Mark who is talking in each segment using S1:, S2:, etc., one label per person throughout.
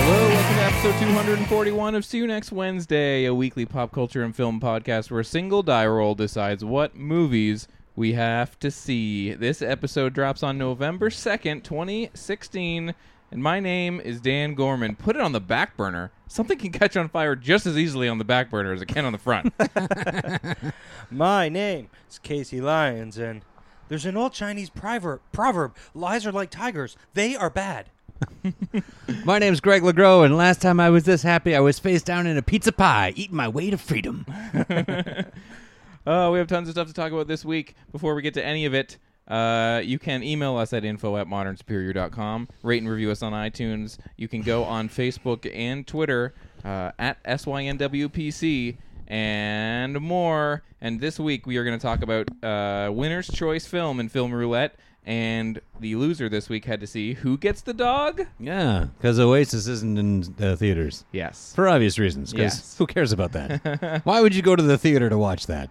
S1: Hello, welcome to episode 241 of See You Next Wednesday, a weekly pop culture and film podcast where a single die roll decides what movies we have to see. This episode drops on November 2nd, 2016, and my name is Dan Gorman. Put it on the back burner. Something can catch on fire just as easily on the back burner as it can on the front.
S2: My name is Casey Lyons, and there's an old Chinese proverb, proverb lies are like tigers, they are bad.
S3: My name's Greg LeGros, and last time I was this happy, I was face down in a pizza pie, eating my way to freedom.
S1: Uh, we have tons of stuff to talk about this week. Before we get to any of it, uh, you can email us at info at modernsuperior.com. Rate and review us on iTunes. You can go on Facebook and Twitter uh, at SYNWPC and more. And this week we are going to talk about uh, Winner's Choice Film and Film Roulette. And the loser this week had to see Who Gets the Dog?
S3: Yeah, because Oasis isn't in uh, theaters.
S1: Yes.
S3: For obvious reasons, 'cause
S1: Yes.
S3: who cares about that? Why would you go to the theater to watch that?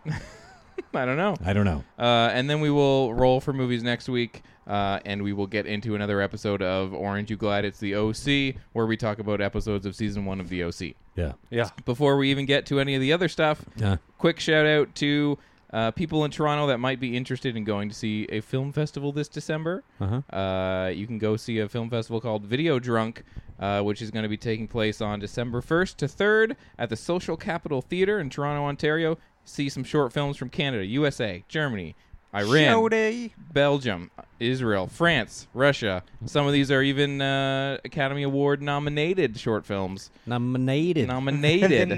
S1: I don't know.
S3: I don't know.
S1: Uh, and then we will roll for movies next week, uh, and we will get into another episode of Orange You Glad It's the OC, where we talk about episodes of season one of the OC.
S3: Yeah.
S2: Yeah.
S1: Before we even get to any of the other stuff,
S3: Yeah.
S1: quick shout out to uh, people in Toronto that might be interested in going to see a film festival this December.
S3: Uh-huh.
S1: Uh, you can go see a film festival called Video Drunk, uh, which is going to be taking place on December 1st to 3rd at the Social Capital Theater in Toronto, Ontario. See some short films from Canada, USA, Germany, Iran,
S2: Shouty.
S1: Belgium, Israel, France, Russia. Some of these are even uh, Academy Award nominated short films.
S3: Nominated.
S1: Nominated.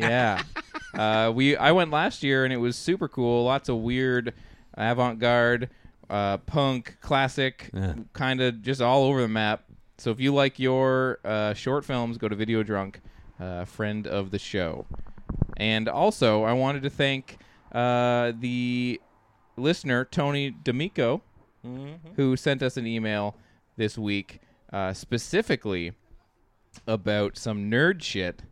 S1: yeah. Uh, we I went last year and it was super cool. Lots of weird avant-garde, uh, punk, classic,
S3: Yeah.
S1: kind of just all over the map. So if you like your uh, short films, go to Video Drunk, uh, friend of the show. And also, I wanted to thank uh, the listener Tony D'Amico, who sent us an email this week uh, specifically about some nerd shit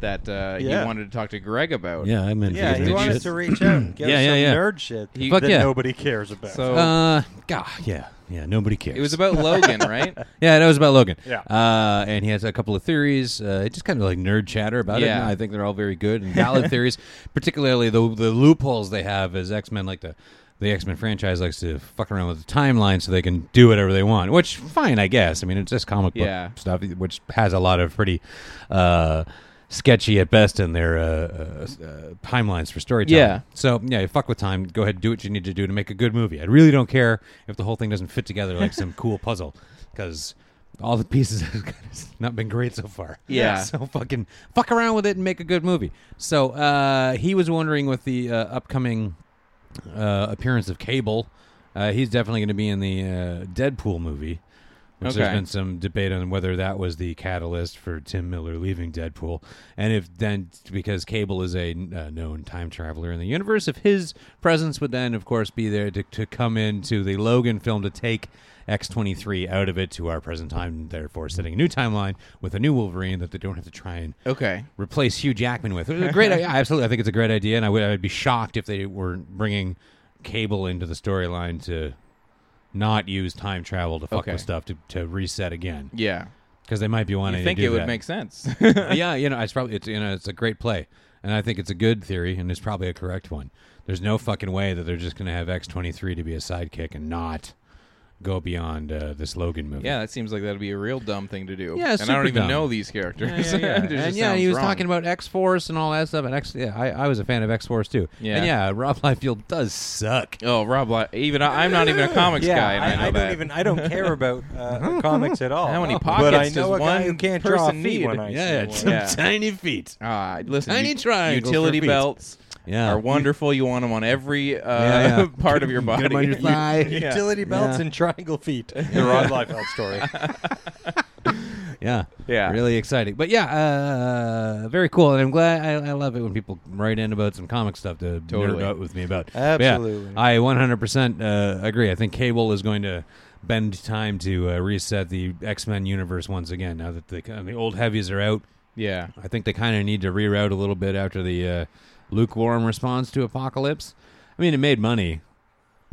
S1: that uh,
S2: Yeah.
S1: he wanted to talk to Greg about.
S3: yeah, I meant.
S2: Yeah,
S1: Did
S2: he
S1: you-
S2: wanted to reach out and get
S3: Yeah,
S2: us
S3: yeah,
S2: some
S3: yeah.
S2: nerd shit
S3: Fuck
S2: that
S3: yeah.
S2: nobody cares about.
S1: So
S3: Uh, God, yeah, yeah. Nobody cares.
S1: it was about Logan, right?
S3: Yeah, that was about Logan.
S2: Yeah.
S3: Uh, and he has a couple of theories, uh, just kind of like nerd chatter about it.
S1: Yeah.
S3: And I think they're all very good and valid theories, particularly the the loopholes they have as X Men like the. The X Men franchise likes to fuck around with the timeline so they can do whatever they want, which fine, I guess. I mean, it's just comic book
S1: Yeah.
S3: stuff, which has a lot of pretty uh, sketchy at best in their uh, uh, uh, timelines for storytelling.
S1: Yeah.
S3: So yeah, you fuck with time. Go ahead, do what you need to do to make a good movie. I really don't care if the whole thing doesn't fit together like some cool puzzle, because all the pieces have not been great so far.
S1: Yeah.
S3: So fucking fuck around with it and make a good movie. So uh, he was wondering with the uh, upcoming uh, appearance of Cable, uh, he's definitely going to be in the uh, Deadpool movie. Which
S1: Okay.
S3: There's been some debate on whether that was the catalyst for Tim Miller leaving Deadpool, and if then because Cable is a uh, known time traveler in the universe, if his presence would then, of course, be there to, to come into the Logan film to take X23 out of it to our present time, therefore setting a new timeline with a new Wolverine that they don't have to try and
S1: Okay.
S3: replace Hugh Jackman with. It was a great idea. Absolutely, I think it's a great idea, and I would I'd be shocked if they weren't bringing Cable into the storyline to not use time travel to fuck
S1: Okay.
S3: with stuff to, to reset again.
S1: Yeah.
S3: because they might be wanting
S1: I think
S3: to do
S1: it would
S3: that.
S1: make sense.
S3: yeah, you know, it's probably it's you know it's a great play, and I think it's a good theory, and it's probably a correct one. There's no fucking way that they're just going to have X twenty three to be a sidekick and not go beyond uh, this Logan movie.
S1: yeah, that seems like that'd be a real dumb thing to do.
S3: Yeah,
S1: and I
S3: super
S1: don't even
S3: dumb.
S1: know these characters.
S3: Yeah, yeah, yeah.
S1: It just
S3: and yeah,
S1: sounds
S3: he was
S1: wrong.
S3: talking about X Force and all that stuff. And X, yeah, I, I was a fan of X Force too.
S1: Yeah.
S3: and yeah, Rob Liefeld does suck.
S1: Oh, Rob, Li- even I, I'm not even a comics
S2: yeah,
S1: guy, and I, know
S2: I,
S1: that.
S2: don't even I don't care about uh, comics at all.
S1: How many
S2: but I
S1: pockets
S2: know
S1: does
S2: a guy who
S1: one
S2: can't draw
S1: person
S2: feet
S1: need?
S2: when I see
S3: Yeah,
S2: one.
S3: some
S1: Yeah.
S3: tiny feet.
S1: Ah, listen,
S3: Tiny
S1: ut-
S3: triangles for
S1: utility
S3: feet.
S1: belts
S3: Yeah.
S1: are wonderful. You want them on every uh,
S3: Yeah, yeah.
S1: part of your body.
S3: Get 'em on your thigh.
S1: Yeah.
S2: Utility belts
S3: Yeah.
S2: and triangle feet. The Rod Liefeld story.
S3: Yeah.
S1: Yeah.
S3: Really exciting. But yeah, uh, very cool. And I'm glad I, I love it when people write in about some comic stuff to
S1: Totally.
S3: nerd out with me about. But yeah,
S2: Absolutely.
S3: I 100% uh, agree. I think Cable is going to bend time to uh, reset the X Men universe once again now that the, uh, the old heavies are out.
S1: yeah.
S3: I think they kind of need to reroute a little bit after the uh, lukewarm response to Apocalypse. I mean, it made money,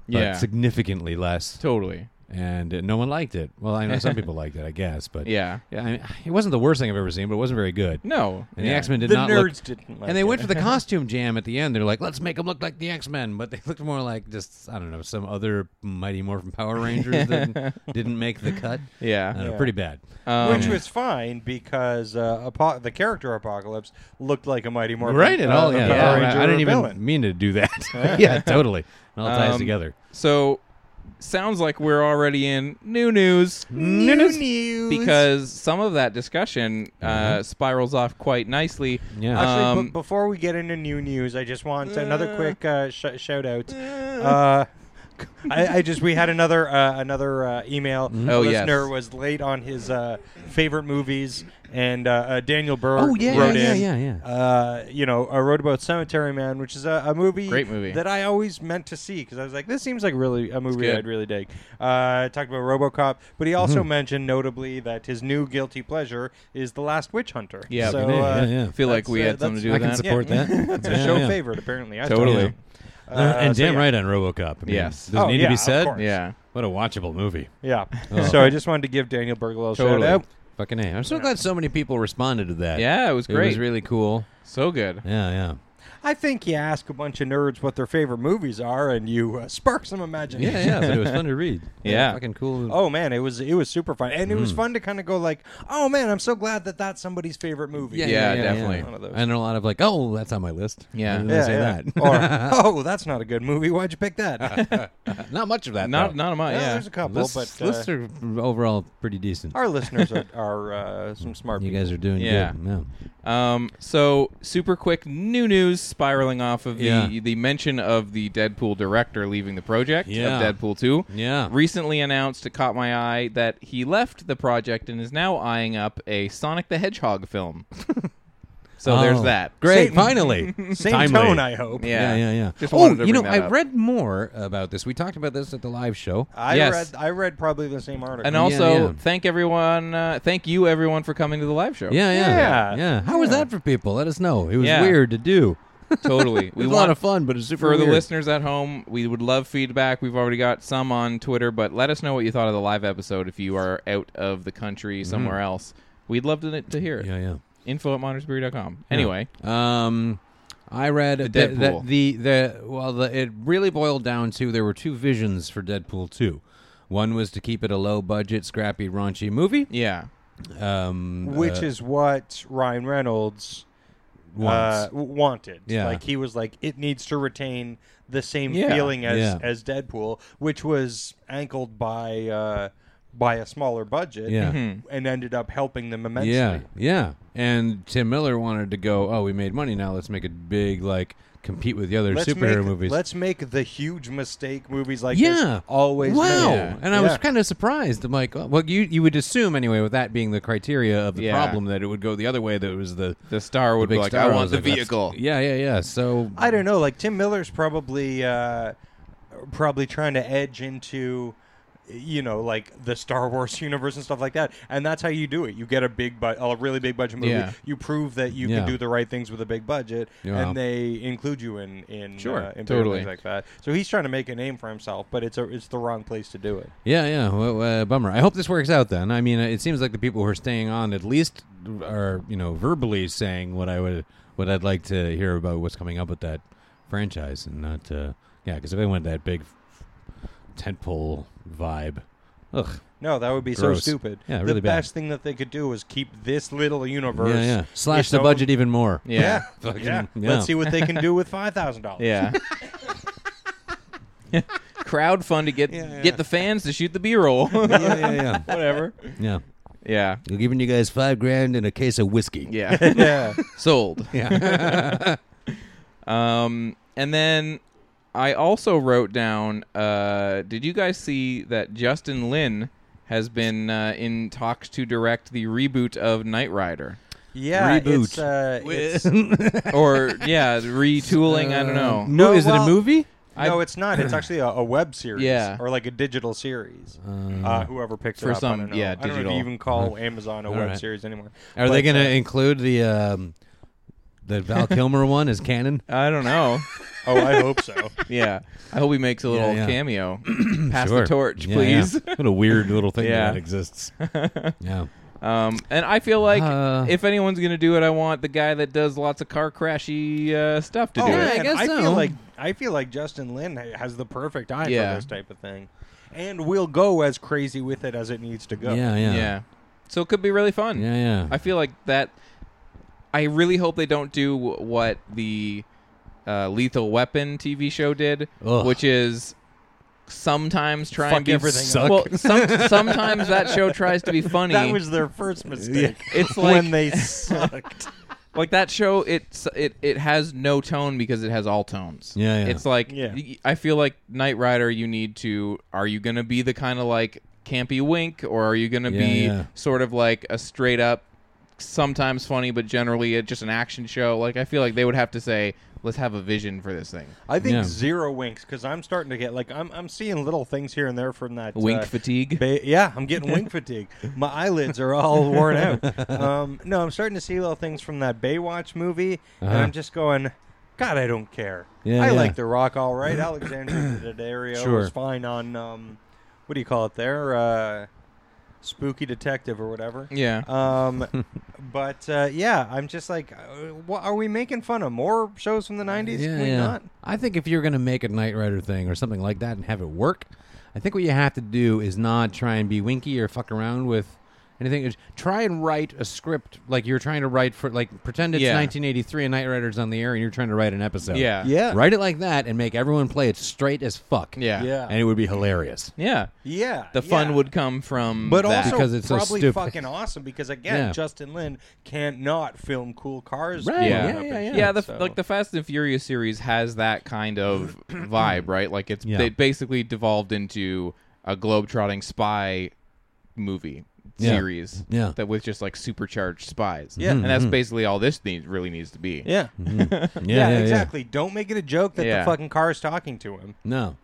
S3: but
S1: Yeah.
S3: significantly less,
S1: Totally.
S3: and uh, no one liked it. Well, I know some people liked it, I guess, but
S1: Yeah.
S3: yeah, I mean, it wasn't the worst thing I've ever seen, but it wasn't very good.
S1: No.
S3: and
S1: yeah.
S3: the X Men
S2: the
S3: did not look.
S2: nerds didn't like
S3: and they
S2: it.
S3: went for the costume jam at the end. They're like, "Let's make them look like the X Men," but they looked more like just I don't know some other Mighty Morphin Power Rangers that didn't make the cut. I
S1: Yeah.
S3: don't know,
S2: Yeah. Uh,
S3: pretty bad.
S1: Um,
S2: Which was fine because uh, Apo- the character Apocalypse looked like a Mighty Morphin.
S3: Right at
S2: uh,
S3: all,
S2: a
S3: yeah.
S2: Power
S3: I-
S2: Ranger
S3: I, didn't even
S2: villain.
S3: mean to do that. yeah, totally. It all ties
S1: Um,
S3: together.
S1: so sounds like we're already in new news.
S2: news.
S1: Because some of that discussion uh, spirals off quite nicely.
S3: Uh-huh. Yeah.
S2: Actually,
S1: Um,
S2: b- before we get into new news, I just want another quick uh, sh- shout out. Uh, I, I just we had another uh, another uh, email.
S3: Mm-hmm.
S2: A
S1: Oh, yes.
S2: listener was late on his uh, favorite movies, and uh, uh, Daniel Burr
S3: Oh, yeah,
S2: wrote
S3: yeah,
S2: in.
S3: yeah, yeah, yeah.
S2: Uh, you know, I wrote about Cemetery Man, which is a, a movie,
S1: Great movie.
S2: that I always meant to see because I was like, this seems like really a movie
S1: good.
S2: I'd really dig. Uh, talked about RoboCop, but
S3: Mm-hmm.
S2: he also mentioned notably that his new guilty pleasure is The Last Witch Hunter.
S1: Yeah,
S2: so,
S3: yeah,
S2: uh,
S3: yeah, yeah.
S1: I feel like
S2: that's,
S1: we
S2: uh,
S1: had something to do
S2: that's-
S1: with
S3: I
S1: that.
S3: can support
S2: yeah.
S3: that.
S2: That's a
S3: Yeah,
S2: show
S3: yeah.
S2: favorite, apparently. I
S1: Totally.
S2: thought. Uh,
S3: Uh, and
S2: so
S3: damn
S2: yeah.
S3: right on RoboCop. I mean,
S1: Yes.
S3: Does it
S2: Oh,
S3: need
S2: yeah,
S3: to be
S2: of
S3: said?
S2: course.
S1: Yeah.
S3: What a watchable movie.
S2: Yeah.
S3: Oh.
S2: So I just wanted to give Daniel Bergalow a
S1: Totally.
S2: shout out.
S3: Fucking A. I'm so glad so many people responded to that.
S1: Yeah, it was great.
S3: It was really cool.
S1: so good.
S3: Yeah, yeah.
S2: I think you ask a bunch of nerds what their favorite movies are, and you uh, spark some imagination.
S3: Yeah, yeah. but it was fun to read.
S1: Yeah.
S3: Fucking cool.
S2: Oh man, it was it was super fun, and it
S3: Mm.
S2: was fun to kind of go like, oh man, I'm so glad that that's somebody's favorite movie.
S1: yeah, definitely.
S2: One of those.
S3: And a lot of like, oh, that's on my list.
S1: Yeah.
S3: I didn't
S2: Yeah,
S3: say
S2: yeah.
S3: that.
S2: or oh, that's not a good movie. Why'd you pick that? yeah,
S3: not much of that.
S1: Not
S3: though.
S1: not a much. Yeah.
S2: there's a couple,
S3: Lists,
S2: but uh,
S3: lists are overall pretty decent.
S2: our listeners are, are uh, some smart
S3: You
S2: people.
S3: guys are doing
S1: Yeah.
S3: good. Yeah.
S1: Um, so super quick new news spiraling off of the
S3: Yeah.
S1: the mention of the Deadpool director leaving the project
S3: Yeah.
S1: of Deadpool 2.
S3: Yeah.
S1: Recently announced it caught my eye that he left the project and is now eyeing up a Sonic the Hedgehog film. so there's
S3: Oh,
S1: that.
S3: Great,
S2: Same-
S3: finally.
S2: Same
S3: Timely.
S2: tone, I hope.
S1: Yeah.
S3: yeah, yeah, yeah.
S1: Just
S3: oh,
S1: wanted to
S3: you know,
S1: bring that
S3: I
S1: up. Uh,
S3: read more about this. We talked about this at the live show.
S2: I
S1: Yes.
S2: read I read probably the same article.
S1: And also
S3: yeah.
S1: thank everyone uh, thank you everyone for coming to the live show.
S3: Yeah, yeah,
S2: Yeah.
S3: yeah. How was that for people? Let us know. It was
S1: Yeah.
S3: weird to do.
S1: Totally.
S3: It was a lot of fun, but it's super
S1: for the
S3: weird.
S1: listeners at home, we would love feedback. We've already got some on Twitter, but let us know what you thought of the live episode if you are out of the country somewhere else. We'd love to, to hear it.
S3: Mm-hmm. Yeah, yeah.
S1: Info at montersbury.com. Anyway,
S3: Um, I read the
S1: Deadpool.
S3: That the the well, the, it really boiled down to there were two visions for Deadpool two. One was to keep it a low budget, scrappy, raunchy movie.
S1: yeah.
S3: Um,
S2: which
S3: uh,
S2: is what Ryan Reynolds
S3: wants.
S2: uh, w- wanted.
S3: Yeah.
S2: Like he was like, it needs to retain the same
S1: Yeah.
S2: feeling as
S3: Yeah.
S2: as Deadpool, which was anchored by uh, by a smaller budget,
S3: Yeah.
S2: and ended up helping them immensely.
S3: Yeah, yeah. And Tim Miller wanted to go. Oh, we made money now. Let's make a big like compete with the other
S2: Let's
S3: superhero
S2: make,
S3: movies.
S2: Let's make the huge mistake movies like
S3: yeah,
S2: this always.
S3: Wow.
S2: make.
S3: And I was
S2: Yeah.
S3: kind of surprised. I'm like, well, you you would assume anyway with that being the criteria of the
S1: Yeah.
S3: problem that it would go the other way. That it was the
S1: The star would
S3: big
S1: be like,
S3: star.
S1: I want
S3: was
S1: the
S3: like, that's-
S1: vehicle.
S3: Yeah, yeah, yeah. So
S2: I don't know. Like Tim Miller's probably uh, probably trying to edge into you know, like the Star Wars universe and stuff like that. And that's how you do it. You get a big, bu- a really big budget movie.
S1: Yeah.
S2: You prove that you
S3: Yeah.
S2: can do the right things with a big budget,
S3: Yeah.
S2: and they include you in in
S1: Sure,
S2: uh, in bigger
S1: totally.
S2: things like that. So he's trying to make a name for himself, but it's a it's the wrong place to do it.
S3: Yeah, yeah. Well, uh, bummer. I hope this works out then. I mean, it seems like the people who are staying on at least are, you know, verbally saying what I would, what I'd like to hear about what's coming up with that franchise, and not, uh, yeah, because if they went that big tentpole vibe, ugh,
S2: No, that would be
S3: Gross.
S2: so stupid.
S3: Yeah,
S2: the
S3: really bad.
S2: best thing that they could do was keep this little universe.
S3: yeah, yeah, slash
S2: its
S3: the
S2: own-
S3: budget even more.
S1: Yeah.
S3: Fucking-
S2: Yeah. Let's see what they can do with five thousand dollars.
S1: Yeah. Crowdfund to get get the fans to shoot the B-roll.
S3: yeah, yeah, yeah,
S1: Whatever.
S3: yeah.
S1: Yeah.
S3: We're giving you guys five grand and a case of whiskey.
S1: Yeah.
S2: Yeah.
S1: Sold. um, and then I also wrote down. Uh, did you guys see that Justin Lin has been uh, in talks to direct the reboot of Knight Rider?
S2: Yeah.
S3: Reboot.
S2: It's, uh, it's,
S1: Or yeah, retooling. I don't know.
S3: Mo-
S2: No,
S3: is it a
S2: well-
S3: movie?
S2: no, it's not. It's actually a, a web series,
S1: Yeah.
S2: or like a digital series.
S3: Um,
S2: uh, whoever picked
S1: For
S2: it up,
S1: some-
S2: I don't know.
S1: yeah,
S2: I don't know if
S1: digital. Uh-huh.
S2: you even call Amazon a
S3: All
S2: web
S3: right.
S2: series anymore.
S3: Are they
S2: But,
S3: going to
S2: uh,
S3: include the um, the Val Kilmer one as canon?
S1: I don't know.
S2: oh, I hope so.
S1: Yeah, I hope he makes a little
S3: yeah.
S1: cameo. Pass
S3: Sure.
S1: the torch,
S3: Yeah,
S1: please.
S3: yeah. What a weird little thing
S1: Yeah.
S3: that exists. yeah.
S1: Um, and I feel like
S3: Uh,
S1: if anyone's gonna do it, I want the guy that does lots of car crashy uh, stuff to
S2: oh,
S1: do it.
S3: yeah, I
S2: man,
S3: guess so.
S2: feel like I feel like Justin Lin ha- has the perfect eye
S1: Yeah.
S2: for this type of thing, and will go as crazy with it as it needs to go.
S3: Yeah, yeah.
S1: Yeah.
S3: Yeah,
S1: so it could be really fun.
S3: yeah.
S1: I feel like that. I really hope they don't do wh- what the uh, Lethal Weapon TV show did,
S3: Ugh.
S1: which is sometimes try
S2: Fuck
S1: and be
S2: everything
S3: up.
S1: Well, some, sometimes that show tries to be funny.
S2: That was their first mistake.
S1: It's like-
S2: when they sucked.
S1: like that show it's it it has no tone because it has all tones
S3: Yeah, yeah.
S1: it's like
S2: Yeah.
S1: y- i feel like knight rider you need to are you gonna be the kind of like campy wink or are you gonna
S3: Yeah,
S1: be
S3: yeah.
S1: sort of like a straight up sometimes funny but generally it, just an action show like i feel like they would have to say let's have a vision for this thing
S2: I think
S3: Yeah.
S2: zero winks because I'm starting to get like I'm I'm seeing little things here and there from that
S1: wink
S2: uh,
S1: fatigue
S2: Ba- yeah, I'm getting wing fatigue. My eyelids are all worn out. Um, no, I'm starting to see little things from that Baywatch movie, and
S3: Uh-huh.
S2: I'm just going, God, I don't care.
S3: Yeah,
S2: I
S3: yeah.
S2: like The Rock all right. Alexandra Daddario
S3: Sure.
S2: was fine on, um, what do you call it there? Uh, Spooky Detective or whatever.
S1: yeah
S2: Um, but uh, yeah, I'm just like, uh, what, are we making fun of more shows from the 90s?
S3: Yeah,
S2: Can we
S3: yeah.
S2: not?
S3: I think if you're going to make a Knight Rider thing or something like that and have it work, I think what you have to do is not try and be winky or fuck around with anything. It's- Try and write a script like you're trying to write for, like, pretend it's
S1: Yeah.
S3: 1983 and Knight Rider's on the air and you're trying to write an episode.
S1: yeah
S2: Yeah.
S3: Write it like that and make everyone play it straight as fuck.
S1: yeah
S2: Yeah.
S3: And it would be hilarious.
S1: yeah
S2: Yeah.
S1: the fun
S2: Uh, yeah.
S1: would come from
S2: But
S1: that.
S2: also
S3: Because it's so
S2: probably
S3: stupid.
S2: fucking awesome because again,
S3: Yeah.
S2: Justin Lin can't not film cool cars.
S3: Right,
S2: blowing
S1: yeah.
S2: up
S3: Oh, Yeah,
S2: and
S3: yeah,
S2: shit,
S3: yeah.
S1: the,
S2: so-
S1: like the Fast and Furious series has that kind of vibe, right? Like it's
S3: Yeah.
S1: they basically devolved into a globetrotting spy movie
S3: Yeah.
S1: series,
S3: Yeah. Mm-hmm.
S1: that with just like supercharged spies,
S2: Yeah.
S1: and that's basically all this need, really needs to be.
S2: yeah.
S3: yeah, yeah.
S2: exactly. Don't make it a joke that
S1: Yeah.
S2: the fucking car is talking to him.
S3: No.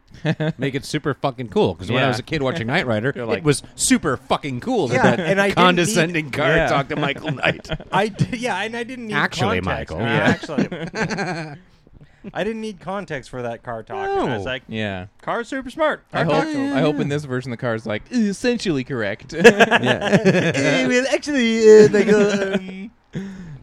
S3: Make it super fucking cool. Because when I
S1: Yeah.
S3: was a kid watching Knight Rider,
S1: like-
S3: it was super fucking cool that
S2: Yeah,
S3: that
S2: and I didn't
S3: condescending car
S1: Yeah.
S3: talked to Michael Knight.
S2: I d- yeah, and I didn't need
S3: Actually,
S2: context.
S3: Michael,
S2: Uh,
S3: yeah.
S2: Actually, I didn't need context for that car talking. I
S3: No.
S2: was like,
S1: Yeah.
S2: car's super smart.
S1: I
S2: Car
S1: hope,
S2: talks to him.
S1: I hope in this version the car is like essentially correct.
S2: Eh, well, actually, uh, they go. Um,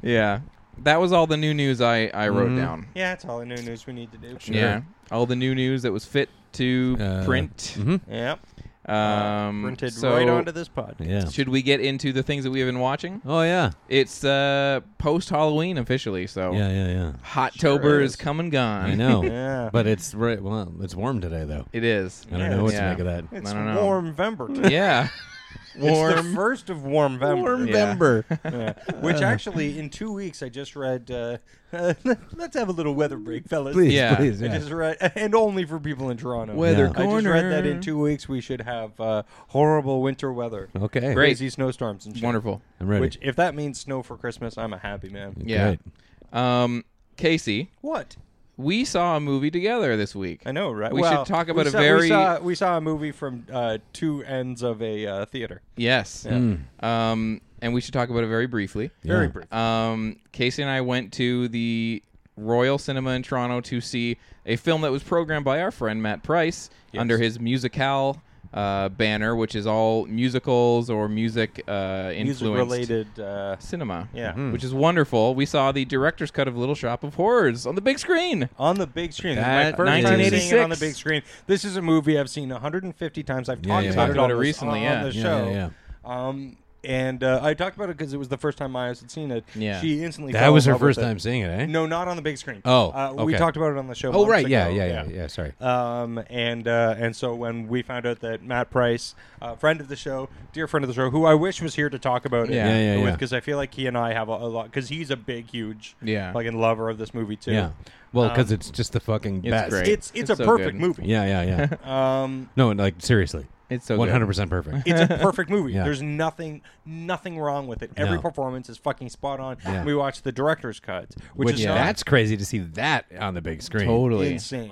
S1: yeah, that was all the new news I I wrote
S3: Mm-hmm.
S1: down.
S2: yeah, that's all the new news we need to do.
S1: Yeah, all the new news that was fit to
S3: Uh,
S1: print.
S2: Yep.
S1: Um,
S2: Uh, Printed
S1: so
S2: right onto this pod.
S3: Yeah.
S1: Should we get into the things that we have been watching?
S3: Oh, yeah.
S1: It's uh, post Halloween officially, so
S3: Yeah, yeah, yeah.
S1: Hot
S2: Sure
S1: Tober is.
S2: is.
S1: come and gone.
S3: I know.
S2: Yeah.
S3: But it's right, well, it's warm today, though.
S1: it is.
S3: I don't know what
S1: Yeah.
S3: to make of that.
S2: It's
S1: I don't know.
S2: warm November.
S1: Yeah,
S2: It's the
S1: warm.
S2: first of warm November.
S1: Yeah. November.
S2: Yeah. Which actually, in two weeks, I just read. Uh, let's have a little weather break, fellas.
S3: Please,
S1: Yeah.
S3: please.
S2: I
S3: Yeah.
S2: just read, and only for people in Toronto.
S1: Weather
S3: Yeah.
S2: I just read that
S1: corner.
S2: in two weeks we should have uh, horrible winter weather,
S3: Okay.
S1: Great.
S2: crazy snowstorms and shit.
S1: Wonderful.
S3: I'm ready.
S2: Which, if that means snow for Christmas, I'm a happy man.
S1: Yeah. Um, Casey,
S2: What?
S1: we saw a movie together this week.
S2: I know, right?
S1: We
S2: Well,
S1: should talk about
S2: we
S1: a
S2: saw-
S1: very
S2: We saw, we saw a movie from uh, two ends of a uh, theater.
S1: yes,
S3: Hmm.
S1: um, and we should talk about it very briefly.
S2: Very brief.
S1: Um, Casey and I went to the Royal Cinema in Toronto to see a film that was programmed by our friend Matt Price under his Musicale uh, banner, which is all musicals or music uh, influenced
S2: Music related. Uh,
S1: cinema.
S2: Yeah.
S1: which is wonderful. We saw the director's cut of Little Shop of Horrors on the big screen.
S2: on the big screen. This
S3: That
S2: is my first time seeing it on the
S1: 1986.
S2: big screen. This is a movie I've seen 150 times. I've talked
S3: Yeah, yeah,
S2: about
S3: yeah.
S2: it
S1: Talked about
S2: on
S1: it
S2: this-
S1: recently,
S2: on
S1: yeah.
S2: the
S3: Yeah,
S2: show.
S3: yeah,
S2: Um, and uh, I talked about it because it was the first time Myers had seen it.
S1: Yeah.
S2: She instantly.
S3: That
S2: fell
S3: was
S2: in
S3: her
S2: love with
S3: first
S2: it.
S3: time seeing it, eh?
S2: No, not on the big screen.
S3: Oh,
S2: uh, we
S3: okay.
S2: talked about it on the show.
S3: Oh
S2: months
S3: right, yeah,
S2: ago.
S3: yeah, yeah, yeah, Sorry.
S2: Um, and uh, and so when we found out that Matt Price, uh, friend of the show, dear friend of the show, who I wish was here to talk about it,
S1: Yeah.
S3: Yeah, yeah, yeah.
S2: because I feel like he and I have a, a lot, because he's a big, huge,
S1: Yeah.
S2: fucking lover of this movie too.
S3: Yeah. Well, because it's just the fucking best.
S1: great.
S2: It's
S1: It's
S2: it's, a
S1: so
S2: perfect
S1: good.
S2: movie.
S3: Yeah, yeah, yeah.
S2: Um,
S3: no, like seriously,
S1: It's so good.
S3: one hundred percent perfect.
S2: it's a perfect movie.
S3: Yeah.
S2: There's nothing nothing wrong with it. Every
S3: No.
S2: performance is fucking spot on.
S3: Yeah.
S2: We watched the director's cut, which,
S3: Which
S2: is not
S3: that's crazy to see that on the big screen. Oh.
S1: Totally.
S2: insane.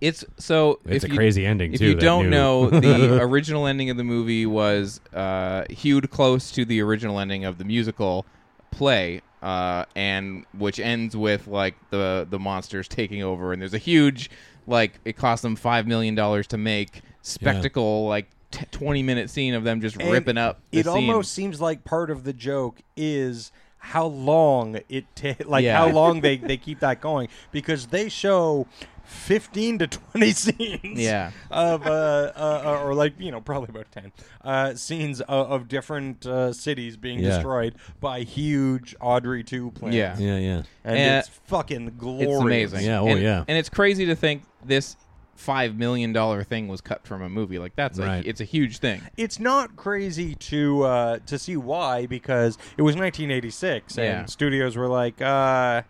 S1: It's so.
S3: It's
S1: if
S3: a
S1: you-
S3: crazy ending,
S1: If
S3: too,
S1: you
S3: that
S1: don't
S3: new-
S1: know, the original ending of the movie was uh, hewed close to the original ending of the musical play, uh, and which ends with like the the monsters taking over, and there's a huge like it cost them five million dollars to make spectacle like t- twenty minute scene of them just
S2: And
S1: ripping up. The
S2: it
S1: scene.
S2: almost seems like part of the joke is how long it ta- like
S1: Yeah.
S2: how long they they keep that going because they show 15 to 20 scenes
S1: Yeah.
S2: of uh, uh uh, or like you know probably about 10 uh scenes of, of different uh, cities being
S3: Yeah.
S2: destroyed by huge audrey 2 planes
S1: Yeah.
S3: Yeah, yeah.
S2: and
S1: Uh,
S2: it's fucking glorious
S1: it's amazing.
S3: Yeah, oh,
S1: and,
S3: yeah.
S1: And it's crazy to think this five million dollar thing was cut from a movie. Like that's
S3: Right.
S1: a, it's a huge thing.
S2: it's not crazy to uh, to see why because it was 1986
S1: Yeah.
S2: and studios were like, uh,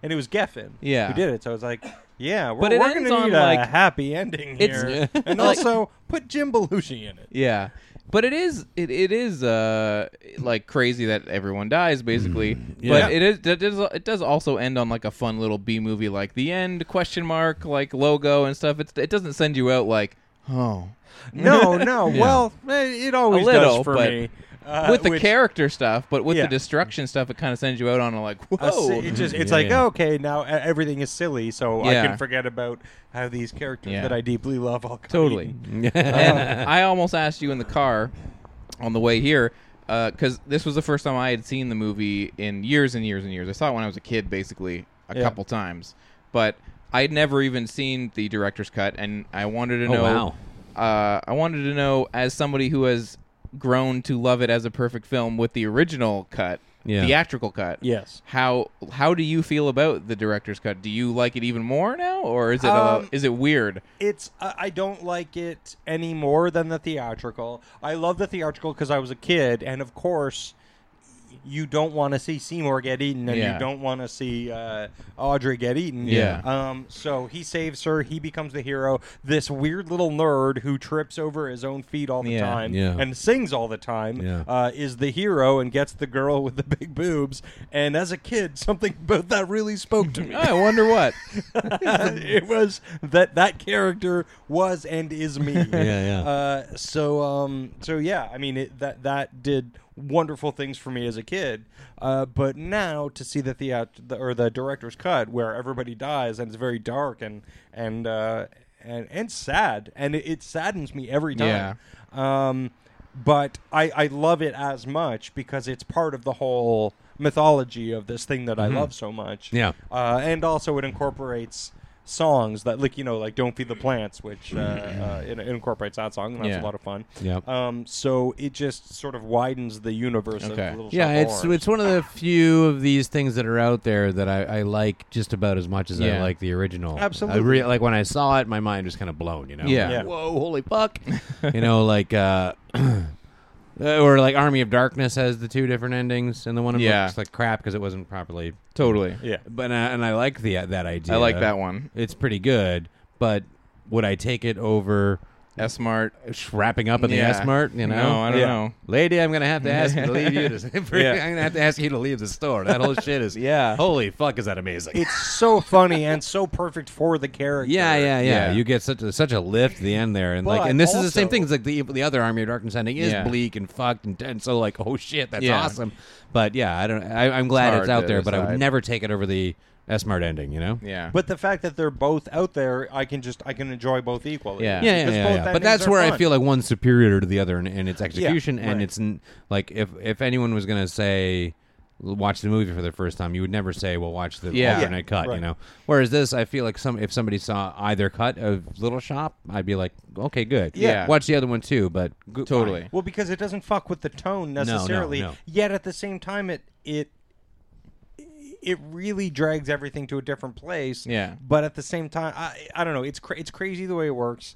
S2: and it was Geffen,
S1: Yeah.
S2: who did it. So I was like, yeah, we're,
S1: But it
S2: we're gonna
S1: ends
S2: need
S1: on,
S2: a
S1: like-
S2: happy ending
S1: It's-
S2: here,
S1: Yeah.
S2: and
S1: like-
S2: also put Jim Belushi in it.
S1: Yeah. But it is it, it is uh like crazy that everyone dies basically.
S3: yeah.
S1: But it is it does it does also end on like a fun little B movie like the end question mark like logo and stuff. It's it doesn't send you out like
S2: Uh,
S1: oh
S2: No, no. Well, eh, it always
S1: little,
S2: does for
S1: but
S2: me. Uh,
S1: with the
S2: which-
S1: character stuff, but with
S2: Yeah.
S1: the destruction stuff, it kind of sends you out on a like
S2: a si-
S1: whoa.
S2: it just it's
S3: Yeah,
S2: like
S3: yeah.
S2: okay now e- everything is silly so I
S1: Yeah.
S2: can forget about how these characters
S1: Yeah.
S2: that I deeply love all got
S1: Totally.
S2: eaten.
S1: and I almost asked you in the car on the way here because this was the first time I had seen the movie in years and years and years. I saw it when I was a kid, basically a
S2: Yeah.
S1: couple times, but I'd never even seen the director's cut, and I wanted to
S3: Oh,
S1: know.
S3: wow.
S1: Uh, I wanted to know as somebody who has grown to love it as a perfect film with the original cut,
S3: Yeah.
S1: theatrical cut.
S2: Yes.
S1: How how do you feel about the director's cut? Do you like it even more now, or is it uh,
S2: Um,
S1: is it weird?
S2: it's I I don't like it any more than the theatrical. I love the theatrical because I was a kid, and of course, you don't want to see Seymour get eaten, and
S1: Yeah.
S2: you don't want to see uh, Audrey get eaten.
S1: Yeah.
S2: Um. So he saves her. He becomes the hero. This weird little nerd who trips over his own feet all the
S1: Yeah.
S2: time
S3: Yeah.
S2: and sings all the time
S3: Yeah.
S2: uh, is the hero and gets the girl with the big boobs. And as a kid, something about that really spoke to me.
S1: I wonder what.
S2: it was that that character was and is me.
S3: Yeah, yeah.
S2: Uh, so, um, so yeah. I mean, it, that that did wonderful things for me as a kid. Uh, but now to see the theat- the, or the director's cut where everybody dies and it's very dark and and uh, and and sad and it, it saddens me every time. Um, but I, I love it as much because it's part of the whole mythology of this thing that I love so much.
S3: Mm-hmm. Yeah.
S2: Uh, and also, it incorporates songs that, like you know, like "Don't Feed the Plants," which uh,
S3: Mm-hmm.
S2: uh, it, it incorporates that song, and that's
S1: Yeah.
S2: a lot of fun.
S3: Yep.
S2: Um, so it just sort of widens the universe.
S1: Okay.
S2: Of Little
S3: Yeah,
S2: Shop of
S3: it's
S2: Horrors.
S3: it's one of the few of these things that are out there that I, I like just about as much as I
S1: Yeah.
S3: like the original.
S2: Absolutely.
S3: I re- like when I saw it, my mind was kind of blown. You know.
S1: Yeah.
S2: Yeah.
S3: Whoa! Holy fuck! you know, like. Uh, or like Army of Darkness has the two different endings, and the one
S1: Yeah.
S3: looks like crap because it wasn't properly.
S1: Totally.
S2: yeah.
S3: But uh, and I like the that idea.
S1: I like that one.
S3: It's pretty good, but would I take it over
S1: S Mart.
S3: Sh- wrapping up in
S1: Yeah.
S3: the S Mart, you know.
S1: No, I don't Yeah. know.
S3: lady. I'm gonna have to ask you to leave you. To,
S1: Yeah.
S3: I'm gonna have to ask you to leave the store. That whole shit is
S1: Yeah.
S3: Holy fuck, is that amazing?
S2: It's so funny and so perfect for the character.
S3: yeah, yeah, yeah,
S1: Yeah.
S3: You get such a, such a lift at the end there, and like,
S2: But
S3: and this is the same
S2: also-
S3: thing. It's like the the other Army of Darkness ending is
S1: Yeah.
S3: bleak and fucked and, and so like, oh shit, that's
S1: Yeah.
S3: awesome. But yeah, I don't. I, I'm glad
S1: hard
S3: it's, out
S1: to
S3: there, but I
S1: decide.
S3: would never take it over the S Mart ending. You know.
S1: Yeah.
S2: But the fact that they're both out there, I can just I can enjoy both equally.
S1: Yeah.
S3: Yeah, yeah,
S2: Because
S3: yeah,
S2: both
S3: yeah. But
S2: endings
S3: that's
S2: are
S3: where I
S2: fun.
S3: feel like one's superior to the other in, in its execution, and
S2: right.
S3: it's n- like if if anyone was gonna say "L- watch the movie for the first time, you would never say, "Well, watch the
S1: Yeah.
S3: alternate cut," you
S2: right.
S3: know. Whereas this, I feel like some if somebody saw either cut of Little Shop, I'd be like, "Okay, good,
S1: Yeah.
S3: watch the other one too." But go-
S1: Totally.
S3: fine.
S2: Well, because it doesn't fuck with the tone
S3: no,
S2: necessarily.
S3: no.
S2: Yet at the same time, it it it really drags everything to a different place.
S1: Yeah.
S2: But at the same time, I I don't know. It's cra- it's crazy the way it works.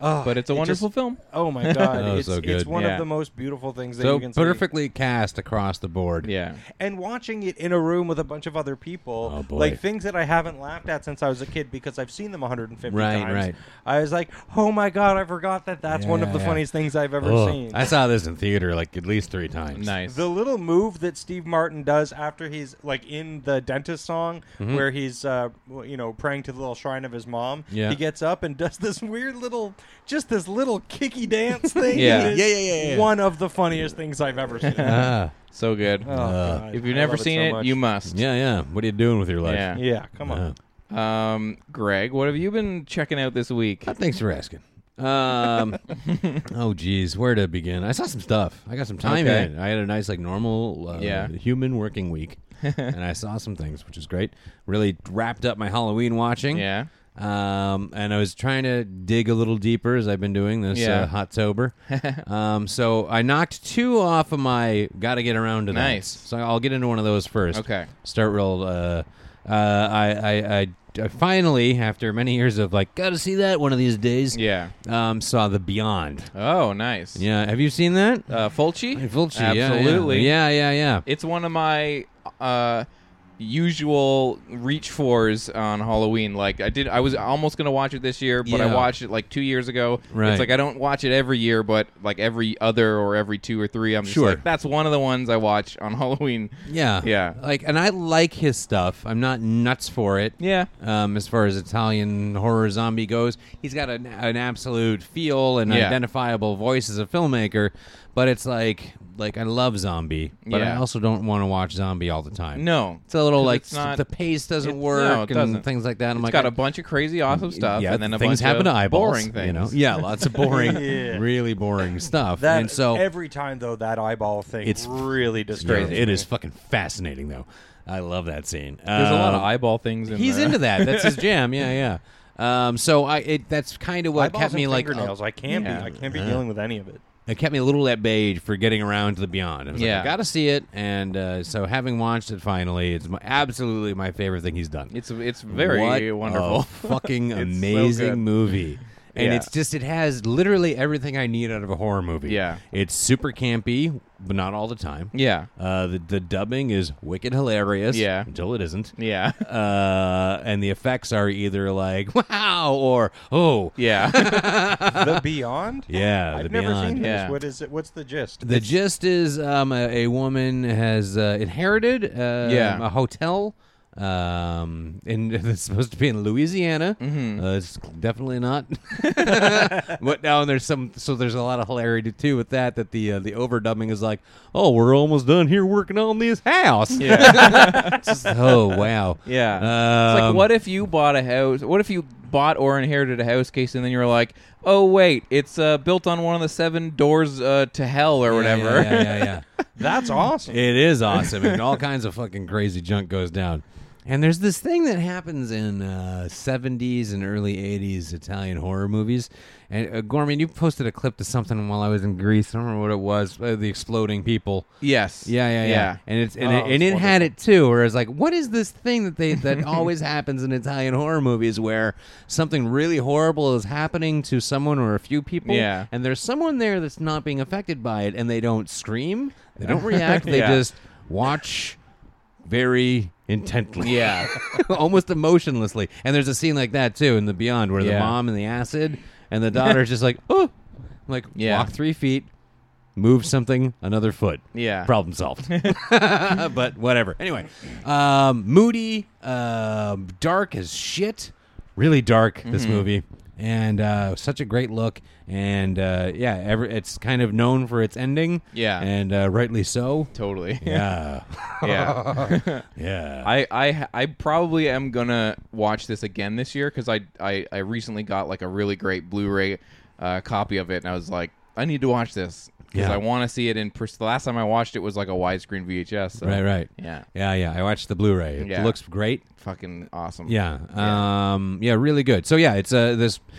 S2: Ugh,
S1: But it's a
S2: it
S1: wonderful
S2: just-
S1: film.
S2: Oh my god,
S3: Oh,
S2: it's
S3: so
S2: it's
S3: good.
S2: one
S1: Yeah.
S2: of the most beautiful things that
S3: so
S2: you can see.
S3: perfectly cast across the board.
S1: Yeah.
S2: And watching it in a room with a bunch of other people,
S3: Oh, boy.
S2: like things that I haven't laughed at since I was a kid because I've seen them 150
S3: Right,
S2: times.
S3: right.
S2: I was like, oh my god, I forgot that that's one of
S3: Yeah,
S2: the
S3: yeah.
S2: funniest things I've ever
S3: Ugh.
S2: seen.
S3: I saw this in theater like at least three times.
S1: Nice.
S2: The little move that Steve Martin does after he's like in the dentist song,
S3: Mm-hmm.
S2: where he's uh, w- you know praying to the little shrine of his mom.
S3: Yeah.
S2: He gets up and does this weird little, just this little kicky dance thing.
S1: Yeah.
S2: It is
S3: Yeah, yeah, yeah, yeah, yeah.
S2: One of the funniest things I've ever seen.
S3: Ah,
S1: so good.
S2: God.
S1: if you've
S2: I
S1: never
S2: love it
S1: seen
S2: so
S1: it,
S2: much.
S1: you must.
S3: yeah, yeah. What are you doing with your life?
S1: Yeah.
S2: yeah, come on.
S3: Ah.
S1: Um, Greg, what have you been checking out this week?
S3: Uh, Thanks for asking. Um, oh geez, where to begin? I saw some stuff. I got some time
S1: Okay.
S3: in. I had a nice like normal uh,
S1: Yeah.
S3: human working week, and I saw some things, which is great. Really wrapped up my Halloween watching.
S1: Yeah.
S3: Um, and I was trying to dig a little deeper as I've been doing this
S1: Yeah.
S3: uh, hot sober. um, so I knocked two off of my got to get around to
S1: Nice.
S3: that. So I'll get into one of those first.
S1: Okay.
S3: Start real. Uh, uh, I, I, I, I finally, after many years of like, gotta see that one of these days.
S1: Yeah.
S3: Um, saw the Beyond.
S1: Oh, nice.
S3: Yeah. Have you seen that?
S1: Uh, Fulci?
S3: Fulci. yeah, yeah.
S1: Absolutely.
S3: Yeah. Yeah. Yeah.
S1: It's one of my uh, usual reach fors on Halloween. Like I did, I was almost gonna watch it this year, but I
S3: Yeah.
S1: watched it like two years ago.
S3: Right.
S1: It's like I don't watch it every year, but like every other or every two or three, I'm just
S3: Sure.
S1: like that's one of the ones I watch on Halloween.
S3: Yeah.
S1: Yeah.
S3: Like, and I like his stuff. I'm not nuts for it.
S1: Yeah.
S3: Um, as far as Italian horror zombie goes, he's got an, an absolute feel and
S1: Yeah.
S3: identifiable voice as a filmmaker. But it's like, like I love zombie, but I
S1: Yeah.
S3: also don't want to watch zombie all the time.
S1: No,
S3: It's a little
S1: 'Cause
S3: like
S1: it's not-
S3: the pace doesn't
S1: it- no,
S3: work
S1: it
S3: and
S1: doesn't.
S3: things like that. I'm
S1: It's
S3: like,
S1: got
S3: I- Mm,
S1: a bunch of crazy, awesome stuff,
S3: yeah,
S1: and then a
S3: things
S1: bunch
S3: happen
S1: of
S3: to eyeballs,
S1: boring things.
S3: You know, yeah, lots of boring, really boring stuff.
S2: That
S3: and so
S2: every time though, that eyeball thing
S3: It's-
S2: it's really disturbing.
S3: It is fucking fascinating, though. I love that scene.
S1: There's a lot of
S3: Um,
S1: eyeball things in
S3: He's
S1: there.
S3: into that. That's his jam. Yeah, yeah. Um, so I, it, that's kind of what
S2: Eyeballs
S3: kept me
S2: and
S3: like
S2: fingernails. I can't
S1: Yeah.
S2: be. I can't be dealing with any of it.
S3: it kept me a little at bay for getting around to the Beyond. I was
S1: Yeah.
S3: like, I gotta see it, and uh, so having watched it finally, it's my, absolutely my favorite thing he's done.
S1: It's it's very
S3: What Oh. a
S1: wonderful.
S3: fucking
S1: It's so
S3: amazing
S1: good.
S3: movie. And
S1: Yeah.
S3: it's just it has literally everything I need out of a horror movie.
S1: Yeah.
S3: it's super campy, but not all the time.
S1: yeah,
S3: Uh, the, the dubbing is wicked hilarious.
S1: Yeah.
S3: Until it isn't.
S1: yeah,
S3: Uh, and the effects are either like, wow, or, oh.
S1: yeah.
S2: the Beyond.
S3: Yeah.
S2: I've
S3: the
S2: never
S3: Beyond.
S2: seen this.
S1: Yeah.
S2: What is it? What's the gist?
S3: The gist is um, a, a woman has uh, inherited uh,
S1: Yeah.
S3: a hotel. Um, in it's supposed to be in Louisiana.
S1: Mm-hmm.
S3: Uh, it's definitely not. but now there's some, so there's a lot of hilarity too with that. That the uh, the overdubbing is like, oh, we're almost done here working on this house. It's just, oh wow.
S1: Yeah. it's like,
S3: Um,
S1: what if you bought a house? What if you bought or inherited a house, Casey, and then you were like, oh, wait, it's uh, built on one of the seven doors uh, to hell or
S3: Yeah, yeah,
S1: whatever.
S3: Yeah, yeah, yeah.
S2: That's awesome.
S3: It is awesome, and all kinds of fucking crazy junk goes down. And there's this thing that happens in uh, 70s and early 80s Italian horror movies. And uh, Gorman, you posted a clip to something while I was in Greece. I don't remember what it was. Uh, the exploding people.
S1: Yes.
S3: Yeah, yeah, yeah. And it's and,
S2: Oh,
S3: it, and
S2: it's
S3: it had it too. Where it's like, what is this thing that they that always happens in Italian horror movies, where something really horrible is happening to someone or a few people,
S1: Yeah.
S3: and there's someone there that's not being affected by it, and they don't scream, they don't react, they
S1: Yeah.
S3: just watch very intently.
S1: Yeah.
S3: almost emotionlessly. And there's a scene like that too in the Beyond where
S1: Yeah.
S3: the mom and the acid and the daughter's just like, oh, I'm like
S1: Yeah.
S3: walk three feet, move something, another foot.
S1: Yeah.
S3: problem solved. but whatever. Anyway, um, moody, um, dark as shit. Really dark this
S1: Mm-hmm.
S3: movie, and uh, such a great look. And uh, yeah, every, it's kind of known for its ending.
S1: Yeah.
S3: and uh, rightly so.
S1: Totally.
S3: Yeah,
S1: yeah.
S3: yeah.
S1: I, I I probably am gonna watch this again this year because I, I I recently got like a really great Blu-ray uh, copy of it, and I was like, I need to watch this because
S3: Yeah.
S1: I want to see it in. Pers- the last time I watched it was like a widescreen VHS. So.
S3: right, right.
S1: Yeah.
S3: yeah, yeah. I watched the Blu-ray. It
S1: Yeah.
S3: looks great.
S1: Fucking awesome.
S3: Yeah.
S1: Yeah.
S3: Um, yeah, really good. So yeah, it's uh, this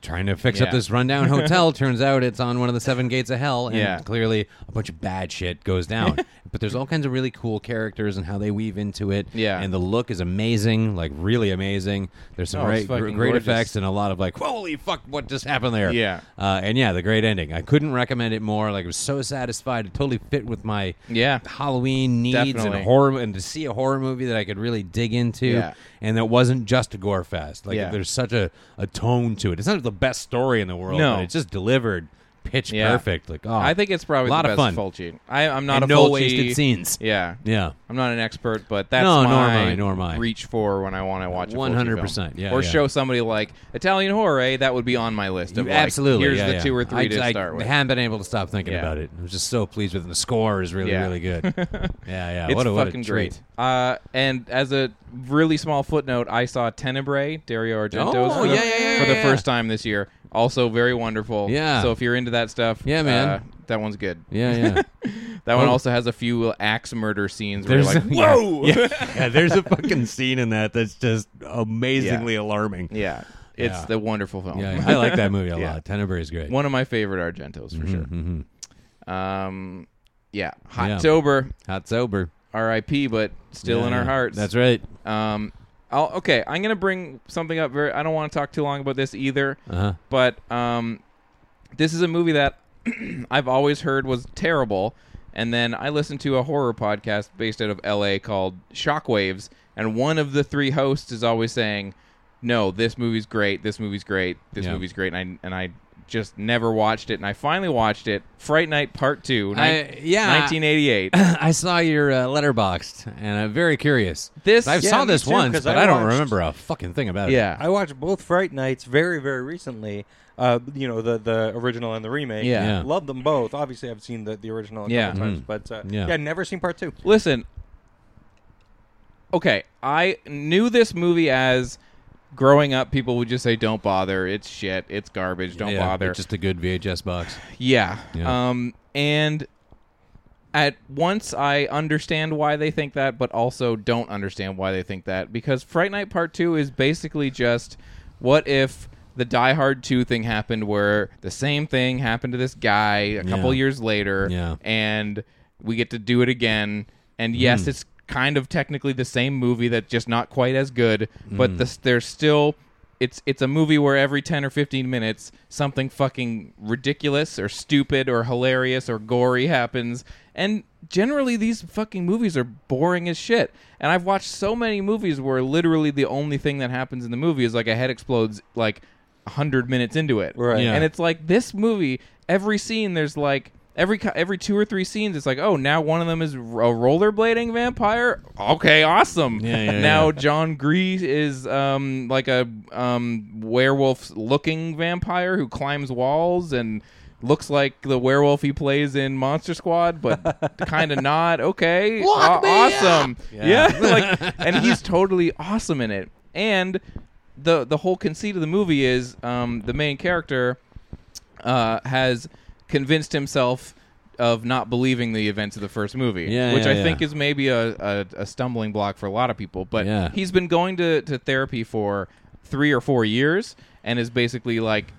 S3: trying to fix
S1: Yeah.
S3: up this rundown hotel. Turns out it's on one of the seven gates of hell, and
S1: Yeah.
S3: clearly a bunch of bad shit goes down. but there's all kinds of really cool characters and how they weave into it.
S1: Yeah.
S3: and the look is amazing, like really amazing. There's some
S1: Oh, it's
S3: great, gr-
S1: fucking
S3: great
S1: gorgeous.
S3: effects and a lot of like, holy fuck, what just happened there?
S1: Yeah.
S3: uh, and yeah, the great ending. I couldn't recommend it more. Like, I was so satisfied. It totally fit with my
S1: Yeah.
S3: Halloween needs
S1: Definitely.
S3: and horror, and to see a horror movie that I could really dig into
S1: Yeah.
S3: and that wasn't just a gore fest. Like
S1: Yeah.
S3: there's such a, a tone to it. It's not the best story in the world,
S1: No.
S3: but it's just delivered pitch
S1: Yeah.
S3: perfect. Like oh,
S1: I think it's probably
S3: a lot
S1: the
S3: of
S1: best
S3: fun.
S1: Fulci. I, I'm not
S3: And
S1: a
S3: no
S1: Fulci-
S3: wasted scenes.
S1: Yeah.
S3: Yeah,
S1: I'm not an expert, but that's
S3: No,
S1: my
S3: nor am I, nor am I.
S1: reach for when I want to watch a Fulci film.
S3: 100%, yeah,
S1: or
S3: yeah.
S1: show somebody like Italian horror. eh? That would be on my list. Of
S3: You-
S1: like,
S3: absolutely.
S1: Here's
S3: yeah,
S1: the
S3: yeah.
S1: two or three
S3: I,
S1: to
S3: I
S1: start with.
S3: haven't been able to stop thinking
S1: Yeah.
S3: about it. I was just so pleased with it. And the score is really
S1: Yeah.
S3: really good. yeah, yeah.
S1: it's
S3: what a, what a
S1: fucking
S3: treat.
S1: great. Uh, and as a really small footnote, I saw Tenebrae, Dario Argento's
S3: Oh,
S1: for, the,
S3: yeah, yeah, yeah,
S1: for the
S3: yeah,
S1: first time this year. Also very wonderful.
S3: Yeah.
S1: So if you're into that stuff,
S3: Yeah, man.
S1: uh, that one's good.
S3: Yeah, yeah.
S1: That one
S3: Oh.
S1: also has a few axe murder scenes where you're like,
S3: yeah,
S1: whoa.
S3: Yeah, yeah, there's a fucking scene in that that's just amazingly alarming.
S1: Yeah. It's
S3: Yeah.
S1: the wonderful film.
S3: Yeah, yeah. I like that movie a
S1: Yeah.
S3: lot. Tenebrae is great.
S1: One of my favorite Argentos
S3: Mm-hmm,
S1: for sure. Um, yeah,
S3: Yeah.
S1: Hottober,
S3: Hot sober.
S1: R.I.P., but still in
S3: Yeah,
S1: our
S3: yeah.
S1: hearts.
S3: That's right.
S1: Um, I'll, okay, I'm gonna bring something up. Very, I don't want to talk too long about this either,
S3: Uh-huh.
S1: but um, this is a movie that I've always heard was terrible, and then I listened to a horror podcast based out of L.A. called Shockwaves, and one of the three hosts is always saying, "No, this movie's great. This movie's great. This
S3: Yeah.
S1: movie's great," and I and I just never watched it, and I finally watched it. Fright Night Part Two,
S3: I-
S1: nin-
S3: yeah.
S1: 1988.
S3: I saw your uh, letterboxed, and I'm very curious.
S1: This-
S3: I
S1: yeah,
S3: saw
S1: me
S3: this
S2: too,
S3: once,
S2: 'cause
S3: but
S2: I
S3: I, don't
S2: watched-
S3: remember a fucking thing about
S1: yeah,
S2: I watched both Fright Nights very, very recently. Uh, you know the the original and the remake.
S1: Yeah.
S3: Yeah.
S2: love them both. Obviously, I've seen the, the original a
S1: Yeah.
S2: couple times, but uh,
S3: Yeah.
S2: yeah. never seen part two.
S1: Listen. Okay, I knew this movie as growing up people would just say don't bother, it's shit, it's garbage,
S3: it.
S1: don't
S3: Yeah,
S1: bother.
S3: it's Just a good VHS box.
S1: yeah.
S3: Yeah.
S1: Um and at once I understand why they think that but also don't understand why they think that because Fright Night Part 2 is basically just what if the Die Hard 2 thing happened where the same thing happened to this guy a couple
S3: Yeah.
S1: years later
S3: Yeah.
S1: and we get to do it again. And yes, it's kind of technically the same movie that's just not quite as good, but this, there's still it's it's a movie where every 10 or 15 minutes something fucking ridiculous or stupid or hilarious or gory happens. And generally these fucking movies are boring as shit. And I've watched so many movies where literally the only thing that happens in the movie is like a head explodes like 100 minutes into it.
S2: Right.
S3: Yeah.
S1: And it's like this movie, every scene there's like every co- every two or three scenes it's like, "Oh, now one of them is r- a rollerblading vampire." Okay, awesome.
S3: Yeah, yeah,
S1: now
S3: yeah.
S1: John Gree is um like a um werewolf looking vampire who climbs walls and looks like the werewolf he plays in Monster Squad, but kind of not. Okay, Aw-
S3: Lock me
S1: awesome. Yeah, like, and he's totally awesome in it. And the the whole conceit of the movie is um, the main character uh, has convinced himself of not believing the events of the first movie,
S3: Yeah,
S1: which
S3: yeah,
S1: I
S3: yeah.
S1: think is maybe a, a, a stumbling block for a lot of people. But
S3: Yeah.
S1: he's been going to, to therapy for three or four years and is basically like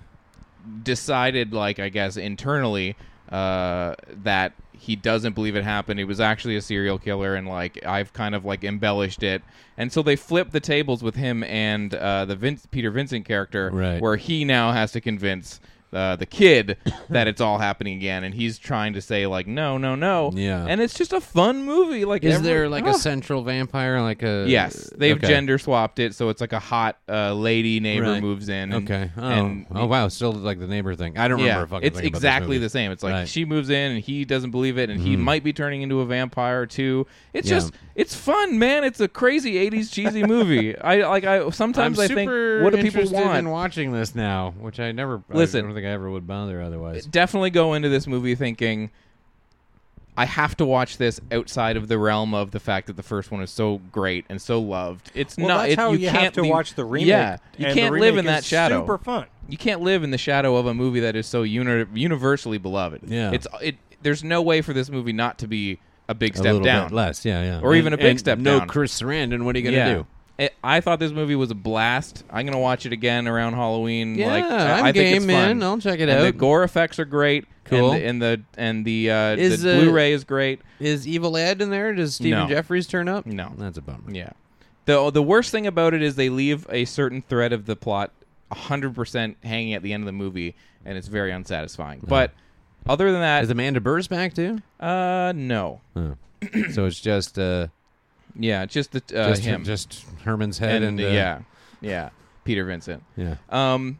S1: decided, like I guess internally, uh, that he doesn't believe it happened. He was actually a serial killer, and like I've kind of like embellished it. And so they flip the tables with him and uh, the Vince, Peter Vincent character,
S3: Right.
S1: where he now has to convince uh, the kid that it's all happening again, and he's trying to say like no, no, no.
S3: Yeah.
S1: and it's just a fun movie. Like,
S3: Is
S1: every-
S3: there like a
S1: Oh.
S3: central vampire? Like a
S1: Yes, they've
S3: Okay.
S1: gender swapped it, so it's like a hot uh, lady neighbor
S3: Right.
S1: moves in. And,
S3: Okay. Oh,
S1: and-
S3: oh wow. Still like the neighbor thing. I don't
S1: yeah,
S3: remember a fucking
S1: it's
S3: thing about this
S1: exactly
S3: movie.
S1: the same. It's like
S3: Right. Mm-hmm.
S1: she moves in and he doesn't believe it, and he might be turning into a vampire too. It's
S3: Yeah.
S1: just it's fun, man. It's a crazy '80s cheesy movie. I like I sometimes
S3: I'm
S1: I think
S3: super
S1: what do people
S3: interested
S1: want?
S3: in watching this now, which I never.
S1: Listen.
S3: I don't think I ever would bother otherwise.
S1: Definitely go into this movie thinking. I have to watch this outside of the realm of the fact that the first one is so great and so loved. It's
S2: Well,
S1: not.
S2: that's
S1: it-
S2: how
S1: you,
S2: you,
S1: can't
S2: have to
S1: leave-
S2: watch the remake.
S1: Yeah, you
S2: and the
S1: can't live
S2: remake
S1: in that
S2: is
S1: shadow.
S2: Super fun.
S1: you can't live in the shadow of a movie that is so uni- universally beloved.
S3: Yeah.
S1: it's it. There's no way for this movie not to be a big
S3: a
S1: step
S3: little
S1: down.
S3: bit less, yeah, yeah,
S1: Or even a big
S3: and
S1: step
S3: no
S1: down.
S3: Chris Sarandon. What are you gonna
S1: yeah.
S3: do?
S1: It- I thought this movie was a blast. I'm gonna watch it again around Halloween.
S3: Yeah,
S1: like, I,
S3: I'm
S1: I think it's
S3: game, man.
S1: fun.
S3: I'll check it
S1: And The
S3: out.
S1: gore effects are great.
S3: Cool.
S1: And the and the, and the, uh,
S3: Is,
S1: the
S3: uh,
S1: Blu-ray is great.
S3: Is Evil Ed in there? Does Stephen
S1: No.
S3: Jeffries turn up?
S1: No.
S3: that's a bummer.
S1: Yeah. The the worst thing about it is they leave a certain thread of the plot 100% hanging at the end of the movie and it's very unsatisfying. But other than
S3: Uh-huh. Is
S1: that,
S3: Amanda Burrs back too?
S1: uh no.
S3: so it's just uh,
S1: Yeah, just the uh,
S3: just,
S1: him.
S3: just Herman's head
S1: and,
S3: and,
S1: uh,
S3: uh,
S1: yeah. Yeah. Peter Vincent.
S3: yeah.
S1: Um,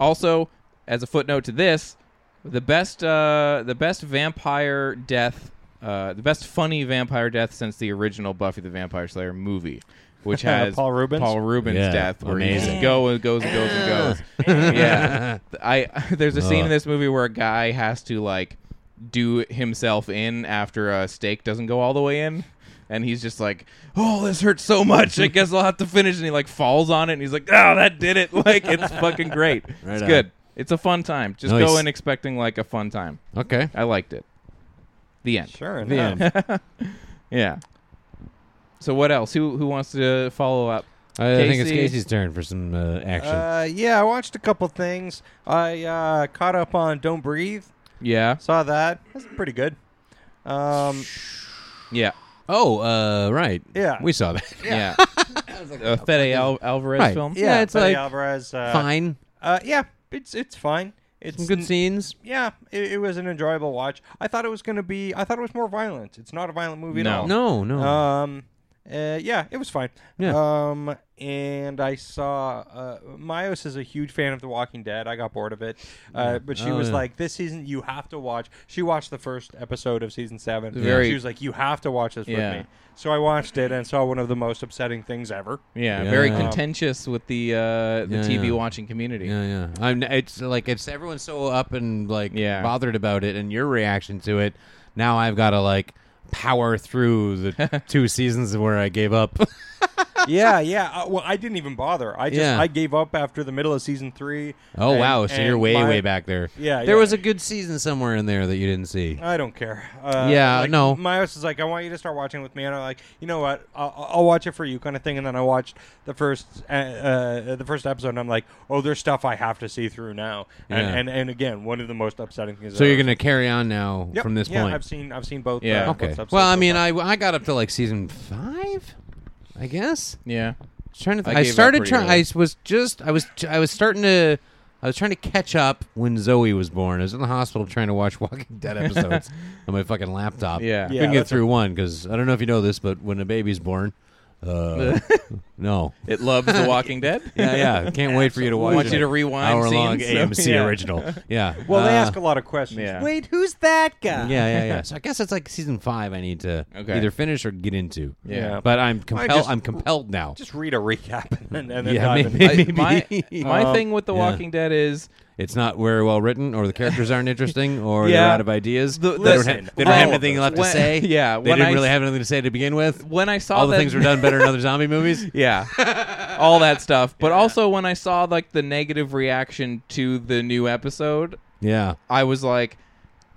S1: also, as a footnote to this, the best uh, the best vampire death, uh, the best funny vampire death since the original Buffy the Vampire Slayer movie, which has
S2: Paul Rubens?
S1: Paul Rubens'
S3: Yeah,
S1: death, where he
S3: amazing.
S1: just go and goes and goes and goes. yeah, I there's a scene in this movie where a guy has to like do himself in after a steak doesn't go all the way in. And he's just like, "Oh, this hurts so much. I guess I'll have to finish." And he like falls on it, and he's like, "Oh, that did it!" Like it's fucking great.
S3: Right
S1: it's
S3: on.
S1: good. It's a fun time. Just
S3: Nice.
S1: go in expecting like a fun time.
S3: Okay.
S1: I liked it. The end.
S2: Sure
S3: The
S2: enough.
S3: end.
S1: Yeah. So what else? Who who wants to follow up?
S3: I think it's
S1: Casey.
S3: Casey's turn for some uh, action.
S2: Uh, yeah, I watched a couple things. I uh, caught up on Don't Breathe.
S1: Yeah.
S2: Saw that. That's pretty good. Um,
S1: Yeah.
S3: oh, uh, right.
S2: Yeah.
S3: we saw that.
S1: Yeah. A Fede Al- Alvarez
S3: Right.
S1: film.
S3: Yeah, it's
S2: Betty
S3: like,
S2: Alvarez. Uh,
S3: Fine.
S2: Uh, yeah, it's it's fine. It's
S3: Some good
S2: n-
S3: scenes.
S2: Yeah, it, it was an enjoyable watch. I thought it was going to be. I thought it was more violent. It's not a violent movie
S1: No.
S2: at all.
S3: No, no.
S2: Um. Uh, yeah, it was fine.
S3: Yeah.
S2: Um. And I saw. Uh, Myos is a huge fan of The Walking Dead. I got bored of it, uh, but she
S3: Oh,
S2: was
S3: yeah.
S2: like, "This season you have to watch." She watched the first episode of season seven.
S1: Very-
S2: She was like, "You have to watch this
S1: Yeah.
S2: with me." So I watched it and saw one of the most upsetting things ever.
S1: Yeah,
S3: Yeah.
S1: very
S3: Um,
S1: contentious with the uh, the
S3: Yeah,
S1: TV
S3: yeah.
S1: watching community.
S3: yeah, yeah. I'm. It's like it's everyone's so up and like
S1: Yeah.
S3: bothered about it, and your reaction to it. Now I've got to like power through the two seasons where I gave up.
S2: yeah, yeah. Uh, well, I didn't even bother. I just
S3: Yeah.
S2: I gave up after the middle of season three.
S3: oh
S2: and-
S3: wow! So you're
S2: and
S3: way
S2: my-
S3: way back there.
S2: Yeah,
S3: There
S2: yeah.
S3: was a good season somewhere in there that you didn't see.
S2: I don't care. Uh,
S3: Yeah,
S2: like,
S3: no.
S2: Myos is like, I want you to start watching with me, and I'm like, you know what? I'll, I'll watch it for you, kind of thing. And then I watched the first uh, uh, the first episode, and I'm like, oh, there's stuff I have to see through now. And
S3: Yeah.
S2: and, and again, one of the most upsetting things.
S3: So you're
S2: ever.
S3: gonna carry on now
S2: Yep,
S3: from this
S2: yeah,
S3: point.
S2: I've seen I've seen both.
S1: Yeah.
S2: uh, both
S3: okay.
S2: episodes
S3: Well, I
S2: so
S3: mean,
S2: far.
S3: I I got up to like season five, I guess.
S1: Yeah.
S3: trying to th-
S1: I
S3: I,
S1: gave up
S3: started
S1: pretty
S3: trying
S1: early.
S3: I was just I was I was starting to I was trying to catch up when Zoe was born. I was in the hospital trying to watch Walking Dead episodes on my fucking laptop.
S1: Yeah.
S3: couldn't
S2: Yeah,
S3: get
S2: that's
S3: through one because I don't know if you know this, but when a baby's born, uh, no,
S1: It loves The Walking Dead.
S3: yeah, yeah, can't wait for you to watch.
S1: Want
S3: it.
S1: you to rewind
S3: hour long
S1: scenes?
S3: AMC
S2: Yeah.
S3: original. Yeah,
S2: well, they
S3: Uh,
S2: ask a lot of questions.
S1: yeah.
S2: Wait, who's that guy?
S3: Yeah, yeah, yeah. So I guess it's like season five. I need to
S1: Okay.
S3: either finish or get into.
S1: Yeah.
S3: but I'm compelled.
S2: just-
S3: I'm compelled now.
S2: Just read a recap and, and then
S3: Yeah,
S2: dive
S3: maybe-
S2: in.
S1: I- my
S3: Maybe.
S1: my thing with The
S3: yeah.
S1: Walking Dead is
S3: it's not very well written, or the characters aren't interesting, or they're
S1: Yeah.
S3: out of ideas.
S1: The-
S3: they don't,
S1: listen,
S3: have, they don't have
S1: all of
S3: anything
S1: those.
S3: left
S1: When-
S3: to say.
S1: yeah,
S3: they
S1: when
S3: didn't
S1: I
S3: really
S1: s-
S3: have anything to say to begin with.
S1: when I saw
S3: All the
S1: that-
S3: things were done better in other zombie movies.
S1: Yeah. All that stuff. But also when I saw like the negative reaction to the new episode,
S3: Yeah,
S1: I was like,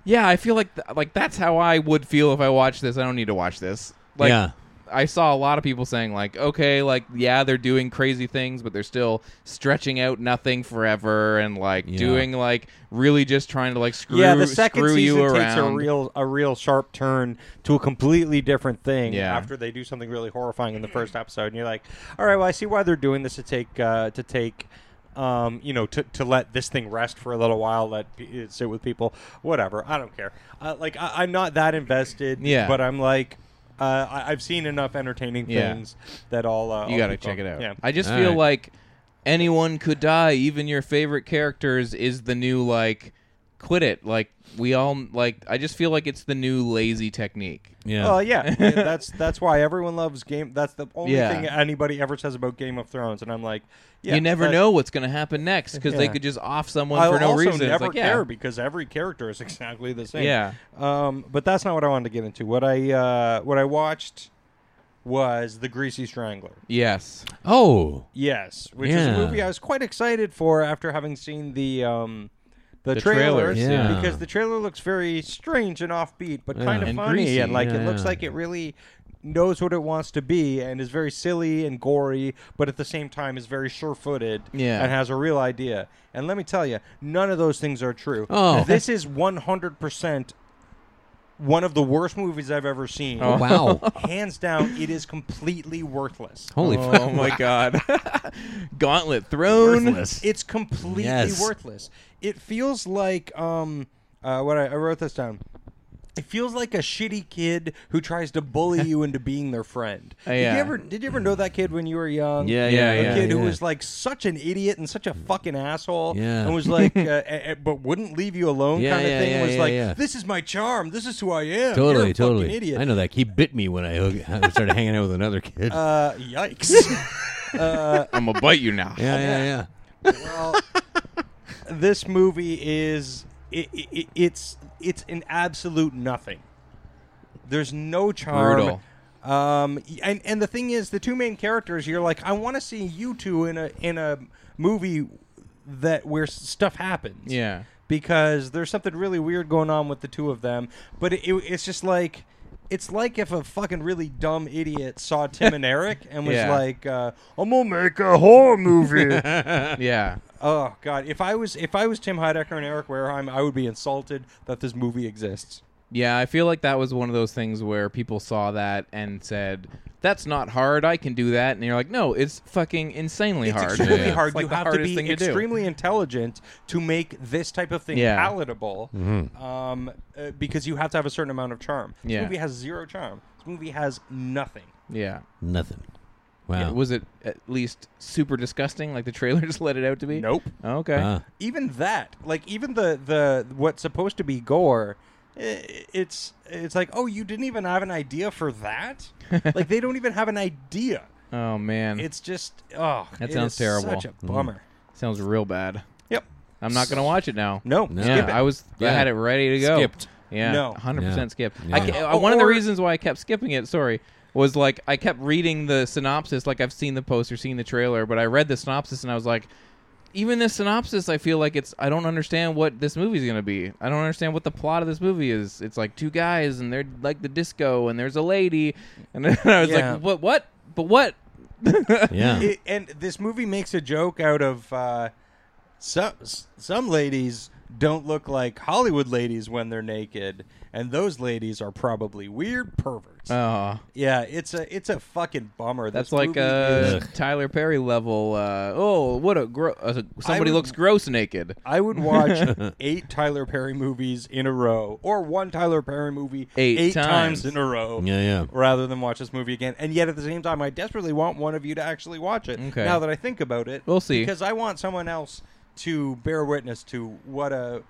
S1: yeah, I feel like th- like that's how I would feel if I watched this. I don't need to watch this. Like
S3: Yeah.
S1: I saw a lot of people saying like, okay, like yeah, they're doing crazy things, but they're still stretching out nothing forever and like
S3: Yeah.
S1: doing like really just trying to like screw
S2: yeah, the second
S1: screw
S2: season
S1: you around.
S2: takes a real a real sharp turn to a completely different thing
S1: Yeah.
S2: after they do something really horrifying in the first episode, and you're like, all right, well, I see why they're doing this to take uh, to take um, you know, to, to let this thing rest for a little while, let p- it sit with people, whatever. I don't care. Uh, like, I, I'm not that invested,
S1: Yeah.
S2: but I'm like, uh, I, I've seen enough entertaining
S1: Yeah.
S2: things that all. Uh,
S1: You
S2: I'll
S1: got to
S2: keep
S1: check it
S2: going.
S1: out.
S2: Yeah.
S1: I just
S3: All
S1: feel
S3: right.
S1: like anyone could die, even your favorite characters is the new like quit it. Like we all like I just feel like it's the new lazy technique.
S3: Yeah.
S2: Well, yeah, yeah, that's that's why everyone loves Game. That's the only
S1: Yeah.
S2: thing anybody ever says about Game of Thrones, and I'm like, yeah,
S1: you never
S2: that-
S1: know what's going to happen next because they
S2: Yeah.
S1: could just off someone
S2: I
S1: for no
S2: also
S1: reason. It's
S2: never
S1: like,
S2: care
S1: yeah.
S2: because every character is exactly the same.
S1: Yeah.
S2: Um, but that's not what I wanted to get into. What I uh, what I watched was The Greasy Strangler.
S1: Yes.
S3: Oh,
S2: Yes, which
S3: Yeah.
S2: is a movie I was quite excited for after having seen the um, the,
S1: The
S2: trailers,
S1: trailers,
S3: yeah.
S2: because the trailer looks very strange and offbeat, but
S3: Yeah.
S2: kind of
S1: And
S2: funny,
S1: greasy,
S2: and like it looks
S3: yeah.
S2: like it really knows what it wants to be and is very silly and gory, but at the same time is very sure-footed
S1: Yeah.
S2: and has a real idea. And let me tell you, none of those things are true.
S3: Oh.
S2: this is one hundred percent one of the worst movies I've ever seen.
S3: Oh. wow.
S2: Hands down, it is completely worthless.
S3: Holy fuck.
S1: Oh my god. Gauntlet thrown.
S2: It's completely
S3: Yes.
S2: worthless. It feels like um, uh, what I, I wrote this down. It feels like a shitty kid who tries to bully you into being their friend. Did
S1: yeah.
S2: you ever did you ever know that kid when you were young?
S3: Uh, Yeah, yeah,
S2: a
S3: yeah,
S2: kid who
S3: yeah.
S2: was like such an idiot and such a fucking asshole.
S3: Yeah.
S2: and was like, uh, uh, uh, but wouldn't leave you alone
S3: Yeah,
S2: kind of
S3: yeah,
S2: thing.
S3: yeah,
S2: was
S3: yeah,
S2: like,
S3: yeah.
S2: this is my charm. This is who I am.
S3: Totally,
S2: You're a
S3: totally.
S2: fucking idiot.
S3: I know that. He bit me when I I started hanging out with another kid.
S2: Uh, yikes.
S1: I'm gonna bite you now.
S3: yeah, yeah, yeah.
S2: this movie is it, it, it- it's it's an absolute nothing. There's no charm.
S1: Brutal.
S2: Um, and and the thing is, the two main characters, you're like, I want to see you two in a in a movie that where s- stuff happens.
S1: Yeah.
S2: Because there's something really weird going on with the two of them, but it, it- it's just like. It's like if a fucking really dumb idiot saw Tim and Eric and was
S1: Yeah.
S2: like, uh, "I'm gonna make a horror movie,"
S1: Yeah.
S2: Oh God! If I was if I was Tim Heidecker and Eric Wareheim, I would be insulted that this movie exists.
S1: Yeah, I feel like that was one of those things where people saw that and said, "That's not hard. I can do that." And you're like, "No, it's fucking insanely
S2: It's
S1: hard.
S2: extremely
S1: It's
S2: hard.
S1: like
S2: you
S1: the
S2: have to
S1: hardest
S2: be
S1: thing to do.
S2: extremely intelligent to make this type of thing
S1: Yeah.
S2: palatable, um, uh, because you have to have a certain amount of charm. This
S1: Yeah.
S2: movie has zero charm. This movie has nothing.
S1: Yeah.
S3: Nothing. Wow.
S1: Yeah, Was it at least super disgusting, like the trailers let it out to be?
S2: Nope.
S1: Okay.
S3: Ah.
S2: Even that, like even the the what's supposed to be gore, i- it's it's like oh you didn't even have an idea for that. like they don't even have an idea.
S1: Oh man, it
S2: It's just oh
S1: That
S2: it
S1: sounds
S2: is
S1: terrible. Mm.
S2: Such a bummer.
S1: sounds real bad.
S2: Yep.
S1: I'm not gonna watch it now.
S2: No.
S3: No.
S1: Yeah,
S2: Skip it.
S1: I was. I
S3: Yeah.
S1: had it ready to go.
S3: Skipped.
S1: Yeah.
S2: No.
S1: 100
S3: Yeah.
S1: percent skipped.
S3: Yeah.
S1: I, ca- I-
S2: Or-
S1: one of the
S2: or-
S1: reasons why I kept skipping it. Sorry. Was like I kept reading the synopsis, like I've seen the poster, seen the trailer, but I read the synopsis and I was like, even this synopsis, I feel like it's I don't understand what this movie's gonna be. I don't understand what the plot of this movie is. It's like two guys and they're like the disco and there's a lady, and then I was
S2: Yeah.
S1: like, what, what, but what?
S3: Yeah.
S2: It- and this movie makes a joke out of uh, some some ladies don't look like Hollywood ladies when they're naked, and those ladies are probably weird perverts.
S1: Oh,
S2: yeah, it's a it's a fucking bummer.
S1: That's
S2: This
S1: like
S2: movie
S1: uh,
S2: is-
S1: Tyler Perry level. Uh, oh, what a gro- uh, somebody
S2: would-
S1: looks gross naked.
S2: I would watch eight Tyler Perry movies in a row, or one Tyler Perry movie
S1: Eight
S2: times.
S1: times.
S2: in a row.
S3: Yeah, yeah.
S2: Rather than watch this movie again, and yet at the same time, I desperately want one of you to actually watch it.
S1: Okay.
S2: Now that I think about it,
S1: We'll see.
S2: because I want someone else to bear witness to what a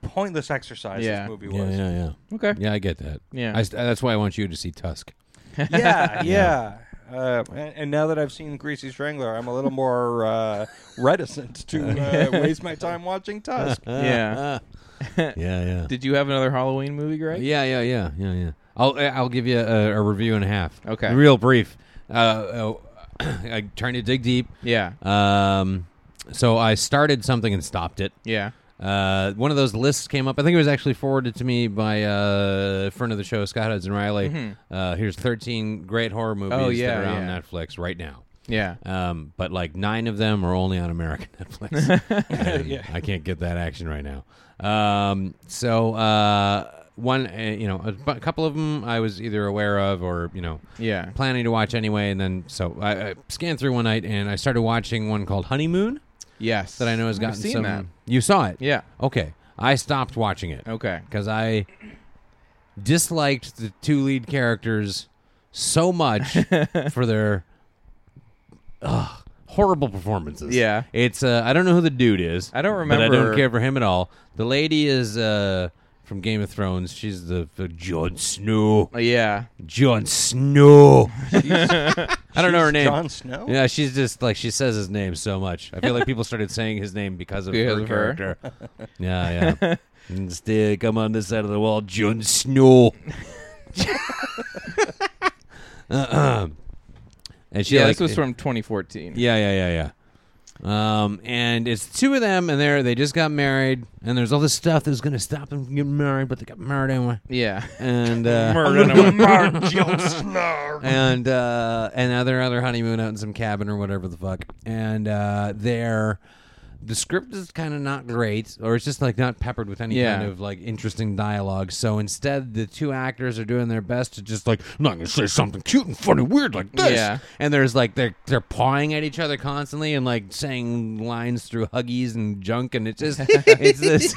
S2: pointless exercise
S1: Yeah.
S2: this movie
S3: yeah,
S2: was.
S3: yeah, yeah.
S1: Okay.
S3: Yeah, I get that.
S1: Yeah.
S3: I s- that's why I want you to see Tusk.
S2: yeah, yeah. Uh, and, and now that I've seen Greasy Strangler, I'm a little more uh, reticent to uh, waste my time watching Tusk.
S1: Yeah.
S3: Ah, yeah, yeah.
S1: Did you have another Halloween movie, Greg?
S3: Yeah, yeah, yeah, yeah, yeah. I'll uh, I'll give you a, a review and a half.
S1: Okay.
S3: real brief. Uh, uh, I'm trying to dig deep.
S1: Yeah.
S3: Um, so I started something and stopped it.
S1: Yeah.
S3: Uh, one of those lists came up. I think it was actually forwarded to me by uh, friend of the show, Scott Hudson Riley. Uh, here's 13 great horror movies
S1: Mm-hmm. Oh, yeah,
S3: that are on
S1: yeah.
S3: Netflix right now.
S1: Yeah.
S3: Um, but like nine of them are only on American Netflix. And I can't get that action right now. Um, so uh, one, uh, you know, a, bu- couple of them I was either aware of or you know,
S1: Yeah.
S3: planning to watch anyway. And then so I, I scanned through one night and I started watching one called Honeymoon.
S1: Yes.
S3: that I know has
S1: I've
S3: gotten
S1: seen
S3: some.
S1: that.
S3: You saw it,
S1: Yeah.
S3: Okay, I stopped watching it.
S1: Okay.
S3: because I disliked the two lead characters so much for their ugh, horrible performances.
S1: Yeah.
S3: it's uh, I don't know who the dude is.
S1: I don't
S3: but I
S1: remember-
S3: don't care for him at all. The lady is uh, from Game of Thrones. She's the, the Jon Snow.
S1: Yeah.
S3: Jon Snow. I don't know her name.
S2: Jon Snow?
S3: Yeah, she's just like she says his name so much. I feel like people started saying his name because of
S1: Because
S3: her
S1: of her.
S3: character. yeah, yeah. Instead, come on this side of the wall, Jon Snow. Uh-uh. and she
S1: Yeah,
S3: like,
S1: this was from 2014.
S3: yeah, yeah, yeah, yeah. Um, and it's two of them, and they're they just got married, and there's all this stuff that's gonna stop them from getting married, but they got married anyway.
S1: Yeah.
S3: And uh, and uh, and now they're on their honeymoon out in some cabin or whatever the fuck. And uh, they're the script is kind of not great, or it's just like not peppered with any
S1: Yeah.
S3: kind of like interesting dialogue. So instead, the two actors are doing their best to just like I'm not gonna say something cute and funny, weird like this.
S1: Yeah.
S3: And there's like they're they're pawing at each other constantly and like saying lines through huggies and junk, and it's just it's this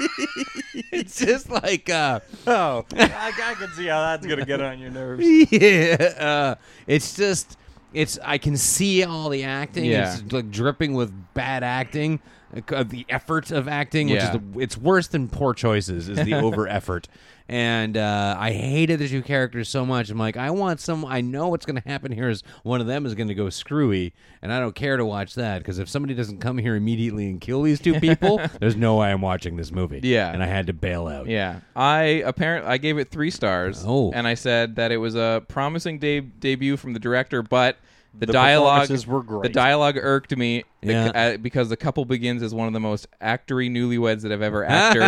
S3: it's just like uh,
S2: Oh, I, I can see how that's gonna get on your nerves.
S3: yeah. Uh, it's just it's I can see all the acting.
S1: Yeah.
S3: It's like dripping with bad acting, like, uh, the effort of acting,
S1: Yeah.
S3: which is the, it's worse than poor choices is the over effort. And uh, I hated the two characters so much. I'm like, I want some. I know what's going to happen here is one of them is going to go screwy, and I don't care to watch that because if somebody doesn't come here immediately and kill these two people, there's no way I'm watching this movie.
S1: Yeah.
S3: and I had to bail out.
S1: Yeah, I apparently I gave it three stars.
S3: Oh.
S1: and I said that it was a promising de- debut from the director, but the,
S2: The
S1: dialogue
S2: performances were great.
S1: The dialogue irked me the-
S3: Yeah.
S1: uh, because the couple begins as one of the most actory newlyweds that I've ever actored,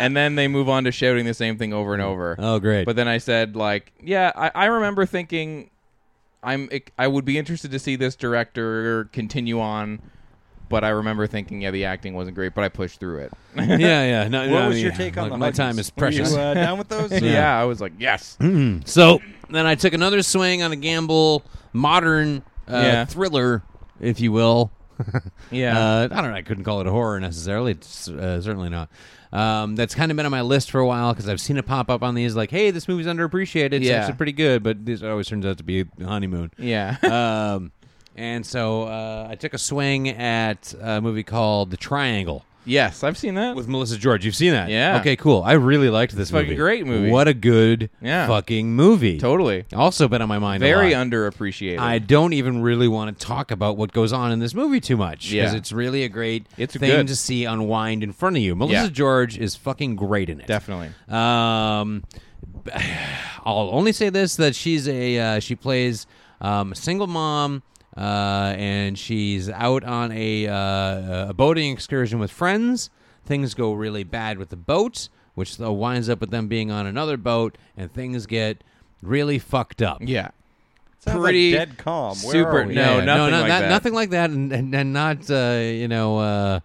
S1: and then they move on to shouting the same thing over and over.
S3: Oh, great.
S1: But then I said like, yeah, I, I remember thinking. I'm. I would be interested to see this director continue on, but I remember thinking, yeah, the acting wasn't great, but I pushed through it.
S3: yeah, yeah. No,
S2: What
S3: no,
S2: was your
S3: yeah.
S2: take
S3: Look,
S2: on the
S3: My
S2: Huggies?
S3: time is
S2: Were you,
S3: precious.
S2: uh, down with those?
S1: yeah. I was like, yes.
S3: Hmm. So then I took another swing on a gamble modern uh,
S1: Yeah.
S3: thriller, if you will.
S1: Yeah.
S3: Uh, I don't know. I couldn't call it a horror necessarily. It's uh, certainly not. Um, that's kind of been on my list for a while because I've seen it pop up on these like, hey, this movie's underappreciated. It's
S1: Yeah.
S3: actually pretty good, but this always turns out to be a honeymoon.
S1: Yeah.
S3: um, and so uh, I took a swing at a movie called The Triangle.
S1: Yes, I've seen that.
S3: with Melissa George. You've seen that,
S1: Yeah.
S3: Okay, cool. I really liked this
S1: fucking
S3: movie.
S1: great movie.
S3: What a good
S1: Yeah.
S3: fucking movie.
S1: totally.
S3: Also been on my mind.
S1: Very
S3: a lot.
S1: underappreciated.
S3: I don't even really want to talk about what goes on in this movie too much
S1: Yeah.
S3: because it's really a great
S1: It's
S3: thing
S1: good.
S3: to see unwind in front of you. Melissa
S1: Yeah.
S3: George is fucking great in it.
S1: Definitely.
S3: Um, I'll only say this: that she's a uh, she plays um, a single mom, uh, and she's out on a, uh, a boating excursion with friends. Things go really bad with the boat, which though winds up with them being on another boat, and things get really fucked up.
S1: Yeah.
S2: Sounds
S1: Pretty
S2: like dead calm. Where
S1: super-
S2: Are we?
S1: No,
S3: Yeah,
S1: nothing like
S3: not-
S1: that.
S3: Nothing like that, and and, and not uh, you know. Uh,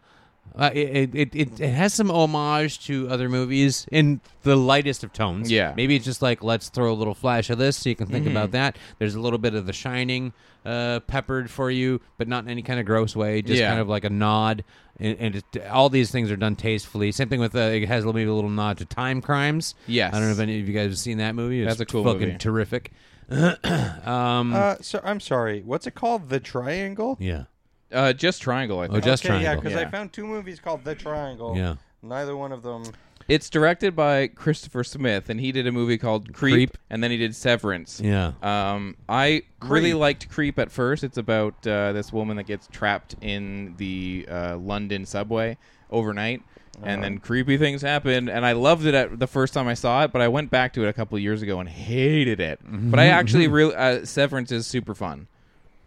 S3: uh, it, it, it, it has some homage to other movies in the lightest of tones.
S1: Yeah. Mm-hmm.
S3: Maybe it's just like, let's throw a little flash of this so you can think about that. There's a little bit of The Shining uh, peppered for you, but not in any kind of gross way. Just
S1: Yeah.
S3: kind of like a nod. And, and it, all these things are done tastefully. Same thing with, uh, it has a little, maybe a little nod to Time Crimes.
S1: Yes.
S3: I don't know if any of you guys have seen that movie. It's
S1: That's a cool
S3: fucking
S1: movie.
S3: terrific.
S2: Uh, so I'm sorry. What's it called? The Triangle.
S3: Yeah.
S1: Uh, just Triangle, I think.
S3: Oh, just
S2: okay, yeah,
S3: Triangle.
S2: because I
S1: Yeah.
S2: found two movies called The Triangle.
S3: Yeah.
S2: Neither one of them.
S1: It's directed by Christopher Smith, and he did a movie called Creep,
S3: Creep.
S1: and then he did Severance.
S3: Yeah.
S1: Um, I really liked Creep at first. It's about uh, this woman that gets trapped in the uh, London subway overnight, and
S3: Uh-huh.
S1: then creepy things happen. And I loved it at the first time I saw it, but I went back to it a couple of years ago and hated it. But I actually
S3: Mm-hmm.
S1: really uh, Severance is super fun.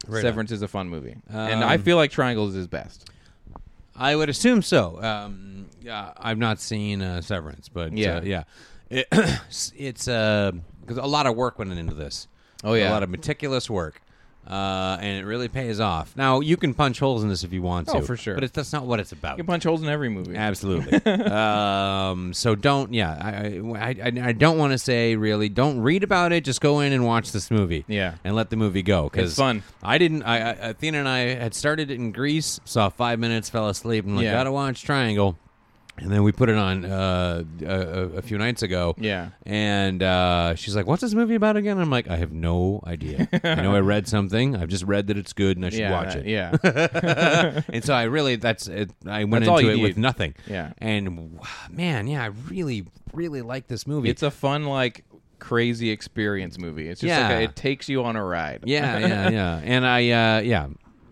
S1: Severance is a fun movie, and
S3: Um,
S1: I feel like Triangle is his best.
S3: I would assume so. Um, yeah, I've not seen uh, Severance, but uh,
S1: Yeah.
S3: yeah, It- it's because a lot of work went into this.
S1: Oh, yeah.
S3: a lot of meticulous work. uh, and it really pays off. Now you can punch holes in this if you want to,
S1: Oh, for sure.
S3: but it's, that's not what it's about.
S1: You can punch holes in every movie.
S3: Absolutely. um, so don't, yeah, I, I, I, I don't want to say really. Don't read about it. Just go in and watch this movie.
S1: Yeah.
S3: and let the movie go because
S1: It's fun.
S3: I didn't. I, I Athena and I had started it in Greece. Saw five minutes, fell asleep, and like
S1: Yeah.
S3: gotta watch Triangle. And then we put it on uh, a, a- a few nights ago.
S1: Yeah.
S3: And uh, she's like, "What's this movie about again?" I'm like, "I have no idea. I know I read something. I've just read that it's good, and I should
S1: yeah,
S3: watch
S1: that-
S3: it."
S1: Yeah.
S3: and so I really that's it, I went
S1: That's all
S3: into it
S1: you
S3: with
S1: need.
S3: nothing.
S1: Yeah.
S3: And wow, man, yeah, I really really like this movie.
S1: It's a fun, like crazy experience movie. It's just
S3: Yeah.
S1: like a, it takes you on a ride.
S3: yeah, yeah, yeah. And I uh yeah.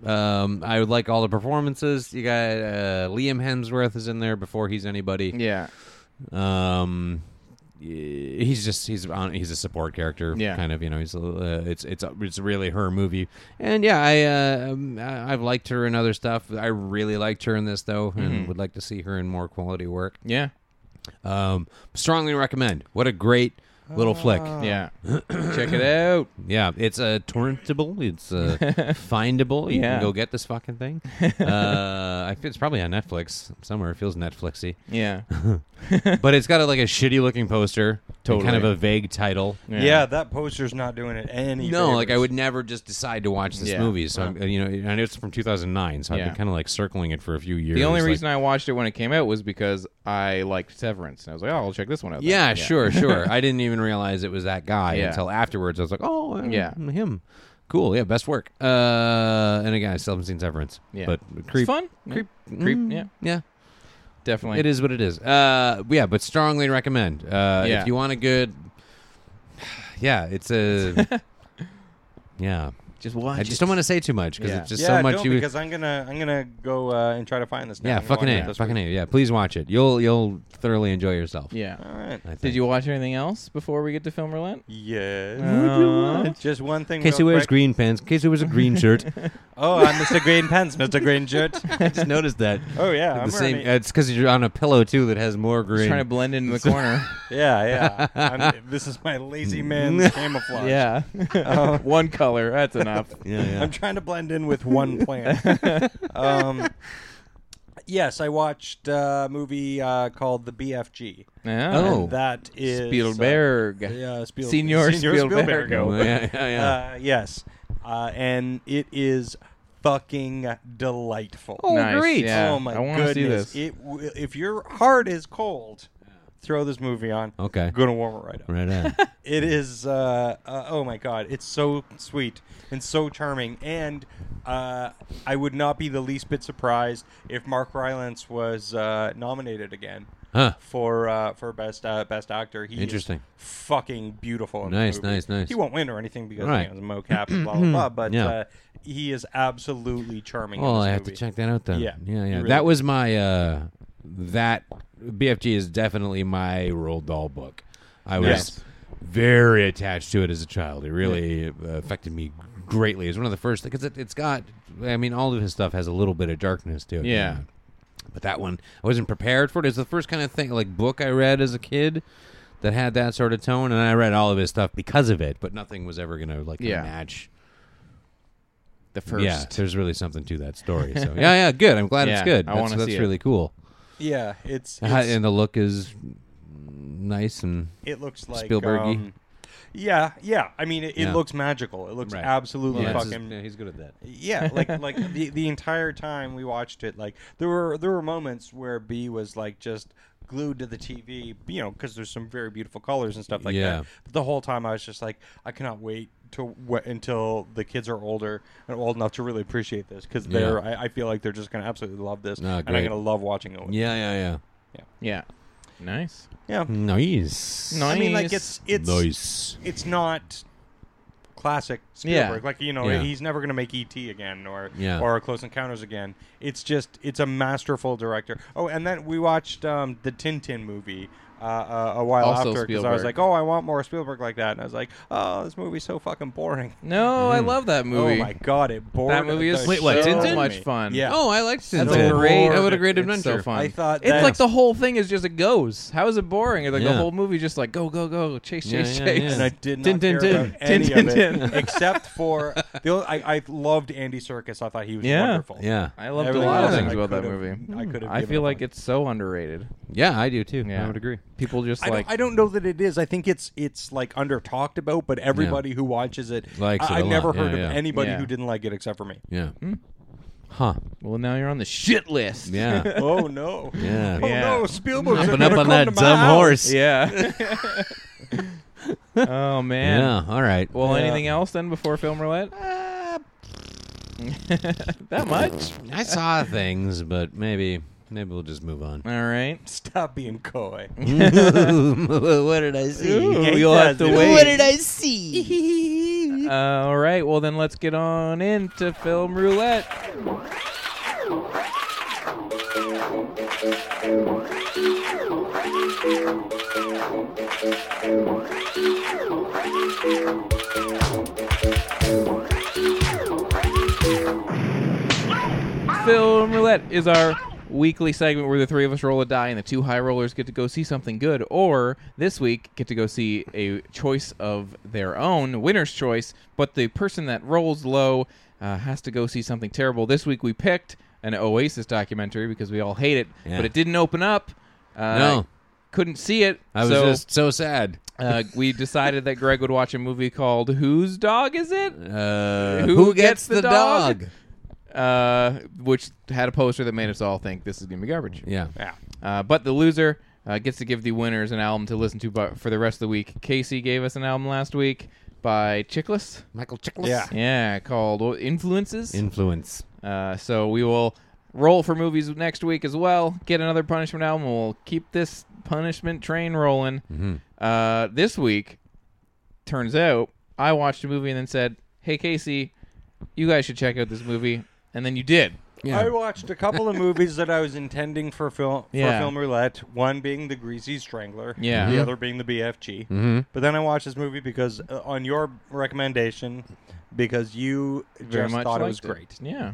S3: Um I would like all the performances. You got uh, Liam Hemsworth is in there before he's anybody.
S1: Yeah.
S3: Um y- He's just he's on he's a support character
S1: Yeah.
S3: kind of you know he's a little, uh, it's it's it's really her movie and yeah I uh, um, I- I've liked her in other stuff I really liked her in this though and would like to see her in more quality work
S1: Yeah.
S3: Um, strongly recommend. What a great little flick.
S1: Yeah. Check it out.
S3: Yeah, it's uh, torrentable. It's uh, findable. You
S1: Yeah.
S3: can go get this fucking thing. Uh, I feel it's probably on Netflix somewhere. It feels Netflixy,
S1: Yeah.
S3: but it's got a, like a shitty looking poster. and kind
S1: Totally.
S3: of a vague title.
S1: Yeah.
S2: Yeah. that poster's not doing it any.
S3: No, like I
S2: favors.
S3: would never just decide to watch this
S1: Yeah.
S3: movie. So I'm, uh, you know, I know it's from 2009. So I've
S1: Yeah.
S3: been kind of like circling it for a few years.
S1: The only
S3: like-
S1: reason I watched it when it came out was because I liked Severance, and I was like, "Oh, I'll check this one out." then."
S3: Yeah, sure, sure. I didn't even realize it was that guy
S1: Yeah.
S3: until afterwards. I was like, oh, uh,
S1: Yeah.
S3: him. Cool, yeah, best work. Uh, and again, I still haven't seen Severance.
S1: Yeah.
S3: but
S1: It's
S3: creep,
S1: fun. Creep. Creep. Yeah.
S3: yeah,
S1: Definitely.
S3: it is what it is. Uh, yeah, but strongly recommend. Uh,
S1: Yeah.
S3: if you want a good, yeah, it's a, yeah.
S1: Just watch.
S3: I just don't want to say too much because
S1: Yeah.
S3: it's just
S2: yeah,
S3: so much.
S2: don't,
S3: you
S2: because I'm gonna I'm gonna go uh, and try to find this. Now.
S3: yeah,
S2: I'm gonna
S3: fucking
S2: watch it
S3: a,
S2: this
S3: fucking
S2: week.
S3: a. Yeah, please watch it. You'll you'll thoroughly enjoy yourself.
S1: Yeah.
S2: All right.
S3: I think.
S1: Did you watch anything else before we get to film relent?
S2: Yeah.
S1: No.
S2: Uh, Just one thing.
S3: Casey
S2: real
S3: wears
S2: quick.
S3: green pants. Casey wears a green shirt.
S2: Oh, I'm Mr. Green Pants, Mr. Green Shirt.
S3: I just noticed that.
S2: Oh yeah, I'm
S3: the same.
S2: wearing it.
S3: It's because you're on a pillow too that has more green.
S1: Just trying to blend into the corner.
S2: Yeah, yeah. I'm, this is my lazy man's camouflage.
S1: yeah.
S3: Oh.
S1: One color. That's enough.
S3: yeah, yeah.
S2: I'm trying to blend in with one plant. um, yes, I watched uh, a movie uh, called The BFG.
S1: Yeah.
S3: Oh.
S2: And that is
S1: Spielberg.
S2: Uh, yeah, Spiel-
S1: Senior
S2: Spielberg.
S1: Spielbergo.
S3: yeah, yeah, yeah.
S2: Uh, yes, uh, and it is fucking delightful.
S3: oh,
S1: nice,
S3: great.
S1: yeah.
S2: Oh my
S1: I wanna see
S2: goodness!
S1: this.
S2: It w- if your heart is cold, throw this movie on.
S3: Okay.
S2: gonna warm it right up.
S3: Right on.
S2: It is. Uh, uh, oh my god! It's so sweet and so charming, and uh, I would not be the least bit surprised if Mark Rylance was uh, nominated again
S3: Huh.
S2: for uh, for best uh, best actor. He is
S3: Interesting.
S2: fucking beautiful. In the
S3: Nice,
S2: movie.
S3: nice, nice.
S2: He won't win or anything because
S3: Right.
S2: you know, it's mocap and blah blah blah. But
S3: Yeah.
S2: uh, he is absolutely charming. in
S3: Well,
S2: this
S3: Oh, I have to
S2: movie.
S3: check that out then.
S2: Yeah,
S3: yeah,
S2: you
S3: yeah.
S2: really
S3: that
S2: do.
S3: was my uh, that BFG is definitely my Roald Dahl book. I was
S1: Nice.
S3: very attached to it as a child. It really uh affected me greatly. It's one of the first because it, it's got. I mean, all of his stuff has a little bit of darkness to it.
S1: Yeah.
S3: But that one, I wasn't prepared for it. It's the first kind of thing, like book I read as a kid that had that sort of tone, and I read all of his stuff because of it. But nothing was ever going to like
S1: Yeah.
S3: match
S1: The first.
S3: yeah, there's really something to that story. So yeah, yeah, good. I'm glad it's
S1: Yeah,
S3: good.
S1: I
S3: That's,
S1: wanna
S3: that's
S1: see it.
S3: really cool.
S2: Yeah, it's,
S3: Uh,
S2: it's-
S3: and the look is nice and
S2: it looks like
S3: Spielberg-y.
S2: um, yeah, yeah. I mean, it,
S3: Yeah.
S2: it looks magical. It looks
S3: Right.
S2: absolutely
S3: That's his-
S2: fucking.
S3: yeah, he's good at that.
S2: Yeah, like like the the entire time we watched it, like there were there were moments where B was like just glued to the TV, you know, because there's some very beautiful colors and stuff like
S3: Yeah.
S2: that. But the whole time I was just like, I cannot wait to wait until the kids are older and old enough to really appreciate this because
S3: Yeah.
S2: they're I, I feel like they're just gonna absolutely love this
S3: Ah,
S2: and
S3: great.
S2: I'm gonna love watching it. With
S3: Yeah, yeah,
S1: Yeah. Nice.
S2: yeah.
S3: yeah. Nice.
S1: Nice.
S2: I mean, like it's it's
S3: Nice.
S2: it's not classic
S1: Yeah.
S2: Spielberg. Like you know,
S3: Yeah.
S2: he's never going to make E.T. again or
S3: Yeah.
S2: or Close Encounters again. It's just it's a masterful director. Oh, and then we watched um, the Tintin movie. uh, uh, a while
S1: Also
S2: after because I was
S1: Spielberg.
S2: like, oh, I want more Spielberg like that, and I was like, oh, this movie's so fucking boring.
S1: No, I love that movie.
S2: Oh my god, it bored.
S1: That movie is
S2: the
S3: Wait, what,
S1: so
S2: shit
S3: Tintin?
S1: much
S2: out of me.
S1: fun.
S2: Yeah.
S3: Oh, I liked Tintin.
S2: That's a great-
S3: That would a great
S1: it's
S3: adventure.
S1: So fun.
S2: I thought
S1: it's
S2: that-
S1: like the whole thing is just a goes. How is it boring? It's like the
S3: Yeah.
S1: whole movie just like go go go chase
S3: Yeah,
S1: chase
S3: yeah,
S1: chase.
S3: yeah.
S2: and I did not
S3: Tin, tin,
S2: care about
S3: tin.
S2: any
S1: Tin,
S2: of
S1: tin,
S2: it except for the. Only, I, I loved Andy Circus. I thought he was
S1: Yeah.
S2: wonderful.
S3: Yeah.
S1: I loved
S2: Everything
S1: a lot of
S2: else I
S1: things about that
S2: could've-
S1: movie.
S2: I could've
S1: I
S2: given
S1: feel
S2: a
S1: like
S2: fuck.
S1: it's so underrated.
S3: Yeah, I do too.
S1: Yeah.
S3: I would agree.
S1: People just
S2: I
S1: like
S2: don't, I don't know that it is. I think it's it's like under talked about, but everybody who watches it
S3: Likes
S2: I,
S3: it a
S2: I've never
S3: lot. Yeah,
S2: heard of
S3: yeah.
S2: anybody
S1: Yeah.
S2: who didn't like it except for me.
S3: Yeah.
S1: Hmm.
S3: Huh.
S1: well now you're on the shit list.
S3: Yeah.
S2: Oh no!
S3: Yeah.
S2: Oh
S1: Yeah.
S2: no! Spielberg's
S3: Jumping
S2: gonna
S3: up on
S2: come
S3: that
S2: to my
S3: dumb
S2: house.
S3: horse.
S1: Yeah. oh man.
S3: Yeah. All right.
S1: Well, anything else then before film roulette?
S2: Uh,
S1: that much?
S3: I saw things, but maybe maybe we'll just move on.
S1: All right.
S2: Stop being coy.
S3: what did I see?
S2: You'll have to
S3: wait.
S2: What did I?
S1: all right. Well, then let's get on into film roulette. Film roulette is our weekly segment where the three of us roll a die and the two high rollers get to go see something good, or this week get to go see a choice of their own, winner's choice. But the person that rolls low uh, has to go see something terrible. This week we picked an Oasis documentary because we all hate it,
S3: Yeah.
S1: but it didn't open up. Uh,
S3: No.
S1: couldn't see it.
S3: I was
S1: so,
S3: just so sad.
S1: uh, we decided that Greg would watch a movie called "Whose Dog Is It?"
S3: Uh,
S1: Who gets the dog?
S3: dog?
S1: uh, which had a poster that made us all think this is gonna be garbage.
S3: Yeah.
S1: Uh, but the loser uh, gets to give the winners an album to listen to bu- for the rest of the week. Casey gave us an album last week by Chickless,
S3: Michael Chiklis.
S2: Yeah.
S1: yeah, called Influences.
S3: Influence.
S1: uh, so we will roll for movies next week as well. Get another punishment album. We'll keep this punishment train rolling. Uh, this week, turns out I watched a movie and then said, "Hey Casey, you guys should check out this movie," and then you did.
S2: I watched a couple of movies that I was intending for film for
S1: Yeah.
S2: film roulette. One being the Greasy Strangler,
S1: Yeah.
S2: The
S3: Mm-hmm.
S1: Mhm.
S2: other being the BFG.
S1: Mm-hmm.
S2: But then I watched this movie because uh, on your recommendation, because you
S1: very
S2: just
S1: much
S2: thought it
S1: liked
S2: was great.
S1: Yeah.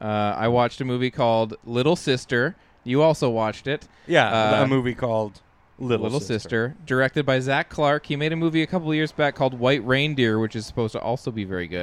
S1: Uh, I watched a movie called Little Sister. You also watched it.
S2: Yeah,
S1: Uh,
S2: a movie called Little,
S1: Little Sister. directed by Zach Clark. He made a movie a couple of years back called White Reindeer, which is supposed to also be very good.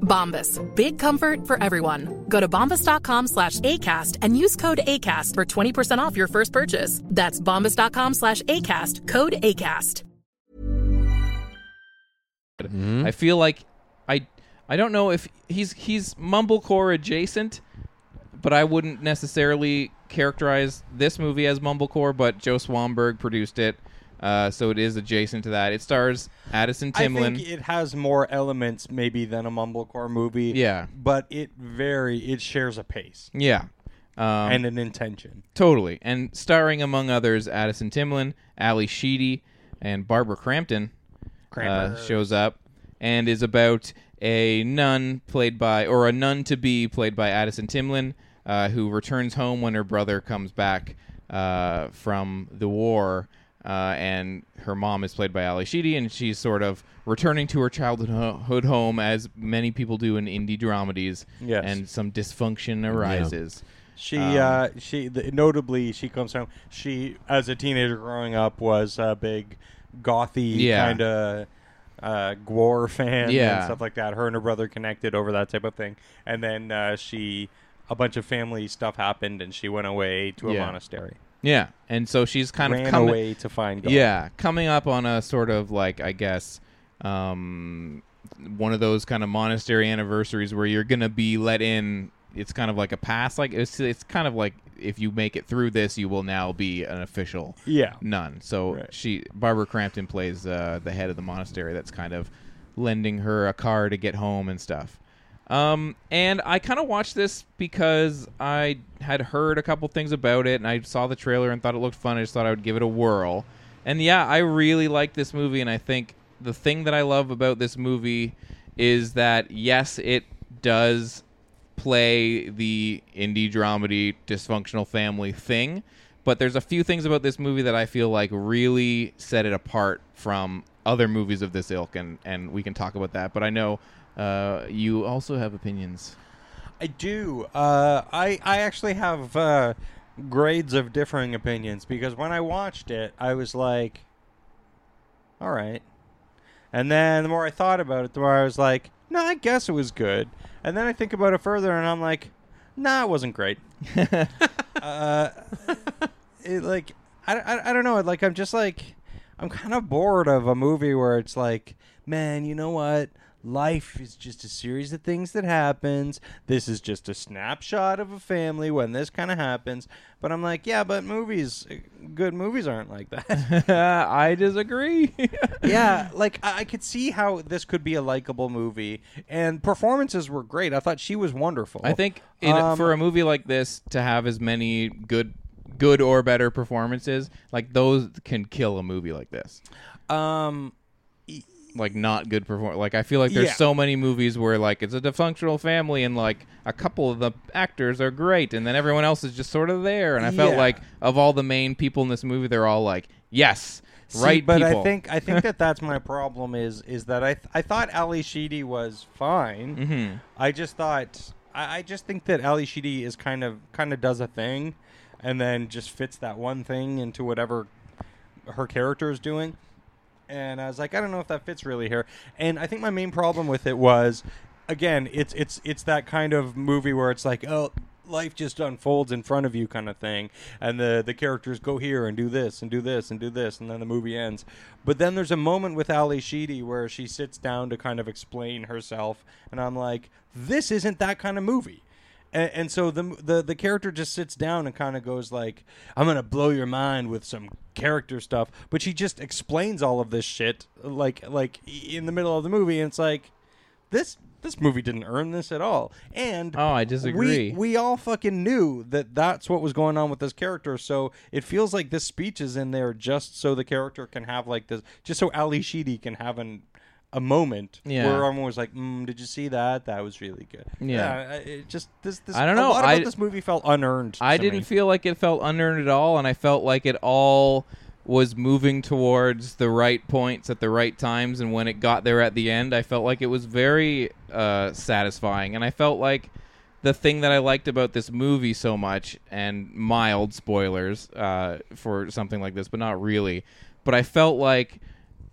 S4: Bombas. Big comfort for everyone. Go to bombas.com slash ACAST and use code ACAST for 20% off your first purchase. That's bombas.com slash ACAST, code ACAST.
S2: Hmm?
S1: I feel like I I don't know if he's he's mumblecore adjacent, but I wouldn't necessarily characterize this movie as mumblecore. But Joe Swanberg produced it, uh, so it is adjacent to that. It stars Addison
S2: I
S1: Timlin.
S2: think it has more elements maybe than a mumblecore movie.
S1: Yeah.
S2: but it very it shares a pace
S1: yeah. Um,
S2: and an intention.
S1: Totally. And starring, among others, Addison Timlin, Ali Sheedy, and Barbara Crampton uh, shows up and is about a nun played by, or a nun to be played by Addison Timlin, uh, who returns home when her brother comes back uh, from the war. Uh, and her mom is played by Ali Sheedy, and she's sort of returning to her childhood ho- home, as many people do in indie dramedies.
S2: Yes.
S1: And some dysfunction arises.
S2: She
S1: um,
S2: uh, she the, notably she comes home. She as a teenager growing up was a big gothy
S1: Yeah.
S2: kind of uh, Gwar fan
S1: Yeah.
S2: and stuff like that. Her and her brother connected over that type of thing, and then uh, she a bunch of family stuff happened, and she went away to a
S1: Yeah.
S2: monastery,
S1: Yeah, and so she's kind
S2: ran
S1: of coming.
S2: away to find God.
S1: Yeah, coming up on a sort of like I guess um, one of those kind of monastery anniversaries where you're gonna be let in. It's kind of like a pass. Like it's it's kind of like if you make it through this, you will now be an official
S2: yeah,
S1: nun. So
S2: Right.
S1: she Barbara Crampton plays uh, the head of the monastery. That's kind of lending her a car to get home and stuff. Um, and I kind of watched this because I had heard a couple things about it, and I saw the trailer and thought it looked fun. I just thought I would give it a whirl. And yeah, I really like this movie, and I think the thing that I love about this movie is that yes, it does play the indie dramedy dysfunctional family thing but there's a few things about this movie that i feel like really set it apart from other movies of this ilk and and we can talk about that but i know uh, you also have opinions
S2: I do. Uh, I I actually have uh, grades of differing opinions because when I watched it, I was like, "All right," and then the more I thought about it, the more I was like, "No, I guess it was good." And then I think about it further, and I'm like, "Nah, it wasn't great." uh, it like I, I, I don't know. Like I'm just like I'm kind of bored of a movie where it's like, man, you know what? Life is just a series of things that happens. This is just a snapshot of a family when this kind of happens. But I'm like, yeah, but movies, good movies aren't like that.
S1: i disagree
S2: yeah, like I, I could see how this could be a likable movie, and performances were great. I thought she was wonderful.
S1: i think in,
S2: Um,
S1: for a movie like this to have as many good good or better performances like those can kill a movie like this
S2: um,
S1: like not good perform. Like I feel like there's
S2: Yeah.
S1: so many movies where like it's a dysfunctional family and like a couple of the actors are great and then everyone else is just sort of there. And I felt
S2: Yeah.
S1: like of all the main people in this movie, they're all like yes,
S2: See,
S1: right.
S2: but
S1: people.
S2: I think I think that that's my problem is is that I th- I thought Ali Sheedy was fine.
S1: Mm-hmm.
S2: I just thought I, I just think that Ali Sheedy is kind of kind of does a thing, and then just fits that one thing into whatever her character is doing. And I was like, I don't know if that fits really here. And I think my main problem with it was, again, it's it's it's that kind of movie where it's like, oh, life just unfolds in front of you kind of thing, and the the characters go here and do this and do this and do this, and then the movie ends. But then there's a moment with Ali Sheedy where she sits down to kind of explain herself, and I'm like, this isn't that kind of movie. And, and so the, the the character just sits down and kind of goes like, "I'm gonna blow your mind with some character stuff," but she just explains all of this shit like like in the middle of the movie, and it's like, this this movie didn't earn this at all. And
S1: Oh, I disagree.
S2: We, we all fucking knew that that's what was going on with this character, so it feels like this speech is in there just so the character can have like this, just so Ali Sheedy can have an a moment
S1: Yeah.
S2: where everyone was like, mm, "Did you see that? That was really good."
S1: Yeah.
S2: I- it just this this.
S1: I don't know.
S2: A lot about
S1: I-
S2: this movie felt unearned.
S1: I
S2: to
S1: didn't
S2: me.
S1: feel like it felt unearned at all, and I felt like it all was moving towards the right points at the right times. And when it got there at the end, I felt like it was very uh, satisfying, and I felt like the thing that I liked about this movie so much, and mild spoilers uh, for something like this, but not really. But I felt like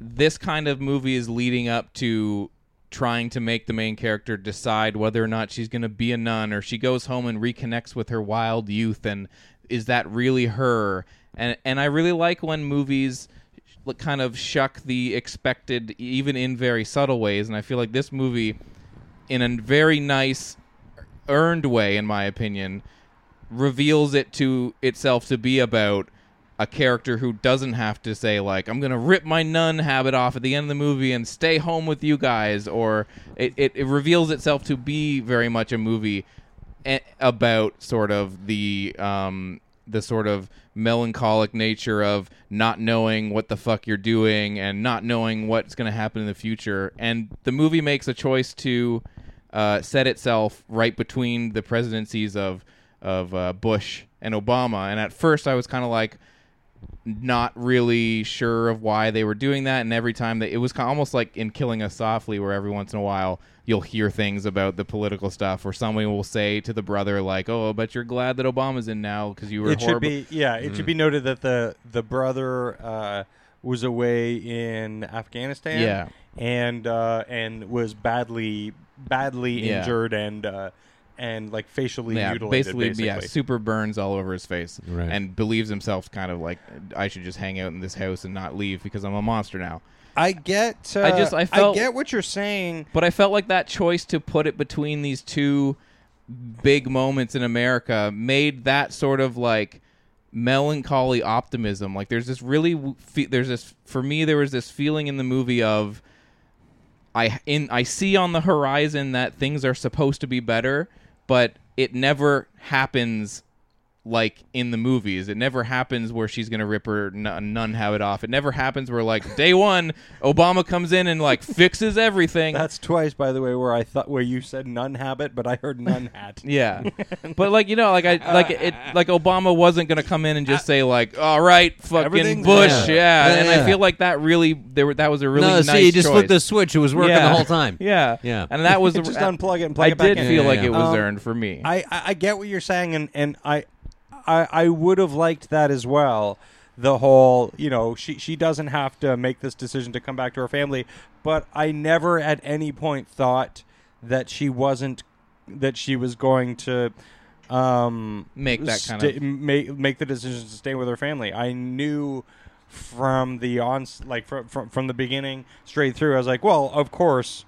S1: this kind of movie is leading up to trying to make the main character decide whether or not she's going to be a nun or she goes home and reconnects with her wild youth and is that really her and and I really like when movies l- kind of shuck the expected even in very subtle ways and I feel like this movie in a very nice earned way in my opinion reveals it to itself to be about a character who doesn't have to say like I'm gonna rip my nun habit off at the end of the movie and stay home with you guys, or it, it, it reveals itself to be very much a movie a- about sort of the um the sort of melancholic nature of not knowing what the fuck you're doing and not knowing what's gonna happen in the future, and the movie makes a choice to uh, set itself right between the presidencies of of uh, Bush and Obama. And at first, I was kind of like not really sure of why they were doing that. And every time that it was kind almost like in Killing Us Softly, where every once in a while you'll hear things about the political stuff, or somebody will say to the brother like, "Oh, but you're glad that Obama's in now because you were
S2: It should
S1: horrible."
S2: be yeah. It should be noted that the the brother uh, w- was away in Afghanistan.
S1: Yeah.
S2: and uh, and was badly badly
S1: Yeah.
S2: injured and uh, and like facially
S1: yeah,
S2: mutilated.
S1: basically,
S2: Basically,
S1: yeah, super burns all over his face,
S3: Right.
S1: and believes himself kind of like I should just hang out in this house and not leave because I'm a monster now.
S2: I get. Uh,
S1: I just- I felt-
S2: get what you're saying.
S1: But I felt like that choice to put it between these two big moments in America made that sort of like melancholy optimism. Like there's this really w- fe- there's this for me there was this feeling in the movie of I in I see on the horizon that things are supposed to be better, but it never happens like in the movies. It never happens where she's gonna rip her n- nun have it off. It never happens where like day one Obama comes in and like fixes everything.
S2: That's twice, by the way, where I thought where you said nun habit, but I heard nun hat.
S1: Yeah, but like you know, like I like it, like Obama wasn't gonna come in and just say like, all right, fucking
S2: Everything's
S1: Bush, yeah.
S3: better. Yeah,
S1: And
S3: yeah.
S1: I feel like that really there were that was a really
S3: no,
S1: nice
S3: see, you just
S1: choice.
S3: flipped the switch. It was working
S1: yeah.
S3: the whole time.
S1: Yeah,
S3: Yeah.
S1: and that was
S2: Just unplug it and plug
S1: I
S2: it back
S1: did
S2: in.
S1: feel
S3: Yeah,
S1: like
S3: yeah.
S1: it was
S2: Um,
S1: earned for me.
S2: I, I I get what you're saying, and and I I, I would have liked that as well. The whole, you know, she she doesn't have to make this decision to come back to her family, but I never at any point thought that she wasn't that she was going to um
S1: Make that kind
S2: sta-
S1: of-
S2: make make the decision to stay with her family. I knew from the on like from from, from the beginning straight through. I was like, well, of course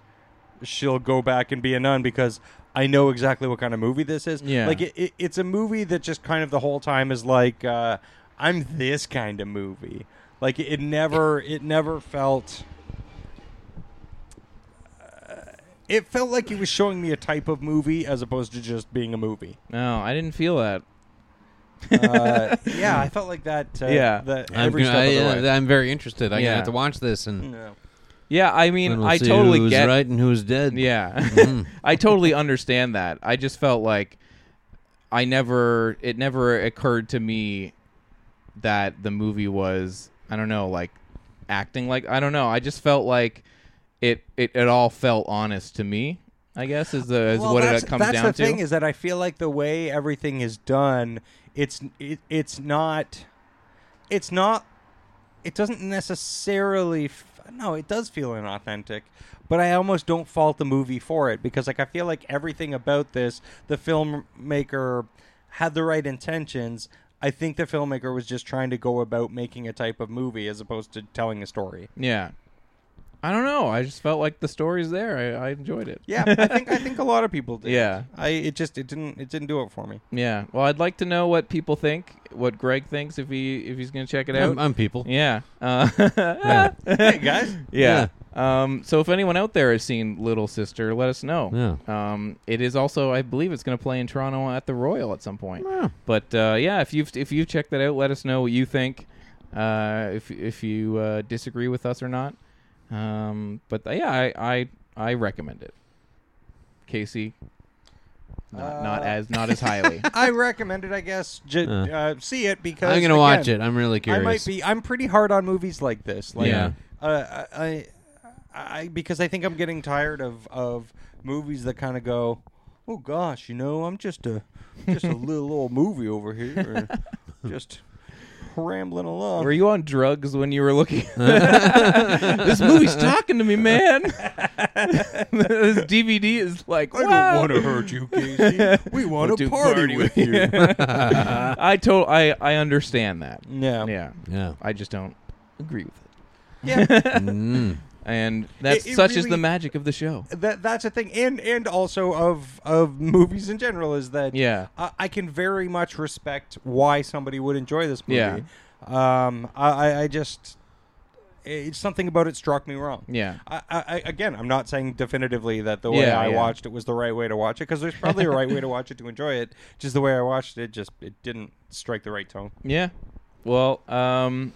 S2: she'll go back and be a nun because I know exactly what kind of movie this is.
S1: Yeah.
S2: Like it, it, it's a movie that just kind of the whole time is like uh, I'm this kind of movie. Like it, it never it never felt uh, it felt like it was showing me a type of movie as opposed to just being a movie.
S1: no, I didn't feel that.
S2: Uh, yeah, I felt like that. Uh,
S1: Yeah.
S2: that
S3: I'm,
S2: every
S3: gonna-
S2: step of the
S3: I,
S2: way.
S3: uh, I'm very interested. I'm
S1: Yeah.
S3: gonna have to watch this, and
S2: No.
S1: Yeah, I mean,
S3: then we'll
S1: I
S3: see
S1: totally
S3: who's
S1: get.
S3: right and who's dead.
S1: Yeah,
S3: Mm-hmm.
S1: I totally understand that. I just felt like I never. It never occurred to me that the movie was. I don't know, like acting like I don't know. I just felt like it. It, it all felt honest to me. I guess is the is
S2: Well,
S1: what
S2: that's,
S1: it comes
S2: that's
S1: down
S2: the
S1: to.
S2: thing is that I feel like the way everything is done, it's it, it's not, it's not, it doesn't necessarily. F- no, it does feel inauthentic, but I almost don't fault the movie for it because, like, I feel like everything about this, the filmmaker had the right intentions. I think the filmmaker was just trying to go about making a type of movie as opposed to telling a story.
S1: yeah, I don't know. I just felt like the story's there. I, I enjoyed it.
S2: Yeah, I think I think a lot of people did.
S1: Yeah.
S2: I it just it didn't it didn't do it for me.
S1: Yeah. Well, I'd like to know what people think. What Greg thinks if he if he's gonna check it out.
S3: I'm, I'm people.
S1: yeah. Uh,
S3: Yeah.
S2: hey guys,
S1: Yeah. Um, so if anyone out there has seen Little Sister, let us know. Um, it is also, I believe, it's going to play in Toronto at the Royal at some point. But uh, yeah, if you've if you've checked that out, let us know what you think. Uh, if if you uh, disagree with us or not. Um, but uh, yeah, I, I I recommend it. Casey, not not as not as highly.
S2: I recommend it. I guess J- uh, see it because
S3: I'm gonna
S2: again,
S3: watch it. I'm really
S2: I
S3: curious.
S2: might be. I'm pretty hard on movies like this. Like,
S3: Yeah.
S2: Uh, I, I, I because I think I'm getting tired of of movies that kind of go, oh gosh, you know, I'm just a just a little old movie over here, or just rambling along.
S1: Were you on drugs when you were looking? this movie's talking to me, man. this DVD is like,
S2: I
S1: wow.
S2: don't want to hurt you, Casey. We want to party, with you.
S1: I told, I, I understand that.
S2: Mm. Yeah.
S1: Yeah,
S3: Yeah.
S1: I just don't agree with it.
S2: Yeah.
S1: And that's
S2: It- it
S1: such is
S2: really-
S1: the magic of the show.
S2: that that's a thing and and also of of movies in general is that
S1: Yeah.
S2: I, I can very much respect why somebody would enjoy this movie
S1: Yeah.
S2: um I, I i just it's something about it struck me wrong
S1: Yeah.
S2: I, I I- again i'm not saying definitively that the way
S1: Yeah,
S2: i
S1: yeah.
S2: watched it was the right way to watch it because there's probably a right way to watch it to enjoy it just the way i watched it just it didn't strike the right tone
S1: Yeah. Well, um,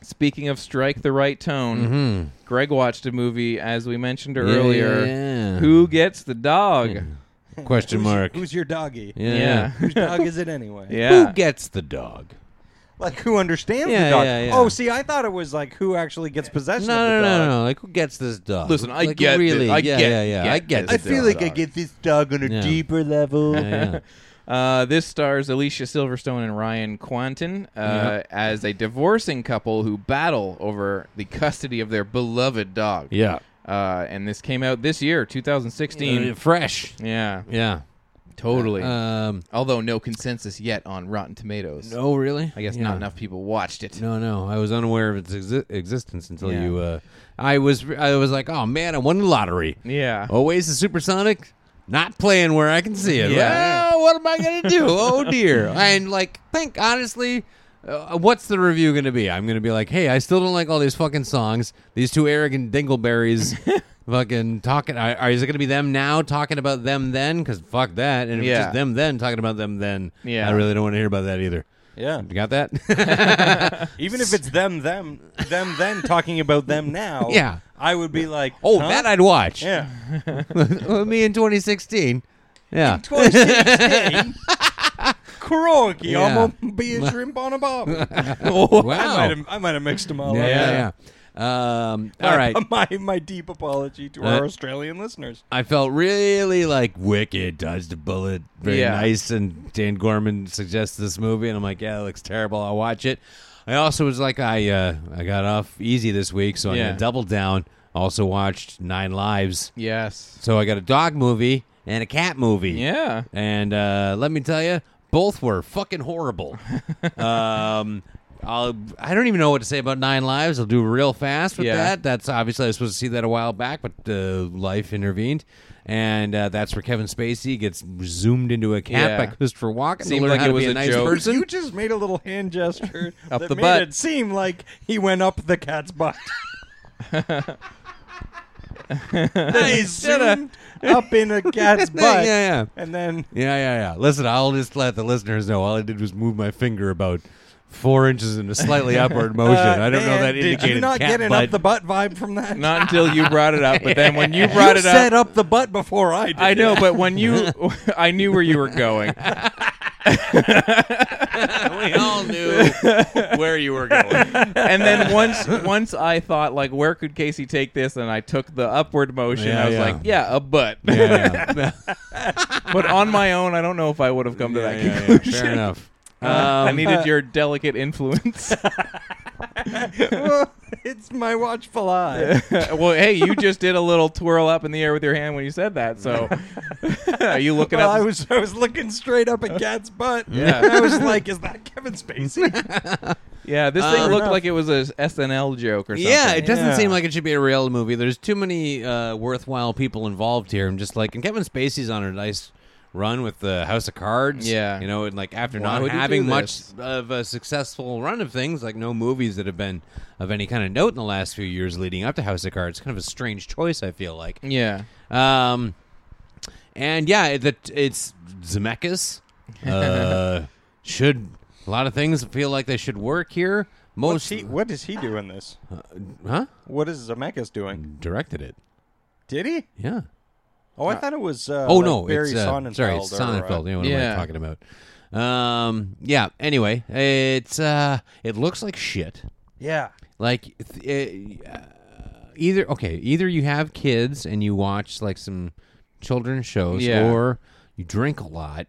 S1: speaking of strike the right tone,
S2: Mm-hmm.
S1: Greg watched a movie as we mentioned earlier.
S3: Yeah.
S1: Who gets the dog?
S2: Hmm.
S3: Question mark.
S2: who's your doggy
S3: yeah.
S1: Yeah.
S2: whose dog is it anyway
S1: Yeah.
S3: Who gets the dog?
S2: like who understands
S3: Yeah,
S2: the dog
S3: yeah, yeah.
S2: oh see i thought it was like who actually gets possession
S3: No,
S2: of the dog
S3: no, no, no. Like who gets this dog?
S1: Listen, I
S3: Like,
S1: get
S3: really.
S1: thi- I
S3: yeah,
S1: get-
S3: yeah, yeah.
S1: get
S3: I get.
S1: this
S3: the
S1: dog.
S3: dog.
S2: this dog on a
S3: Yeah.
S2: deeper level.
S3: Yeah, yeah.
S1: Uh, this stars Alicia Silverstone and Ryan Quanten uh, as a divorcing couple who battle over the custody of their beloved dog.
S3: Yeah.
S1: Uh, and this came out this year, 2016.
S3: Uh, fresh.
S1: yeah,
S3: Yeah.
S1: totally.
S3: Um.
S1: Although no consensus yet on Rotten Tomatoes.
S3: Oh, really?
S1: I guess
S3: Yeah.
S1: not enough people watched it.
S3: No, no, I was unaware of its exi- existence until
S1: Yeah.
S3: you. Uh, I was, I was like, oh man, I won the lottery.
S1: Yeah.
S3: Always the supersonic, not playing where I can see it.
S1: Yeah.
S3: Well, what am I gonna do? oh dear. And like, think honestly, uh, what's the review gonna be? I'm gonna be like, hey, I still don't like all these fucking songs. These two arrogant dingleberries. Fucking talking. Are, are- is it going to be them now talking about them then? Because fuck that. And if it's
S1: Yeah.
S3: just them then talking about them then,
S1: Yeah.
S3: I really don't want to hear about that either.
S2: Yeah.
S3: You got that?
S2: Even if it's them, them, them, then talking about them now.
S3: Yeah.
S2: I would be like,
S3: Oh,
S2: huh?
S3: that I'd watch.
S2: Yeah.
S3: Me in 2016. Yeah.
S2: 2016. Crikey,
S3: Yeah.
S2: I'm gonna be a shrimp on a bob.
S3: Wow.
S2: I might have I might have mixed them all
S3: Yeah,
S2: up.
S3: yeah, yeah. Um, all right.
S2: My my deep apology to
S3: Uh,
S2: our Australian listeners.
S3: I felt really like wicked, dodged a bullet, very
S1: Yeah.
S3: nice. And Dan Gorman suggests this movie, and I'm like, yeah, it looks terrible. I'll watch it. I also was like, I uh, I got off easy this week, so I'm
S1: Yeah.
S3: gonna double down. Also watched Nine Lives,
S1: Yes.
S3: so I got a dog movie and a cat movie.
S1: Yeah.
S3: And uh, let me tell you, both were fucking horrible. um, I'll, I don't even know what to say about Nine Lives. I'll do real fast with
S1: Yeah.
S3: that. That's obviously I was supposed to see that a while back, but uh, life intervened, and uh, that's where Kevin Spacey gets zoomed into a cat
S1: Yeah.
S3: by Christopher Walken
S1: Seemed
S3: to learn
S1: like
S3: how
S1: it
S3: to
S1: was
S3: be a,
S1: a
S3: nice
S1: joke.
S3: person.
S2: You just made a little hand gesture
S1: Up
S2: that
S1: the
S2: made
S1: butt.
S2: it seem like he went up the cat's butt. then he zoomed up in a cat's
S3: yeah,
S2: butt,
S3: yeah, yeah,
S2: and then
S3: yeah, yeah, yeah. Listen, I'll just let the listeners know. All I did was move my finger about. Four inches in a slightly upward motion. I don't know
S2: uh, man,
S3: that
S2: did
S3: indicated
S2: you not
S3: cat
S2: get an
S3: butt.
S2: up the butt vibe from that?
S1: Not until you brought it up, but then when you brought
S2: you
S1: it
S2: said
S1: up,
S2: up the butt before I did.
S1: I know, but when you, I knew where you were going.
S3: we all knew where you were going.
S1: and then once once I thought like where could Casey take this and I took the upward motion
S3: Yeah,
S1: I was
S3: yeah.
S1: like yeah a butt
S3: yeah,
S1: but on my own I don't know if I would have come to that conclusion
S3: fair enough.
S1: I needed your delicate influence
S2: it's my watchful eye.
S1: well hey you just did a little twirl up in the air with your hand when you said that so are you looking
S2: Well,
S1: up
S2: I was I was looking straight up at cat's butt.
S1: Yeah.
S2: and I was like, is that Kevin Spacey?
S1: yeah this thing
S3: Um,
S1: looked like it was a SNL joke or something
S3: Yeah, it doesn't
S2: Yeah.
S3: seem like it should be a real movie. There's too many uh, worthwhile people involved here. I'm just like, and Kevin Spacey's on a nice run with the House of Cards.
S1: Yeah.
S3: you know, and like after
S1: Why
S3: not
S1: would you do
S3: having much
S1: this?
S3: of a successful run of things, like no movies that have been of any kind of note in the last few years leading up to House of Cards. Kind of a strange choice, I feel like.
S1: yeah
S3: Um, and yeah, it, that- it's Zemeckis. Uh, should a lot of things feel like they should work here?
S2: What's
S3: Most,
S2: he, what does he do in this?
S3: huh?
S2: What is Zemeckis doing?
S3: Directed it.
S2: Did he?
S3: Yeah.
S2: Oh, I thought it was. Uh,
S3: oh
S2: like
S3: no,
S2: Barry
S3: it's uh,
S2: Sonnenfeld.
S3: sorry, it's
S2: or, uh,
S3: Sonnenfeld. Yeah, what am
S1: Yeah.
S3: I talking about? Um, yeah. Anyway, it's uh, it looks like shit.
S2: yeah,
S3: Like th- uh, either okay, either you have kids and you watch like some children's shows,
S1: Yeah.
S3: or you drink a lot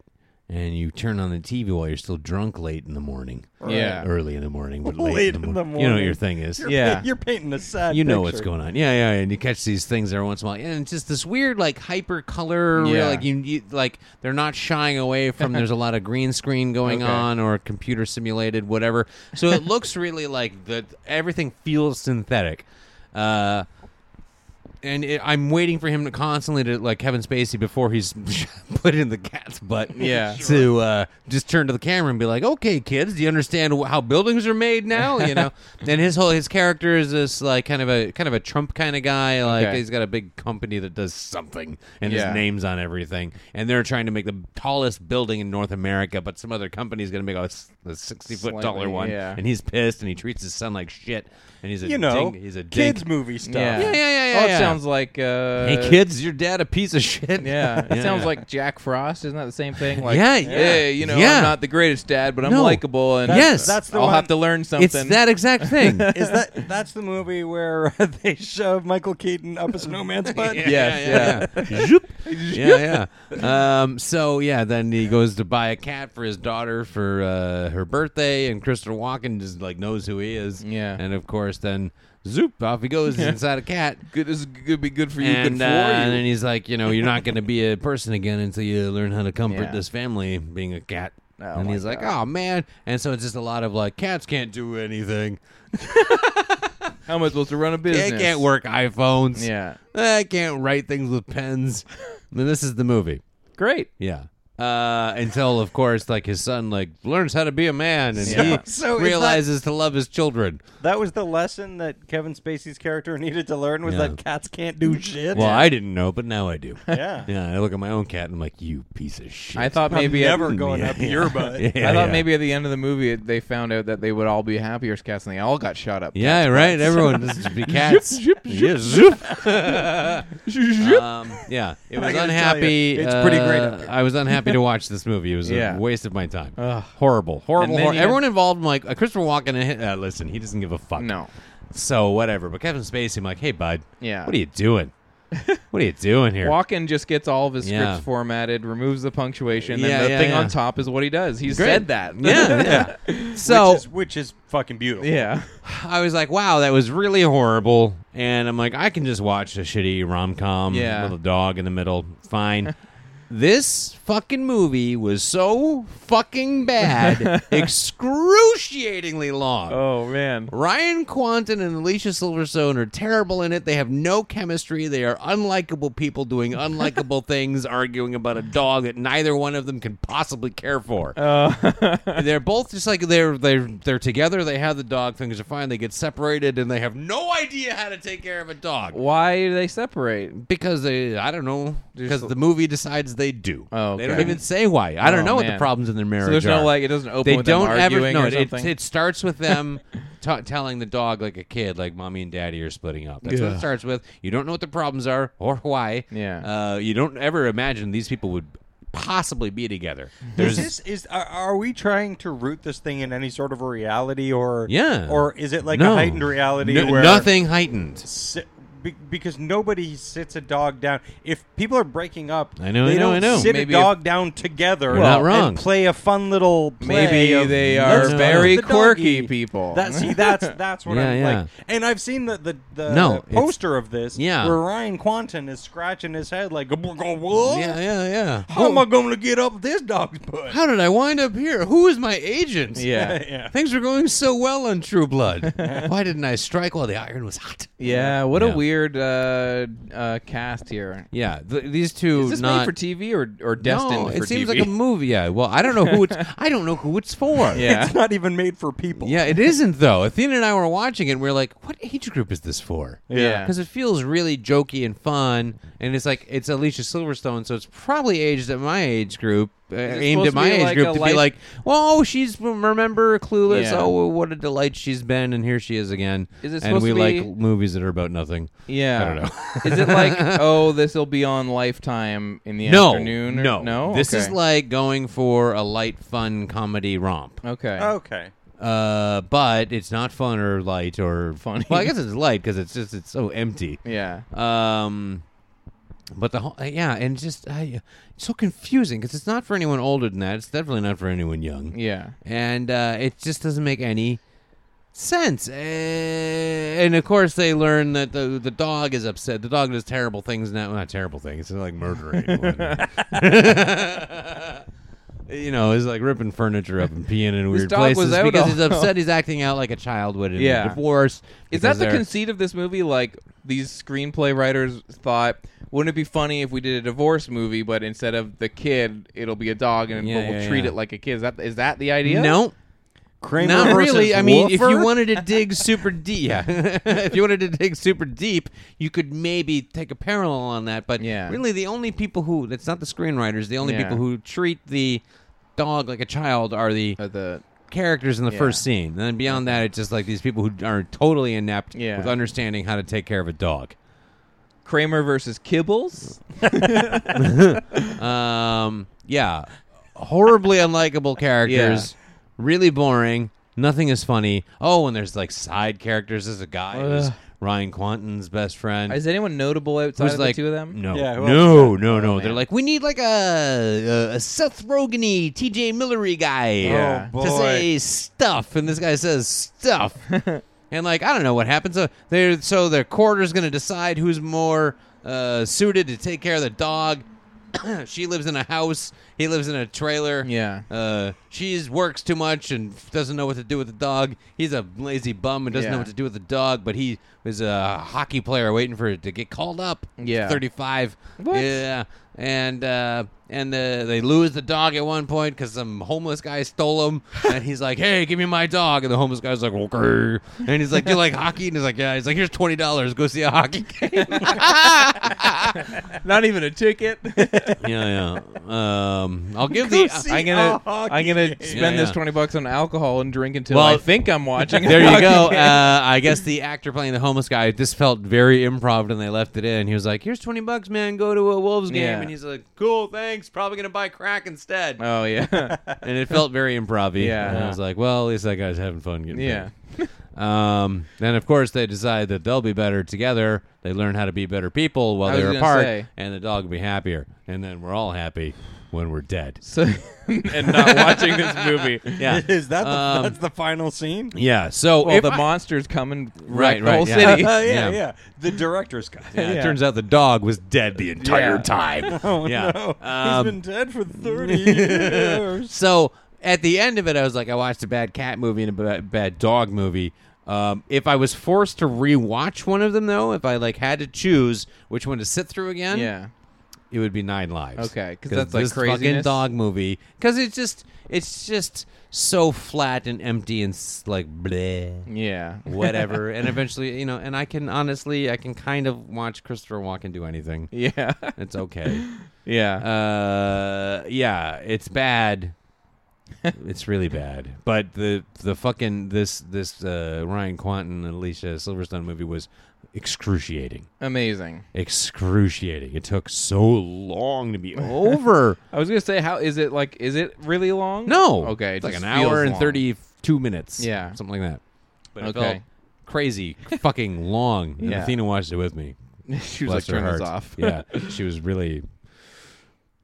S3: and you turn on the TV while you're still drunk late in the morning.
S1: Yeah.
S3: early in the morning, but late,
S2: Late
S3: in, the
S2: in the
S3: morning. You know what your
S2: morning.
S3: thing is.
S2: You're
S1: Yeah.
S2: pa- you're painting a sad.
S3: You know
S2: picture.
S3: what's going on, yeah, yeah, and you catch these things every once in a while, and it's just this weird, like hyper color, real,
S1: Yeah.
S3: like you, you, like they're not shying away from. There's a lot of green screen going
S1: Okay.
S3: on, or computer simulated, whatever. So it looks really like the everything feels synthetic. Uh, and it, I'm waiting for him to constantly to like Kevin Spacey before he's put in the cat's butt.
S1: Yeah.
S3: To uh, just turn to the camera and be like, "Okay, kids, do you understand wh- how buildings are made now?" You know. and his whole his character is this like kind of a kind of a Trump kind of guy. Like
S1: Okay.
S3: he's got a big company that does something, and
S1: Yeah.
S3: his name's on everything. And they're trying to make the tallest building in North America, but some other company's going to make a, s- a sixty foot
S1: Slightly,
S3: taller one.
S1: yeah.
S3: And he's pissed, and he treats his son like shit. And he's a
S2: You know,
S3: ding, he's a dink.
S2: kids movie stuff.
S1: Yeah.
S3: Yeah, yeah, yeah, yeah,
S1: oh, it
S3: yeah.
S1: sounds like uh,
S3: hey kids, your dad a piece of shit.
S1: Yeah, it
S3: Yeah.
S1: sounds like Jack Frost. Isn't that the same thing? Like,
S3: Yeah, yeah.
S1: hey, you know,
S3: Yeah.
S1: I'm not the greatest dad, but I'm
S3: No.
S1: likable, and
S3: Yes.
S2: That's the
S1: I'll
S2: one-
S1: have to learn something.
S3: it's that exact thing.
S2: Is that that's the movie where uh, they shove Michael Keaton up a snowman's butt?
S1: Yes,
S3: yeah, yeah. Zoop. yeah, yeah. Um, so yeah, then he goes to buy a cat for his daughter for uh, her birthday, and Christopher Walken just like knows who he is.
S1: Yeah.
S3: and of course, then zoop off he goes inside a cat.
S1: good. This is gonna be good for you.
S3: And,
S1: good for
S3: uh,
S1: you.
S3: and then he's like, you know, you're not going to be a person again until you learn how to comfort
S1: Yeah.
S3: this family being a cat.
S1: Oh,
S3: and
S1: my
S3: he's like, oh man. And so it's just a lot of like, cats can't do anything.
S1: How am I supposed to run a business?
S3: They can't work iPhones.
S1: Yeah,
S3: I can't write things with pens. I mean, this is the movie.
S1: great.
S3: Yeah. Uh, until of course, like his son, like learns how to be a man, and he
S2: So is
S3: realizes to love his children.
S2: That was the lesson that Kevin Spacey's character needed to learn was
S3: Yeah.
S2: that cats can't do shit.
S3: Well, I didn't know, but now I do.
S2: yeah.
S3: yeah, I look at my own cat and I'm like, "You piece of shit."
S1: I thought maybe
S2: I'm
S1: at-
S2: never going up your butt.
S3: Yeah,
S1: I thought
S3: yeah.
S1: maybe at the end of the movie it- they found out that they would all be happier cats, and they all got shot up.
S3: Yeah, right. Everyone just be cats. Yeah, zoop. um, yeah, it
S2: gotta
S3: was
S2: tell
S3: unhappy.
S2: you, it's pretty great
S3: uh,
S2: up there.
S3: I was unhappy to watch this movie. It was
S1: Yeah.
S3: a waste of my time. Horrible, horrible.
S1: then
S3: horrible.
S1: you-
S3: Everyone involved, I'm like uh, Christopher Walken. Uh, listen, he doesn't give a fuck.
S1: No.
S3: So whatever. But Kevin Spacey, I'm like, hey bud,
S1: Yeah.
S3: what are you doing? what are you doing here?
S1: Walken just gets all of his
S3: Yeah.
S1: scripts formatted, removes the punctuation,
S3: Yeah,
S1: and the
S3: yeah,
S1: thing
S3: yeah.
S1: on top is what he does. He
S3: Great.
S1: said that.
S3: Yeah, yeah. So
S2: which, is, which is fucking beautiful.
S1: yeah.
S3: I was like, wow, that was really horrible. And I'm like, I can just watch a shitty rom com
S1: Yeah.
S3: with a dog in the middle. Fine. this fucking movie was so fucking bad, excruciatingly long.
S1: Oh man.
S3: Ryan Quanten and Alicia Silverstone are terrible in it. They have no chemistry. They are unlikable people doing unlikable things, arguing about a dog that neither one of them can possibly care for.
S1: Oh.
S3: they're both just like they're they're they're together. They have the dog. Things are fine. They get separated, and they have no idea how to take care of a dog
S1: Why do they separate?
S3: because they I don't know because the movie decides they do.
S1: Oh,
S3: they don't
S1: okay.
S3: even say why. I don't
S1: Oh,
S3: know what
S1: man.
S3: the problems in their marriage.
S1: So there's no
S3: are
S1: like it doesn't open
S3: they
S1: with
S3: don't
S1: them
S3: ever
S1: arguing
S3: no
S1: or
S3: it, it,
S1: something.
S3: it starts with them t- telling the dog like a kid like mommy and daddy are splitting up that's what it starts with you don't know what the problems are or why
S1: Yeah.
S3: uh, you don't ever imagine these people would possibly be together
S2: Is
S3: there's
S2: this is are, are we trying to root this thing in any sort of a reality or
S3: Yeah.
S2: or is it like
S3: no.
S2: a heightened reality
S3: No-
S2: where
S3: nothing heightened
S2: si- be- because nobody sits a dog down. If people are breaking up,
S3: I know,
S2: they
S3: I know,
S2: don't
S3: I know.
S2: sit
S1: Maybe
S2: a dog down together.
S3: You're not wrong.
S2: And play a fun little. Play
S1: Maybe
S2: of,
S1: they
S2: "Let's
S1: are
S2: cuddle
S1: very
S2: the doggy."
S1: quirky people.
S2: That, see, that's that's what
S3: Yeah,
S2: I'm
S3: yeah.
S2: like. And I've seen the the, the
S3: No, it's-
S2: poster of this.
S3: Yeah.
S2: where Ryan Quanten is scratching his head like, "What?
S3: yeah yeah yeah
S2: How am I going to get up this dog's butt?"
S3: how did I wind up here? Who is my agent?
S1: yeah.
S2: yeah.
S3: Things were going so well on True Blood. Why didn't I strike while the iron was hot?
S1: Yeah, what
S3: Yeah.
S1: a weird uh, uh, cast here.
S3: Yeah, th- these two
S1: Is this made
S3: not
S1: for TV or, or destined
S3: no,
S1: for
S3: it seems
S1: TV?
S3: like a movie. Yeah. Well, I don't know who it's. I don't know who it's for.
S1: yeah.
S2: It's not even made for people.
S3: Yeah, it isn't though. Athena and I were watching it. and we are like, "What age group is this for?"
S1: Yeah.
S3: because it feels really jokey and fun, and it's like it's Alicia Silverstone, so it's probably aged at my age group, uh, aimed
S1: supposed
S3: at
S1: to
S3: my
S1: be
S3: age
S1: like
S3: group,
S1: a
S3: to be
S1: life-
S3: like, "Oh, she's remember Clueless.
S1: Yeah.
S3: Oh, what a delight she's been, and here she is again."
S1: Is it
S3: and
S1: supposed
S3: we
S1: to be-
S3: like movies that are about nothing.
S1: Yeah.
S3: I don't know.
S1: is it like, oh, this will be on Lifetime in the
S3: no,
S1: afternoon? or-
S3: no,
S1: No?
S3: This is
S1: Okay.
S3: like going for a light, fun comedy romp.
S1: Okay.
S3: Oh.
S2: Okay.
S3: Uh, but it's not fun or light or
S1: Funny.
S3: Well, I guess it's light because it's just it's so empty.
S1: Yeah.
S3: Um, but the whole yeah, and just I, it's so confusing because it's not for anyone older than that. It's definitely not for anyone young.
S1: Yeah.
S3: and uh, it just doesn't make any sense. Eh, And of course, they learn that the the dog is upset. The dog does terrible things now. Not terrible things. It's like murdering. anyone. You know, he's like ripping furniture up and peeing in weird
S1: dog
S3: places
S1: was out
S3: because
S1: all-
S3: he's upset. He's acting out like a child would in
S1: Yeah.
S3: a divorce.
S1: Is
S3: because
S1: that the
S3: they're-
S1: conceit of this movie? Like, these screenplay writers thought, wouldn't it be funny if we did a divorce movie, but instead of the kid, it'll be a dog and
S3: Yeah,
S1: but we'll
S3: yeah,
S1: treat
S3: yeah.
S1: it like a kid? Is that, is that the idea?
S3: No,
S2: Kramer
S3: not
S2: versus
S3: really. I mean, if you
S2: Wolfer?
S3: wanted to dig super deep, yeah, if you wanted to dig super deep, you could maybe take a parallel on that. But
S1: Yeah.
S3: really, the only people who—that's not the screenwriters—the only
S1: Yeah.
S3: people who treat the dog like a child are the
S1: Or the.
S3: characters in the
S1: Uh, Yeah.
S3: first scene. And then beyond that, it's just like these people who are totally inept
S1: Yeah.
S3: with understanding how to take care of a dog.
S1: Kramer versus Kibbles.
S3: Um, yeah, horribly unlikable characters, really boring. Nothing is funny. Oh, and there's like side characters. There's a guy who's Ryan Quanton's best friend.
S1: Is anyone notable outside
S3: Mm. Who's
S1: of
S3: like
S1: the two of them?
S3: No,
S2: Yeah, who
S3: no,
S2: else
S3: no, no.
S1: Oh,
S3: They're
S1: man.
S3: like, we need like a, a Seth Rogeny, T.J. Millery guy
S1: Yeah.
S2: Oh,
S3: to
S2: boy.
S3: say stuff, and this guy says stuff, and like I don't know what happens. So they're so their quarter's gonna decide who's more uh, suited to take care of the dog. she lives in a house. He lives in a trailer.
S1: Yeah.
S3: Uh, she works too much and f- doesn't know what to do with the dog. He's a lazy bum and doesn't know
S1: Yeah.
S3: what to do with the dog. But he was a hockey player waiting for it to get called up.
S1: Yeah.
S3: 35. Yeah. And uh, and uh, they lose the dog at one point because some homeless guy stole him. and he's like, hey, give me my dog. And the homeless guy's like, okay. And he's like, you like hockey? And he's like, yeah. He's like, here's $20. Go see a hockey game.
S1: Not even a ticket.
S3: yeah, yeah. Um, I'll give
S2: Go
S3: the.
S2: see
S1: I'm gonna
S2: a hockey
S1: I'm gonna
S2: game.
S1: spend
S3: Yeah,
S1: this
S3: yeah.
S1: twenty bucks on alcohol and drink until
S3: Well,
S1: I think I'm watching. a
S3: there you
S1: hockey
S3: go.
S1: game.
S3: Uh, I guess the actor playing the homeless guy. This felt very improv, and they left it in. He was like, "Here's twenty bucks, man. Go to a Wolves game."
S1: Yeah.
S3: And he's like, "Cool, thanks. Probably gonna buy crack instead."
S1: oh yeah,
S3: and it felt very improv.
S1: Yeah.
S3: And I was like, "Well, at least that guy's having fun." Getting
S1: yeah.
S3: paid." Um. Then of course they decide that they'll be better together. They learn how to be better people while
S1: I was
S3: they're
S1: gonna
S3: apart,
S1: say.
S3: and the dog will be happier. And then we're all happy when we're dead.
S1: So and not watching this movie.
S3: Yeah.
S2: Is that the,
S3: Um,
S2: that's the final scene?
S3: Yeah. So
S1: Well,
S3: if
S1: the
S3: I-
S1: monsters come and
S3: Right,
S1: wreck the
S3: right,
S1: whole
S3: yeah.
S1: city.
S2: Uh, yeah,
S3: yeah.
S2: yeah, The director's cut.
S3: Yeah, It turns out the dog was dead the entire
S1: Yeah.
S3: time.
S2: Oh
S3: yeah.
S2: no,
S3: Um,
S2: he's been dead for thirty years.
S3: so at the end of it, I was like, I watched a bad cat movie and a ba- bad dog movie. Um, if I was forced to rewatch one of them, though, if I like had to choose which one to sit through again,
S1: yeah.
S3: it would be Nine Lives.
S1: Okay, 'cause that's, like,
S3: this fucking
S1: craziness.
S3: dog movie. Because it's just it's just so flat and empty and s- like bleh.
S1: Yeah.
S3: Whatever, and eventually, you know, and I can honestly, I can kind of watch Christopher Walken do anything.
S1: Yeah.
S3: It's okay.
S1: Yeah.
S3: Uh, yeah, it's bad. it's really bad. But the the fucking this this uh, Ryan Quanton and Alicia Silverstone movie was excruciating,
S1: Amazing.
S3: excruciating. It took so long to be over.
S1: I was gonna say, how is it like? Is it really long?
S3: no,
S1: Okay. it
S3: it's like an
S1: just
S3: hour
S1: feels
S3: and
S1: long.
S3: thirty two minutes.
S1: Yeah.
S3: something like that. But it
S1: Okay.
S3: felt crazy, fucking long. And
S1: Yeah.
S3: Athena watched it with me.
S1: she was
S3: Bless
S1: like, turn
S3: her
S1: this
S3: heart.
S1: off.
S3: yeah, she was really.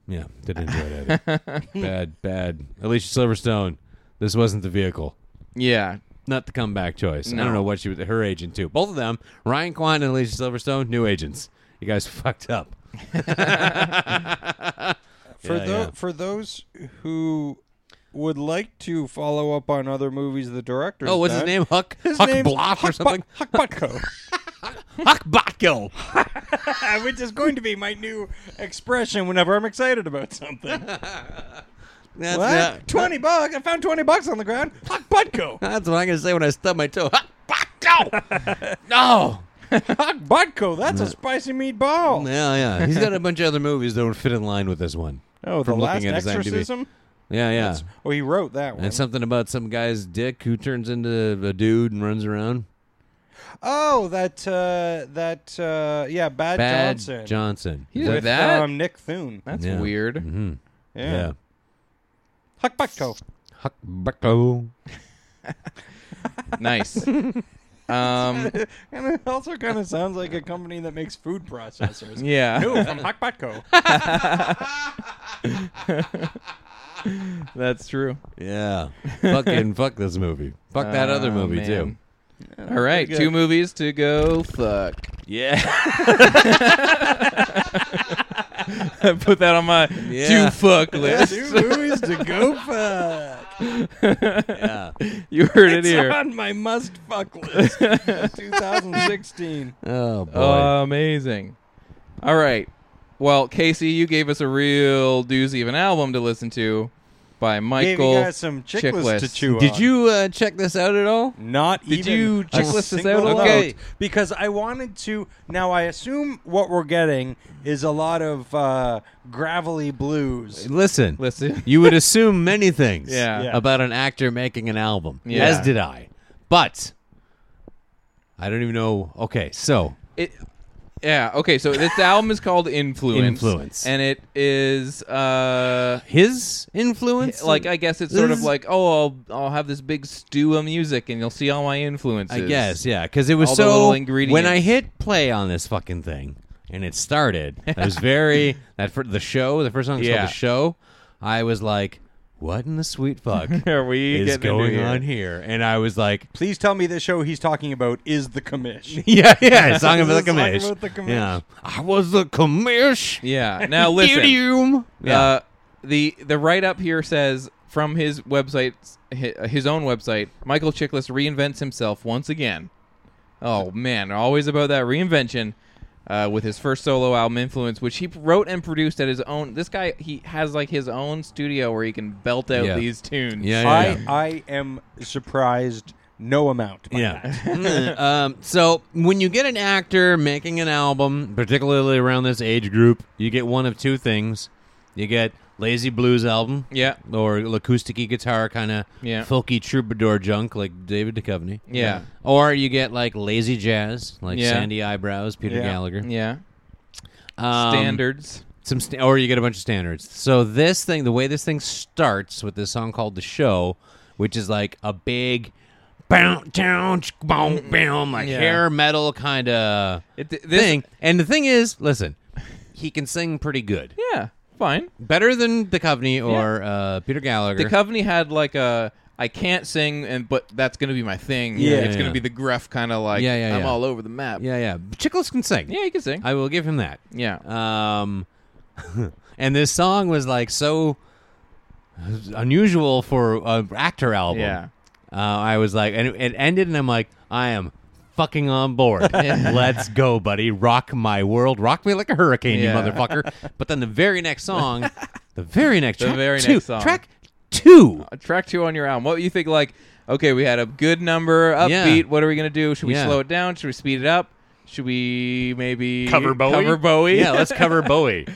S3: Yeah, didn't enjoy it. either. bad, bad. Alicia Silverstone. This wasn't the vehicle.
S1: yeah.
S3: Not the comeback choice. I
S1: No.
S3: don't know what she was. Her agent too. Both of them, Ryan Kwan and Alicia Silverstone, new agents. You guys fucked up.
S2: For
S3: Yeah,
S2: tho-
S3: yeah.
S2: for those who would like to follow up on other movies the director's
S3: Oh, what's his
S2: done,
S3: name? Huck.
S2: His
S3: Huck
S2: name's
S3: Block or
S2: Huck Bu-
S3: something.
S2: Huck Butko.
S3: Huck Botko.
S2: which is going to be my new expression whenever I'm excited about something.
S3: That's,
S2: What?
S3: not-
S2: twenty bucks? I found twenty bucks on the ground. Huck Butko.
S3: that's what I'm gonna say when I stub my toe. Huck Botko. no.
S2: Huck Butko. That's
S3: Mm.
S2: a spicy meatball.
S3: Yeah, yeah. He's got a bunch of other movies that don't fit in line with this one.
S2: Oh, the
S3: From
S2: last
S3: looking at his IMDb.
S2: exorcism.
S3: Yeah, yeah.
S2: Oh, he wrote that one.
S3: And something about some guy's dick who turns into a dude and runs around.
S2: oh, that uh, that uh, yeah, Bad,
S3: Bad
S2: Johnson.
S3: Johnson.
S1: He did
S2: with
S1: that.
S2: um, Nick Thune.
S1: That's
S3: Yeah.
S1: weird.
S3: Mm-hmm.
S2: Yeah.
S3: Yeah.
S2: Huck Butko.
S3: Huck Bucko.
S1: Nice. um.
S2: And it also kind of sounds like a company that makes food processors.
S1: Yeah.
S2: New from Hakbatco.
S1: That's true.
S3: Yeah. Fucking fuck this movie. Fuck that other
S1: Oh,
S3: movie,
S1: man.
S3: too.
S1: All right, two movies to go. Fuck.
S3: Yeah.
S1: Put that on my
S3: Yeah.
S1: to fuck list.
S2: Two movies to go fuck.
S3: yeah.
S1: You heard it
S2: It's
S1: here.
S2: on my must fuck list. 2016.
S3: Oh, boy.
S1: Amazing. All right. Well, Casey, you gave us a real doozy of an album to listen to by
S2: Gave
S1: Michael.
S2: you guys some chick
S1: chick
S2: lists
S1: list.
S2: to chew
S3: Did
S2: on.
S3: you uh, check this out at all?
S2: Not
S1: Did
S2: even
S1: you
S2: a
S1: check list this
S2: single
S1: out?
S2: note,
S1: Okay.
S2: because I wanted to. Now I assume what we're getting is a lot of uh, gravelly blues.
S3: Listen.
S1: Listen.
S3: You would assume many things
S1: Yeah.
S2: Yeah.
S3: about an actor making an album,
S1: Yeah.
S3: as did I. But I don't even know. Okay, so
S1: It, Yeah. Okay. So this album is called Influence.
S3: Influence.
S1: And it is uh
S3: His influence,
S1: like I guess it's sort of
S3: This-
S1: like oh I'll I'll have this big stew of music and you'll see all my influences.
S3: I guess, yeah, because it was
S1: all the
S3: so.
S1: little ingredients.
S3: When I hit play on this fucking thing and it started, I was very that for the show. The first song was
S1: Yeah.
S3: called the show. I was like, "What in the sweet fuck
S1: Are we
S3: is
S1: getting into
S3: going
S1: here?
S3: on here?" And I was like,
S2: Please tell me the show he's talking about is the commish.
S3: "Yeah, yeah, song about the
S2: Song
S3: commish."
S2: about the commish.
S3: Yeah, I was the commish.
S1: Yeah. Now listen.
S3: Idiom. Yeah.
S1: Uh, the the write up here says from his website, hi- uh, his own website, Michael Chiklis reinvents himself once again. Oh man, always about that reinvention. Uh, with his first solo album influence which he wrote and produced at his own this guy he has like his own studio where he can belt out
S3: Yeah.
S1: these tunes
S3: yeah, yeah, yeah.
S2: I I am surprised no amount. By that.
S3: yeah. um, so when you get an actor making an album, particularly around this age group, you get one of two things. You get lazy blues album,
S1: Yeah.
S3: or acoustic guitar kind of
S1: Yeah.
S3: folky troubadour junk like David Duchovny.
S1: Yeah.
S3: Or you get like lazy jazz, like
S1: Yeah.
S3: Sandy Eyebrows, Peter
S2: Yeah.
S3: Gallagher.
S1: yeah
S3: Um,
S1: standards
S3: some st- or you get a bunch of standards. So this thing, the way this thing starts with this song called "The Show," which is like a big bounce, bounce, boom, boom, like
S1: Yeah.
S3: hair metal kind of
S1: It- th- this-
S3: thing. And the thing is, listen, he can sing pretty good,
S1: yeah fine
S3: better than Duchovny or uh, Peter Gallagher.
S1: The company had like a I can't sing and but that's gonna be my thing.
S3: Yeah,
S1: it's
S3: yeah,
S1: gonna
S3: yeah.
S1: be the gruff kind of like
S3: Yeah, yeah,
S1: I'm
S3: yeah.
S1: all over the map.
S3: yeah, yeah, Chiklis can sing.
S1: yeah, you can sing.
S3: I will give him that.
S1: yeah,
S3: Um, and this song was like so unusual for an actor album.
S1: Yeah.
S3: Uh, I was like, and it, it ended, and I'm like, I am fucking on board. Let's go, buddy. Rock my world. Rock me like a hurricane,
S1: Yeah.
S3: you motherfucker. But then the very next song, the very next
S1: The
S3: track,
S1: very
S3: two,
S1: next song.
S3: track two.
S1: Uh, track two on your album. What do you think? Like, okay, we had a good number,
S3: Yeah.
S1: upbeat. What are we gonna do? Should we
S3: Yeah.
S1: slow it down? Should we speed it up? Should we maybe
S3: Cover Bowie?
S1: Cover Bowie.
S3: Yeah, let's cover Bowie.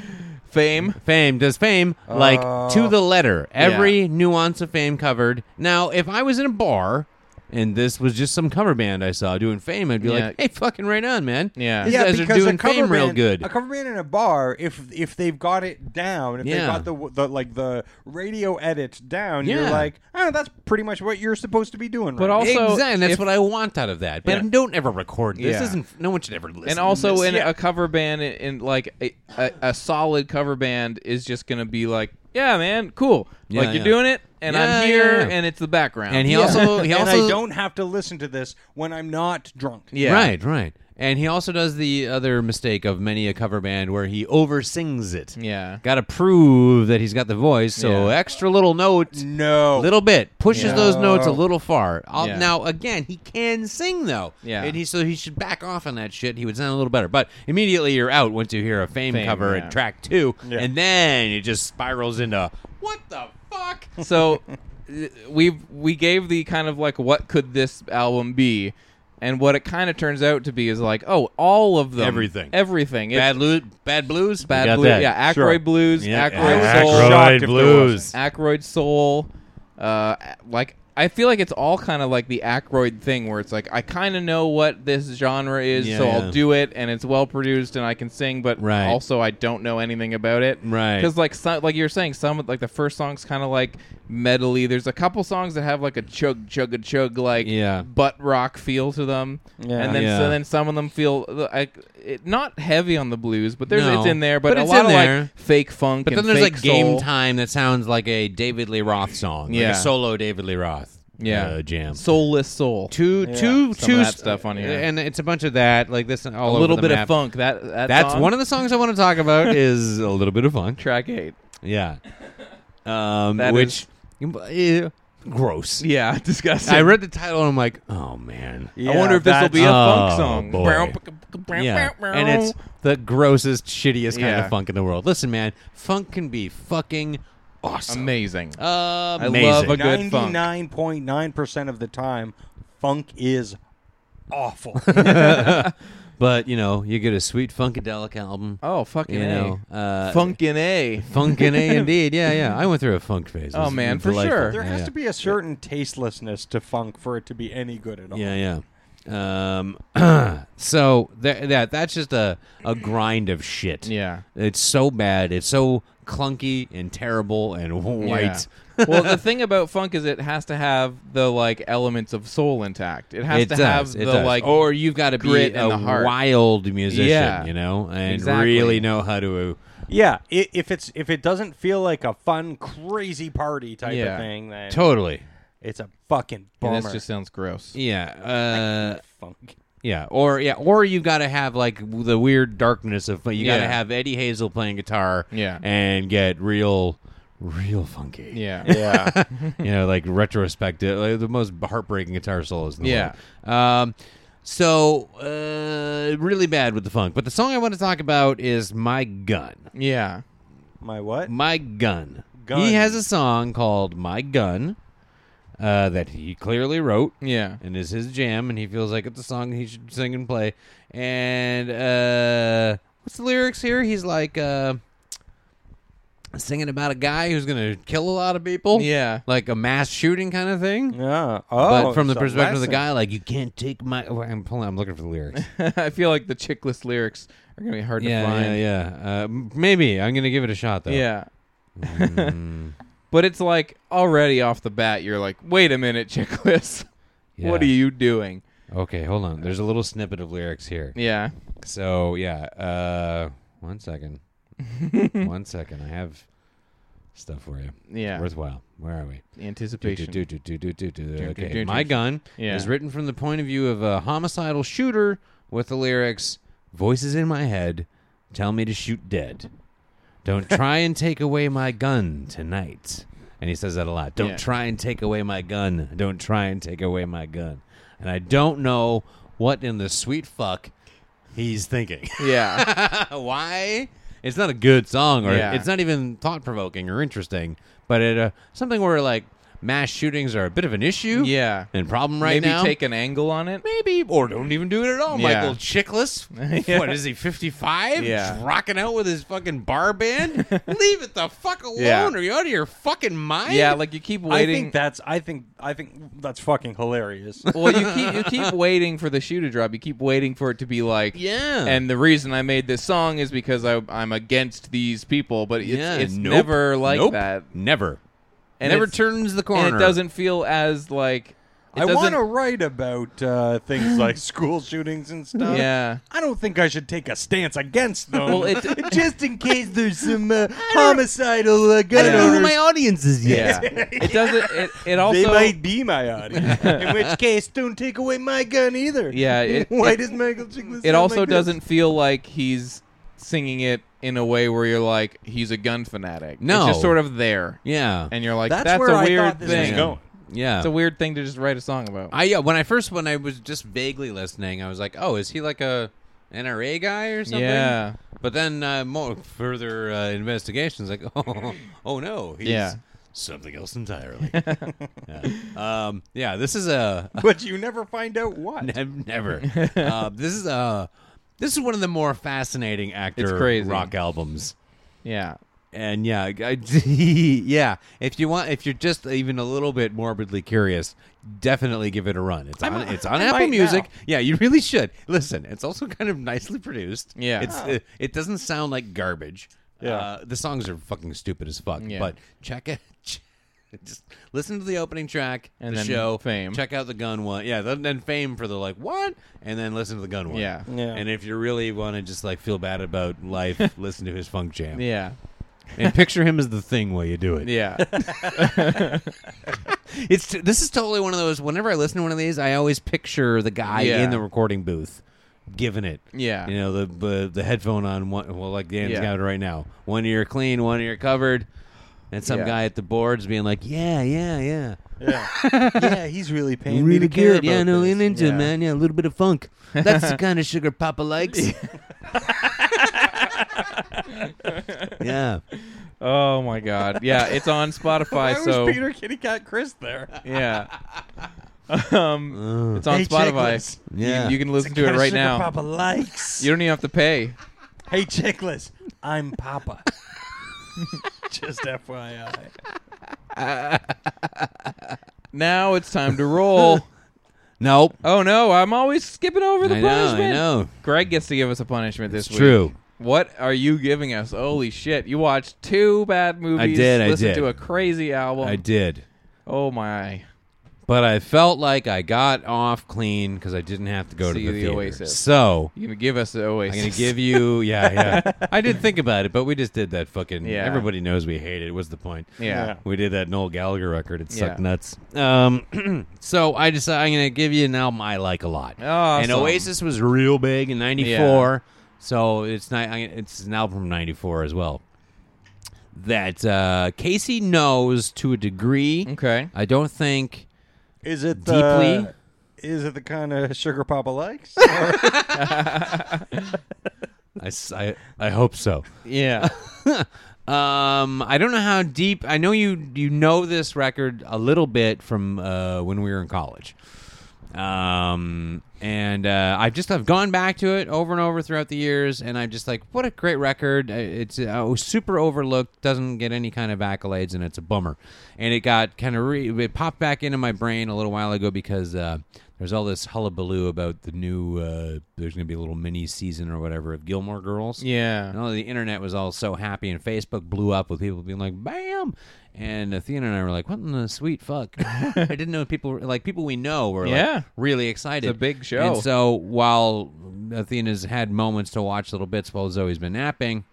S1: Fame.
S3: Fame does fame like to the letter. Every
S1: Oh. Yeah.
S3: nuance of fame covered. Now, if I was in a bar and this was just some cover band I saw doing fame, I'd be like,
S1: Yeah.
S3: "Hey, fucking right on, man!
S1: Yeah.
S3: these
S1: Yeah,
S3: guys are doing fame real
S2: band-
S3: good."
S2: A cover band in a bar, if if they've got it down, if
S3: Yeah.
S2: they've got the, the like the radio edit down,
S3: Yeah.
S2: you're like, oh, that's pretty much what you're supposed to be doing.
S1: But
S2: right
S1: also,
S3: exactly, and that's
S1: if-
S3: what I want out of that. But
S1: Yeah.
S3: don't ever record this.
S1: Yeah.
S3: Isn't no one should ever listen.
S1: and
S3: to
S1: also
S3: this.
S1: in a cover band in, in like a, a, a solid cover band is just gonna be like yeah man cool
S3: Yeah,
S1: like you're
S3: yeah.
S1: doing it and
S3: Yeah,
S1: i'm
S3: yeah,
S1: here
S3: yeah.
S1: and it's the background
S3: and he
S1: Yeah.
S3: also he
S2: now.
S3: also
S2: and I don't have to listen to this when I'm not drunk.
S1: yeah
S3: Right, right. And he also does the other mistake of many a cover band where he oversins it.
S1: Yeah.
S3: Got to prove that he's got the voice, so
S1: Yeah.
S3: extra little note.
S2: No.
S3: Little bit. Pushes
S1: Yeah.
S3: those notes a little far. I'll,
S1: Oh. Yeah.
S3: Now, again, he can sing, though.
S1: Yeah.
S3: And he, so he should back off on that shit. He would sound a little better. But immediately you're out once you hear a Fame,
S1: Fame,
S3: cover
S1: yeah.
S3: at track two. And then it just spirals into, what the fuck?
S1: so we we gave the kind of like what could this album be and what it kind of turns out to be is like oh all of them
S3: Everything.
S1: everything It's
S3: bad, lo- bad Blues? We
S1: bad
S3: got
S1: blue
S3: that.
S1: yeah ackroyd
S2: Sure.
S1: blues
S3: Yeah.
S1: ackroyd
S2: I was
S1: soul
S2: shocked if there
S3: Blues.
S1: Ackroyd Soul. Uh, like I feel like it's all kind of like the Ackroyd thing, where it's like I kind of know what this genre is,
S3: Yeah,
S1: so
S3: yeah.
S1: I'll do it, and it's well produced, and I can sing, but
S3: Right.
S1: also I don't know anything about it,
S3: Right.
S1: Because like some, like you're saying, some like the first song's kind of like medley. There's a couple songs that have like a chug chug a chug like
S3: Yeah.
S1: butt rock feel to them,
S2: Yeah.
S1: and then
S3: Yeah.
S1: so then some of them feel like it, not heavy on the blues, but there's
S3: No.
S1: it's in there, but,
S3: But
S1: a
S3: it's
S1: lot
S3: in
S1: of
S3: there.
S1: like fake funk.
S3: But then
S1: and
S3: there's
S1: fake
S3: like game
S1: soul.
S3: time that sounds like a David Lee Roth song, like
S1: Yeah.
S3: a solo David Lee Roth,
S1: yeah
S3: uh, jam.
S1: soulless soul
S3: two, two,
S1: some
S3: two
S1: of that
S3: s-
S1: stuff on here.
S3: and it's a bunch of that, like this, and all
S1: a
S3: over
S1: little
S3: the
S1: bit
S3: map.
S1: of funk that, that
S3: That's
S1: song,
S3: one of the songs I want to talk about. is a little bit of funk,
S1: track eight
S3: yeah, um,
S1: That
S3: which eh, gross.
S1: yeah disgusting
S3: I read the title and I'm like, oh man,
S1: I wonder if this will be a
S3: Oh,
S1: funk song
S3: boy. yeah, and it's the grossest, shittiest kind
S1: Yeah.
S3: of funk in the world. Listen, man, funk can be fucking awesome.
S1: amazing I
S3: Amazing.
S1: love a good funk
S2: Ninety-nine point nine percent of the time, funk is awful.
S3: But you know, you get a sweet funkadelic album.
S1: oh fucking
S3: you
S1: a
S3: know, uh,
S1: funkin a
S3: funkin' a indeed. Yeah, yeah. I went through a funk phase. It
S1: Oh,
S3: was
S1: man, for
S3: delightful.
S1: sure.
S2: there
S3: yeah,
S2: has
S3: yeah.
S2: to be a certain tastelessness to funk for it to be any good at all.
S3: Yeah, yeah. Um, so tha- that that's just a a grind of shit.
S1: Yeah.
S3: it's so bad. It's so clunky and terrible and white.
S1: Yeah. well, the thing about funk is it has to have the like elements of soul intact. It has
S3: it
S1: to
S3: does.
S1: have
S3: it
S1: the
S3: does.
S1: like
S3: or you've got to be
S1: grit and the
S3: a
S1: heart.
S3: wild musician,
S1: Yeah.
S3: you know, and
S1: Exactly.
S3: really know how to. uh,
S5: Yeah, i- if it's if it doesn't feel like a fun, crazy party type
S1: Yeah.
S5: of thing, then
S3: Totally.
S5: it's a fucking
S1: and
S5: bummer.
S1: this just sounds gross.
S3: Yeah. Uh,
S5: Funk.
S3: Yeah, or yeah, or you've got to have like w- the weird darkness of, but you got to
S1: Yeah.
S3: have Eddie Hazel playing guitar,
S1: Yeah.
S3: and get real, real funky,
S1: Yeah.
S5: Yeah,
S3: you know, like retrospective, like the most heartbreaking guitar solos, in the
S1: Yeah.
S3: world. Um, so uh, really bad with the funk, but the song I want to talk about is "My Gun."
S1: Yeah.
S5: my what?
S3: My Gun.
S5: Gun.
S3: He has a song called "My Gun" uh, that he clearly wrote
S1: Yeah.
S3: and is his jam, and he feels like it's a song he should sing and play. And uh, what's the lyrics here? He's like uh, singing about a guy who's gonna kill a lot of people,
S1: Yeah.
S3: like a mass shooting kind of thing.
S5: Yeah. Oh,
S3: but from the
S5: it's a
S3: perspective of the
S5: lesson.
S3: guy, like you can't take my. well, I'm pulling. I'm looking for the lyrics.
S1: I feel like the chickless lyrics are gonna be hard to find.
S3: yeah, yeah, yeah. Uh, m- maybe I'm gonna give it a shot though. Mm-hmm.
S1: Yeah. but it's like already off the bat, you're like, wait a minute, Chickless. What are
S3: Yeah.
S1: you doing?
S3: Okay, hold on. There's a little snippet of lyrics here.
S1: Yeah.
S3: So yeah, uh, one second, one second. I have stuff for you.
S1: Yeah.
S3: worthwhile. Where are we? Do, do,
S1: Anticipation.
S3: do, do, do, do, do, do.
S1: do,
S3: Okay,
S1: do,
S3: my
S1: do.
S3: gun
S1: Yeah.
S3: is written from the point of view of a homicidal shooter with the lyrics "Voices in my head, tell me to shoot dead. Don't try and take away my gun tonight." And he says that a lot. Don't
S1: Yeah.
S3: try and take away my gun. Don't try and take away my gun. And I don't know what in the sweet fuck he's thinking.
S1: Yeah.
S3: Why? It's not a good song, or
S1: Yeah.
S3: it's not even thought provoking or interesting. But it uh, something where like mass shootings are a bit of an issue,
S1: Yeah.
S3: and problem right
S1: Maybe
S3: now.
S1: take an angle on it.
S3: maybe or don't even do it at all.
S1: Yeah.
S3: Michael Chickless, what is he? Fifty five?
S1: Yeah.
S3: just rocking out with his fucking bar band. Leave it the fuck alone.
S1: Yeah.
S3: Are you out of your fucking mind?
S1: Yeah, like you keep
S5: I
S1: waiting.
S5: think that's. I think. I think that's fucking hilarious.
S1: well, you keep you keep waiting for the shoe to drop. You keep waiting for it to be like,
S3: Yeah.
S1: And the reason I made this song is because I, I'm against these people, but it's,
S3: yeah,
S1: it's
S3: nope,
S1: never like
S3: nope,
S1: that.
S3: Never.
S1: And
S3: never
S1: it's-
S3: turns the corner.
S1: And it doesn't feel as like. It
S5: I
S1: doesn't-
S5: want to write about uh, things like school shootings and stuff.
S1: Yeah.
S5: I don't think I should take a stance against them.
S1: Well, it-
S5: just in case there's some uh, homicidal uh, gun owners.
S3: audience is
S1: Yeah. it doesn't. It, it also.
S5: they might be my audience. in which case, don't take away my gun either.
S1: Yeah, it-
S5: Why
S1: it-
S5: does Michael Chiklis?
S1: it
S5: sound
S1: also
S5: like this?
S1: doesn't feel like he's singing it in a way where you're like he's a gun fanatic.
S3: No.
S1: it's just sort of there,
S3: Yeah.
S1: and you're like,
S5: That's
S1: that's,
S5: where I
S1: a
S5: thought
S1: weird
S5: this was
S1: thing.
S5: going.
S3: yeah.
S1: It's a weird thing to just write a song about.
S3: I yeah, when I first when I was just vaguely listening, I was like, "Oh, is he like a NRA guy or something?"
S1: Yeah.
S3: But then uh, more further uh, investigations, like, "Oh, oh no, he's
S1: Yeah.
S3: something else entirely." yeah. Um, yeah, this is a
S5: But you never find out what.
S3: I've never. Uh, this is a this is one of the more fascinating actor
S1: crazy.
S3: rock albums.
S1: yeah,
S3: And yeah, I, yeah. If you want, if you're just even a little bit morbidly curious, definitely give it a run. It's on, it's on Apple
S5: might
S3: Music.
S5: now.
S3: Yeah, you really should listen. It's also kind of nicely produced.
S1: Yeah. Oh.
S3: it's uh, it doesn't sound like garbage.
S5: Yeah.
S3: uh, the songs are fucking stupid as fuck.
S1: Yeah.
S3: But check it. Just listen to the opening track
S1: And
S3: the
S1: then
S3: show.
S1: Fame.
S3: Check out the gun one. Yeah, then, then fame for the like what, and then listen to the gun one.
S1: Yeah.
S5: Yeah.
S3: And if you really want to just like feel bad about life, listen to his funk jam
S1: yeah,
S3: and picture him as the thing while you do it.
S1: yeah,
S3: It's this is totally one of those. Whenever I listen to one of these, I always picture the guy
S1: Yeah.
S3: in the recording booth giving it.
S1: Yeah.
S3: you know the the, the headphone on one. Well, like Dan's
S1: Yeah.
S3: got it right now. One ear clean, one ear covered, and some
S1: Yeah.
S3: guy at the boards being like, "Yeah, yeah, yeah,
S5: Yeah, yeah, he's really paying me
S3: really
S5: to care
S3: good. Yeah,
S5: about
S3: no,
S5: this.
S3: lean into it,
S1: Yeah.
S3: man. Yeah, a little bit of funk. That's the kind of sugar Papa likes." yeah.
S1: Oh my god, yeah. It's on Spotify,
S5: Why
S1: so
S5: was Peter Kitty Cat Chris there?
S1: yeah. um, it's on
S5: Hey,
S1: Spotify.
S5: Chickless.
S1: You-
S3: Yeah.
S1: you, can listen to it
S5: Kinda
S1: right
S5: sugar
S1: now.
S5: Papa likes.
S1: You don't even have to pay.
S5: hey, Chickless, I'm Papa. Just FYI.
S1: Now it's time to roll.
S3: Nope.
S1: Oh no, I'm always skipping over the
S3: I know, I
S1: punishment.
S3: know.
S1: Greg gets to give us a punishment this
S3: It's
S1: week.
S3: true.
S1: What are you giving us? Holy shit! You watched two bad movies.
S3: did, I
S1: Listened
S3: did.
S1: to a crazy album.
S3: I did.
S1: Oh my!
S3: But I felt like I got off clean because I didn't have to go
S1: See the
S3: to the, theater.
S1: Oasis.
S3: So
S1: You gonna give us the Oasis?
S3: I'm gonna give you, yeah, yeah. I did think about it, but we just did that fucking.
S1: Yeah.
S3: Everybody knows we hate it. What's the point?
S1: Yeah. Yeah.
S3: we did that Noel Gallagher record. It sucked
S1: Yeah.
S3: nuts. Um, so I decided I'm gonna give you an album I like a lot.
S1: Oh, Awesome.
S3: And Oasis was real big in '94, so it's not. I- It's an album from '94 as well. That uh, Casey knows to a degree.
S1: Okay.
S3: I don't think.
S2: Is it
S3: Deeply?
S2: The, is it the kind of sugar papa likes?
S3: I, s- I- I hope so.
S1: Yeah.
S3: Um, I don't know how deep. I know you you know this record a little bit from uh, when we were in college. Um, and uh, I've just I've gone back to it over and over throughout the years, and I'm just like, what a great record! Uh, It's uh, super overlooked, doesn't get any kind of accolades, and it's a bummer. And it got kind of re- it popped back into my brain a little while ago because uh, there's all this hullabaloo about the new uh, there's going to be a little mini season or whatever of Gilmore Girls.
S1: Yeah.
S3: And all the internet was all so happy, and Facebook blew up with people being like, "Bam!" And Athena and I were like, "What in the sweet fuck?" I didn't know people were, like people we know were
S1: Yeah.
S3: like really excited.
S1: It's a big show.
S3: And so while Athena's had moments to watch little bits while Zoe's been napping,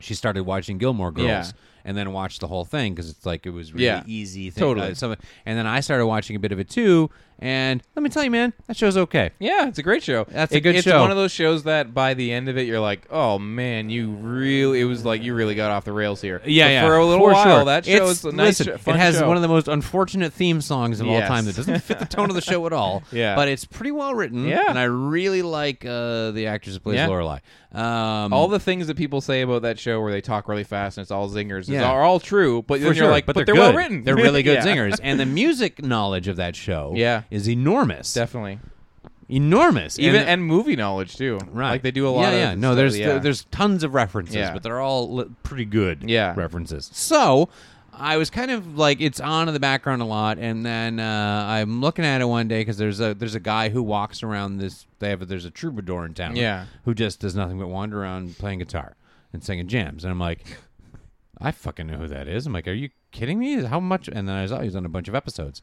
S3: she started watching Gilmore Girls.
S1: Yeah.
S3: And then watched the whole thing because it's like it was really
S1: Yeah.
S3: easy. Thing.
S1: Totally.
S3: uh, some- and then I started watching a bit of it too. And let me tell you, man, that show's okay.
S1: Yeah, it's a great show.
S3: That's a
S1: It-
S3: good
S1: it's
S3: show.
S1: one of those shows that by the end of it, you're like, oh man, you really. It was like you really got off the rails here.
S3: Yeah,
S1: But
S3: yeah.
S1: For a little while,
S3: sure.
S1: that show
S3: It's-
S1: is a nice,
S3: listen,
S1: sh- fun
S3: It has
S1: show.
S3: one of the most unfortunate theme songs of all
S1: Yes.
S3: time that doesn't fit the tone of the show at all.
S1: Yeah.
S3: but it's pretty well written.
S1: Yeah.
S3: and I really like uh, the actress who plays
S1: Yeah.
S3: Lorelai. Um,
S1: all the things that people say about that show where they talk really fast and it's all zingers is,
S3: Yeah.
S1: are all true. But
S3: for
S1: then
S3: sure,
S1: you're like,
S3: but,
S1: but, they're,
S3: good.
S1: well written.
S3: They're really good
S1: Yeah.
S3: singers, and the music knowledge of that show,
S1: Yeah.
S3: is enormous,
S1: Definitely.
S3: enormous.
S1: Even
S3: the-
S1: and, movie knowledge too.
S3: Right.
S1: Like they do a lot
S3: yeah,
S1: of
S3: Yeah, no,
S1: stuff,
S3: there's
S1: yeah.
S3: there- there's tons of references,
S1: Yeah.
S3: but they're all li- pretty good
S1: Yeah.
S3: references. So, I was kind of like it's on in the background a lot and then uh, I'm looking at it one day cuz there's a there's a guy who walks around this they have there's a troubadour in town
S1: Yeah.
S3: who just does nothing but wander around playing guitar and singing jams and I'm like I fucking know who that is. I'm like, are you kidding me? How much? And then I saw he was on a bunch of episodes.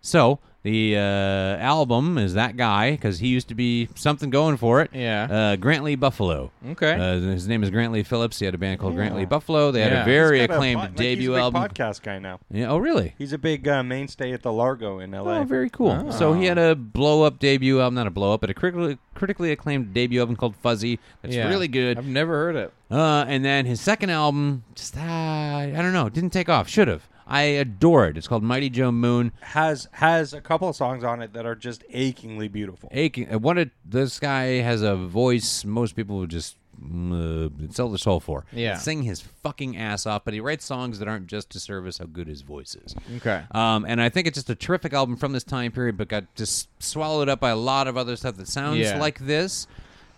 S3: So the uh, album is that guy because he used to be something going for it.
S1: Yeah.
S3: Uh, Grantley Buffalo.
S1: Okay.
S3: Uh, his name is Grantley Phillips. He had a band called Grantley Buffalo. They had
S1: Yeah.
S3: a very
S2: He's got a
S3: acclaimed
S2: po- like, he's
S3: debut
S2: a big
S3: album.
S2: Podcast guy now.
S3: Yeah, oh, really?
S2: He's a big uh, mainstay at the Largo in L.A.
S3: Oh, very cool. So he
S1: Oh.
S3: had a blow up debut album, not a blow up, but a critically, critically acclaimed debut album called Fuzzy. That's
S1: Yeah.
S3: really good.
S1: I've never heard it.
S3: Uh, and then his second album, just uh, I don't know, didn't take off. Should have. I adore it. It's called Mighty Joe Moon.
S2: has has a couple of songs on it that are just achingly beautiful.
S3: Aching. uh, What a, this guy has a voice. Most people would just uh, sell their soul for.
S1: Yeah.
S3: sing his fucking ass off. But he writes songs that aren't just to service how good his voice is.
S1: Okay.
S3: Um, and I think it's just a terrific album from this time period, but got just swallowed up by a lot of other stuff that sounds
S1: Yeah.
S3: like this.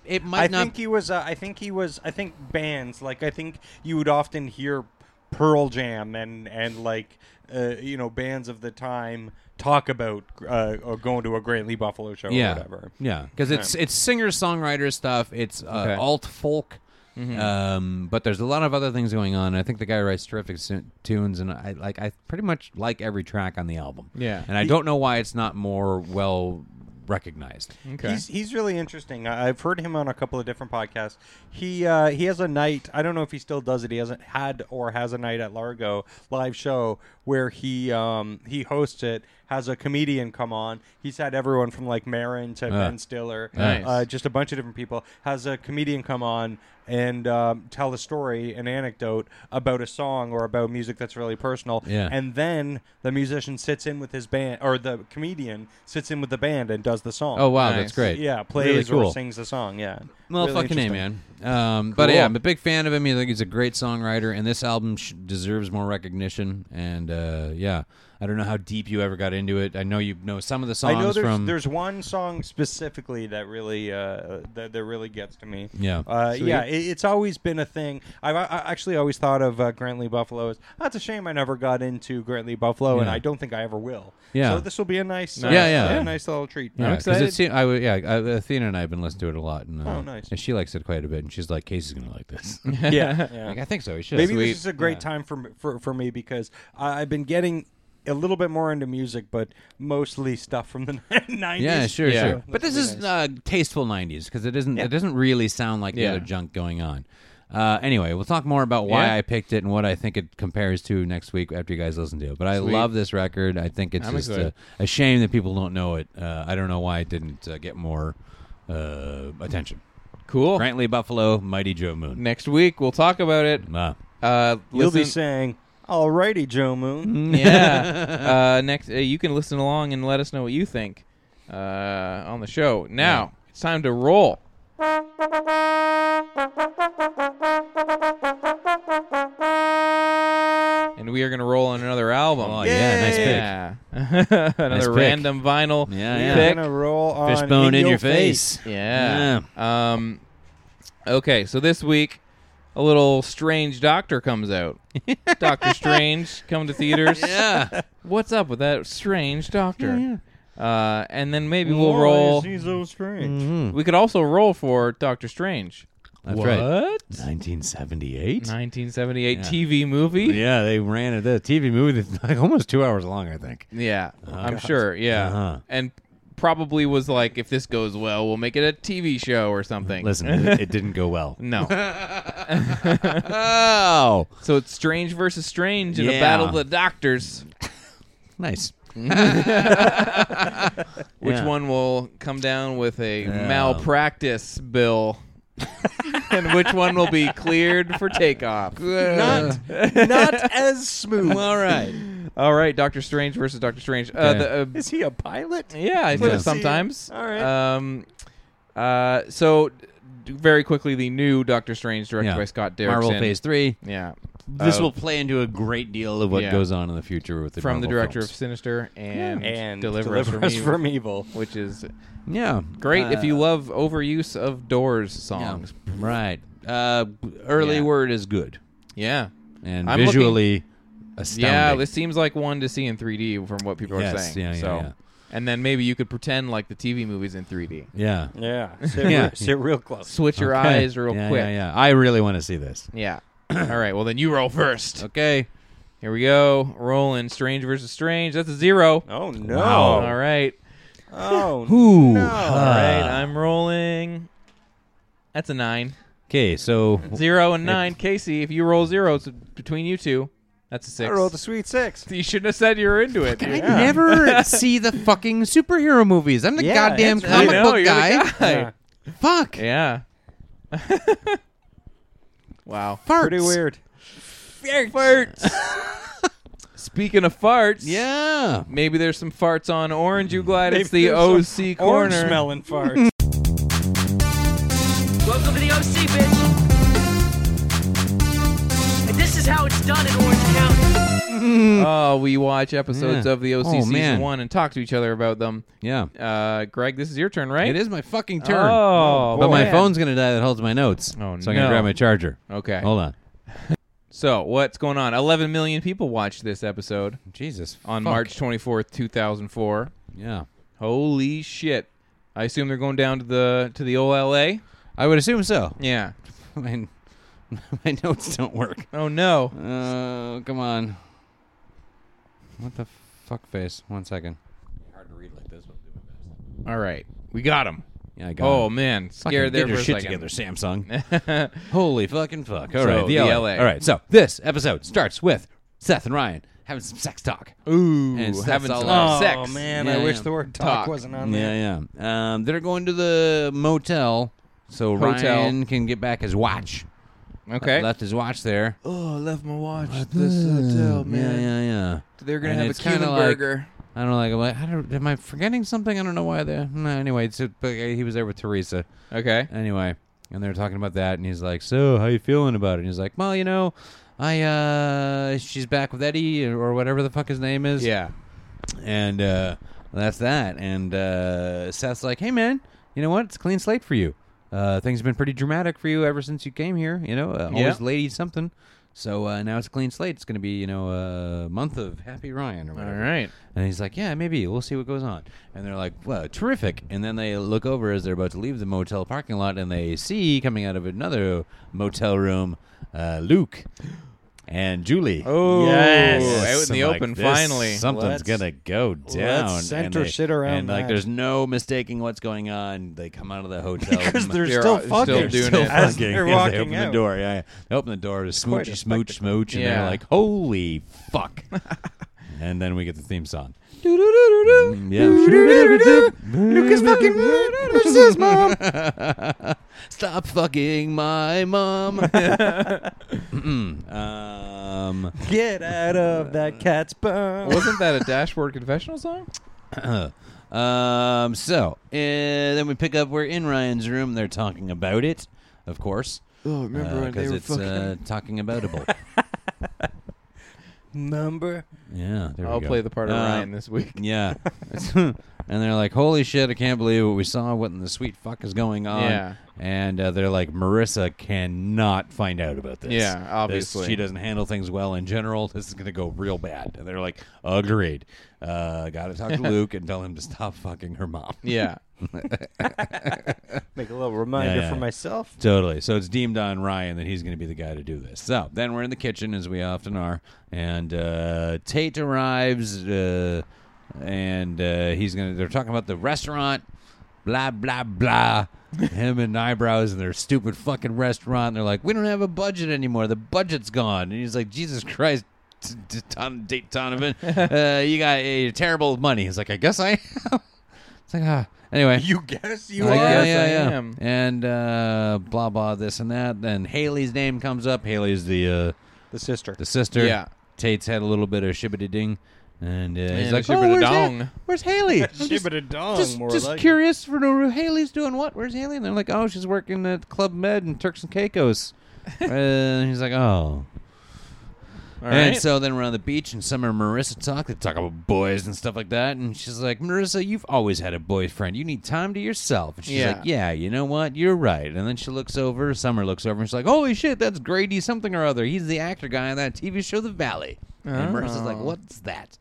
S3: It might
S2: I
S3: not.
S2: think he was. Uh, I think he was. I think bands like I think you would often hear Pearl Jam and and like uh, you know bands of the time talk about uh, or going to a Grantley Buffalo show
S3: yeah.
S2: or whatever.
S3: Yeah, because it's it's singer songwriter stuff. It's uh,
S1: Okay.
S3: alt folk.
S2: Mm-hmm.
S3: Um, but there's a lot of other things going on. I think the guy writes terrific su- tunes, and I like I pretty much like every track on the album.
S1: Yeah.
S3: and I don't know why it's not more well recognized.
S1: Okay.
S2: He's he's really interesting. I- I've heard him on a couple of different podcasts. He uh, he has a night. I don't know if he still does it. He hasn't had or has a night at Largo live show where he um, he hosts it. Has a comedian come on. He's had everyone from like Marin to Ben Stiller,
S1: Nice.
S2: uh, just a bunch of different people. Has a comedian come on and um, tell a story, an anecdote about a song or about music that's really personal.
S3: Yeah.
S2: And then the musician sits in with his band, or the comedian sits in with the band and does the song.
S3: Oh wow,
S1: Nice.
S3: that's great.
S2: Yeah, plays
S3: really cool.
S2: or sings the song. Yeah.
S3: Well,
S2: Really
S3: fucking a man.
S2: interesting.
S3: Um, But yeah, I'm a big fan of him. I think he's a great songwriter, and this album sh- deserves more recognition. And uh, yeah, I don't know how deep you ever got into it. I know you know some of the
S2: I
S3: songs
S2: know there's
S3: from.
S2: there's one song specifically that really uh, that that really gets to me.
S3: Yeah.
S2: uh, yeah. It, it's always been a thing. I've I I actually always thought of uh, Grantley Buffalo as that's a shame I never got into Grantley Buffalo, and
S3: Yeah.
S2: I don't think I ever will.
S3: Yeah.
S2: so this will be a nice, uh,
S3: Yeah, yeah.
S2: a nice little treat.
S3: yeah, 'cause It seemed, I, would- yeah, I, Athena and I have been listening to it a lot, and uh,
S2: Oh, nice.
S3: And she likes it quite a bit, and she's like, "Casey's gonna like this."
S2: yeah,
S3: Like, I think so. He should.
S2: Maybe this is a great time for, for for me because I, I've been getting a little bit more into music, but mostly stuff from the nineties.
S3: Yeah, sure,
S1: Yeah.
S3: sure. But this is uh, tasteful '90s because it doesn't. It doesn't really sound like the
S1: Yeah.
S3: other junk going on. Uh, anyway, we'll talk more about why
S1: Yeah.
S3: I picked it and what I think it compares to next week after you guys listen to it. But I love this record. I think it's
S1: I'm
S3: just a,
S1: excited.
S3: a shame that people don't know it. Uh, I don't know why it didn't uh, get more uh, attention.
S1: Cool.
S3: Grantley Buffalo, Mighty Joe Moon.
S1: Next week we'll talk about it.
S3: Uh,
S1: Uh,
S2: You'll be
S1: listen- Mm,
S2: saying, "Alrighty, Joe Moon."
S1: yeah. Uh, next, uh, you can listen along and let us know what you think uh, on the show. Now it's time to roll. And we are going to roll on another album.
S3: oh yeah, nice pick.
S1: Yeah. another
S3: Nice pick.
S1: random vinyl.
S3: Yeah,
S1: pick.
S3: yeah.
S2: We're gonna roll on
S3: Fishbone in, your face.
S1: Yeah. Um, okay, so this week, a little strange doctor comes out. Doctor Strange come to theaters.
S3: Yeah.
S1: What's up with that strange doctor? Uh, and then maybe we'll
S2: Why
S1: roll.
S2: is he so strange?
S1: We could also roll for Doctor Strange,
S3: That's right. 1978.
S1: 1978 TV movie.
S3: Yeah, they ran it. The TV movie that's like almost two hours long, I think.
S1: Yeah, I'm sure. Yeah,
S3: Oh, Uh-huh.
S1: and probably was like, if this goes well, we'll make it a TV show or something.
S3: Listen, it, it didn't go well.
S1: no.
S3: Oh,
S1: So it's Strange versus Strange in
S3: Yeah.
S1: a battle of the doctors.
S3: nice.
S1: Which
S3: Yeah.
S1: one will come down with a malpractice bill? and which one will be cleared for takeoff?
S2: Uh,
S3: Not
S2: Not
S1: Mm.
S2: as smooth.
S3: all right.
S1: All right, Doctor Strange versus Doctor Strange. Uh,
S3: Okay.
S1: the, uh,
S2: Is he a pilot?
S1: yeah, I
S3: Let's
S1: said
S3: see.
S1: sometimes.
S2: All right.
S1: Um, uh, so, d- very quickly, the new Doctor Strange, directed
S3: Yeah.
S1: by Scott Derrickson.
S3: Marvel Phase Three.
S1: Yeah.
S3: This
S1: Uh,
S3: will play into a great deal of what
S1: yeah.
S3: goes on in the future with the
S1: from the
S3: Marvel
S1: director of
S3: films.
S1: Sinister and,
S2: And
S1: Deliver, Us From Evil,
S2: from E- evil.
S1: which is
S3: Yeah,
S1: Great
S3: Uh,
S1: if you love overuse of Doors songs.
S3: yeah. Right. Uh, early
S1: Yeah.
S3: word is good
S1: Yeah.
S3: and
S1: I'm
S3: visually astounding.
S1: Yeah, this seems like one to see in 3D from what people are
S3: Yes,
S1: saying.
S3: yeah, yeah,
S1: so,
S3: yeah.
S1: and then maybe you could pretend like the TV movies in 3D.
S3: yeah.
S2: Yeah. Sit,
S3: Yeah.
S2: re- sit real close.
S1: Switch your
S3: Okay.
S1: eyes real
S3: Yeah,
S1: quick.
S3: Yeah, yeah. I really want to see this.
S1: Yeah. All right. Well, then you roll first.
S3: Okay.
S1: Here we go. Rolling Strange versus Strange. That's a zero.
S2: Oh no.
S1: All right.
S2: Oh
S3: Ooh.
S2: no.
S1: All
S3: Uh.
S1: right. I'm rolling. That's a nine.
S3: Okay, so
S1: Zero and nine. Casey, if you roll zero, it's between you two. That's a
S2: I
S1: six.
S2: rolled a sweet six.
S1: you shouldn't have said you were into it. dude.
S3: I never see the fucking superhero movies. I'm the
S2: Yeah,
S3: goddamn
S2: that's
S1: I
S2: right.
S3: comic
S1: know,
S3: book
S1: you're the
S3: guy.
S1: guy.
S3: Fuck.
S1: Yeah. wow.
S3: Farts.
S2: Pretty weird.
S1: Farts. Speaking of farts,
S3: Yeah.
S1: Maybe there's some farts on Orange You Glad. It's
S2: Maybe
S1: the
S2: there's some
S1: OC
S2: Orange
S1: corner.
S2: smelling farts.
S6: Welcome to the OC, bitch. And this is how it's done in Orange County.
S3: Mm.
S1: Oh, we watch episodes
S3: Yeah.
S1: of the OC
S3: Oh,
S1: season
S3: man.
S1: one and talk to each other about them.
S3: Yeah.
S1: Uh, Greg, this is your turn, right?
S3: It is my fucking turn.
S1: Oh,
S3: but my
S1: boy.
S3: phone's gonna die that holds my notes.
S1: Oh,
S3: so I'm gonna
S1: no.
S3: grab my charger.
S1: Okay.
S3: Hold on.
S1: So what's going on? 11 million people watched this episode
S3: Jesus.
S1: on
S3: fuck.
S1: March 24th, 2004.
S3: Yeah.
S1: Holy shit! I assume they're going down to the to the old LA.
S3: I would assume so.
S1: Yeah.
S3: I mean, my notes don't work.
S1: Oh no.
S3: Uh, come on. What the fuck face? One second. Hard to read like this. But I'll do my best.
S1: All right, we got him.
S3: Yeah, I got.
S1: Oh
S3: it.
S1: man,
S3: Fucking
S1: scared there
S3: get your
S1: for a
S3: shit
S1: second.
S3: together, Samsung. Holy fucking fuck! All
S1: So,
S3: right,
S1: the
S3: the LA.
S1: LA.
S3: All right, so this episode starts with Seth and Ryan having some sex talk.
S1: Ooh,
S3: And so
S1: having
S3: that's
S1: some
S3: all-
S1: sex.
S2: Oh man,
S3: Yeah,
S2: I wish
S3: yeah.
S2: the word talk,
S1: Talk.
S2: wasn't on there.
S3: Yeah, yeah. Um, they're going to the motel, so
S1: Hotel.
S3: Ryan can get back his watch.
S1: Okay.
S3: left his watch there.
S1: oh, I left my watch at this hotel,
S3: Yeah, yeah, yeah.
S1: They're gonna
S3: And
S1: have a
S3: it's kinda
S1: Cuban
S3: like-
S1: burger.
S3: I don't know, like, I'm like, I don't, am I forgetting something? I don't know why. There. No, anyway, so, but, uh, he was there with Teresa.
S1: Okay.
S3: Anyway, and they're talking about that, and he's like, "So, how you feeling about it?" And he's like, "Well, you know, I uh, she's back with Eddie or whatever the fuck his name is."
S1: Yeah.
S3: and uh, that's that. And uh, Seth's like, "Hey, man, you know what? It's a clean slate for you. Uh, things have been pretty dramatic for you ever since you came here. You know, uh, always
S1: Yeah.
S3: lady something. So uh, now it's a clean slate. It's going to be you know a month of happy Ryan or
S1: All
S3: whatever."
S1: right.
S3: And he's like, "Yeah, maybe we'll see what goes on." And they're like, "Wow, terrific!" And then they look over as they're about to leave the motel parking lot, and they see coming out of another motel room, uh, Luke and Julie.
S1: Oh,
S3: Yes.
S1: out in the
S3: I'm like,
S1: open
S3: "This-
S1: finally.
S3: Something's
S5: Let's-
S3: gonna go down. And
S5: center
S3: they-
S5: sit around
S3: And like,
S5: that.
S3: there's no mistaking what's going on. They come out of the hotel
S5: because
S3: m-
S5: they're
S1: They're
S5: still
S1: still
S5: fucking
S1: doing
S3: still
S1: it.
S5: as
S3: fucking-
S5: they're
S3: as
S5: walking
S3: they open
S5: out.
S3: the door. Yeah, yeah. they open the door. It's
S5: quite a
S3: smoochy, smooch, smooch, and
S1: Yeah.
S3: they're like, "Holy fuck!" and then we get the theme song. Mm, Yeah. Lucas fucking this is mom. Stop fucking my mom. Mm-mm. um,
S5: Get out of that cat's bum.
S1: Wasn't that a Dashboard Confessional song?
S3: um, so uh, then we pick up. We're in Ryan's room. They're talking about it, of course.
S1: Oh, remember
S3: uh,
S1: when they
S3: 'cause
S1: were
S3: it's, uh, talking aboutable.
S5: Number.
S3: yeah, there we
S1: I'll
S3: go.
S1: play the part of
S3: Um,
S1: Ryan this week.
S3: Yeah. and they're like, holy shit, I can't believe what we saw. What in the sweet fuck is going on?
S1: Yeah.
S3: And uh, they're like, Marissa cannot find out about this.
S1: Yeah,
S3: This-
S1: obviously.
S3: she doesn't handle things well in general. This is going to go real bad. And they're like, agreed. Uh, Got to talk to Luke and tell him to stop fucking her mom.
S1: Yeah.
S5: Make a little reminder
S3: Yeah, yeah.
S5: for myself.
S3: Totally. So it's deemed on Ryan that he's going to be the guy to do this. So then we're in the kitchen, as we often are, and uh, Tate arrives, uh, and uh, he's going to. They're talking about the restaurant, blah blah blah. Him and eyebrows and their stupid fucking restaurant. And they're like, we don't have a budget anymore. The budget's gone. And he's like, Jesus Christ. T- T- Ton- Date Donovan, uh, you got uh, terrible with money. He's like, I guess I am. It's like, ah. Anyway,
S2: You guess you
S3: I
S1: guess
S3: yeah,
S1: I
S3: yeah.
S1: am.
S3: And uh, blah blah this and that. Then Haley's name comes up. Haley's the uh,
S5: The sister.
S3: the sister.
S1: Yeah.
S3: Tate's had a little bit of shibbity ding, and uh, he's
S1: And
S3: like,
S1: a
S3: oh, where's,
S1: shibbity-dong."
S3: Ha- where's Haley? I'm just
S5: Shibbity dong,
S3: just,
S5: more
S3: just
S5: like it.
S3: curious for no Haley's doing what? Where's Haley? And they're like, oh, she's working at Club Med and Turks and Caicos. Uh, and he's like, oh.
S1: All
S3: and
S1: right.
S3: so then we're on the beach, and Summer and Marissa talk. They talk about boys and stuff like that. And she's like, Marissa, you've always had a boyfriend. You need time to yourself. And she's
S1: Yeah.
S3: like, Yeah, you know what? You're right. And then she looks over. Summer looks over, and she's like, Holy shit, that's Grady something or other. He's the actor guy on that TV show, The Valley. And Marissa's
S1: Oh.
S3: like, What's that?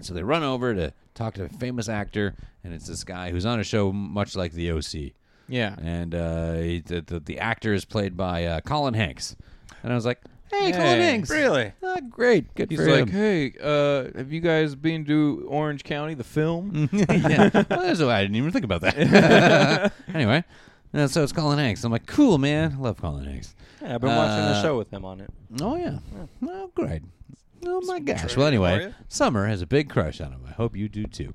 S3: So they run over to talk to a famous actor, and it's this guy who's on a show much like The OC
S1: yeah.
S3: and uh, he, the, the, the actor is played by uh, Colin Hanks. And I was like, hey,
S1: Hey,
S3: Colin Hanks.
S5: really?
S3: Ah, great. Good
S1: He's
S3: for
S1: like,
S3: him.
S1: hey, uh, have you guys been to Orange County, the film?
S3: yeah. Well, that's why I didn't even think about that. anyway, uh, so it's Colin Hanks. I'm like, cool, man. Love Colin Hanks.
S5: Yeah, I've been watching
S3: Uh,
S5: the show with him on it.
S3: Oh, yeah. Oh, great. Oh, my gosh. Well, anyway, Summer has a big crush on him. I hope you do too.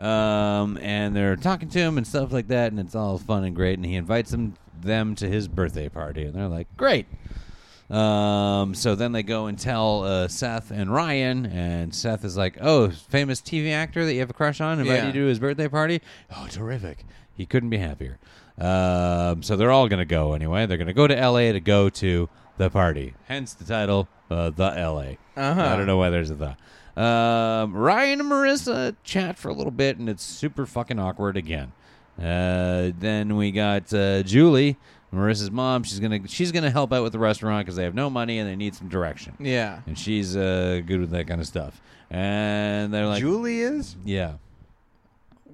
S3: Um, and they're talking to him and stuff like that, and it's all fun and great. And he invites them, them to his birthday party, and they're like, great. Um, so then they go and tell uh, Seth and Ryan, and Seth is like, "Oh, famous TV actor that you have a crush on invited
S1: Yeah.
S3: you to his birthday party. Oh, terrific! He couldn't be happier." Um, so they're all gonna go anyway. They're gonna go to LA to go to the party. Hence the title, uh, the LA.
S1: Uh-huh.
S3: I don't know why there's a the. Um, Ryan and Marissa chat for a little bit, and it's super fucking awkward again. Uh, then we got uh, Julie, Marissa's mom. She's gonna she's gonna help out with the restaurant because they have no money and they need some direction.
S1: yeah.
S3: And she's uh, good with that kind of stuff. And they're like,
S5: Julie is?
S3: yeah,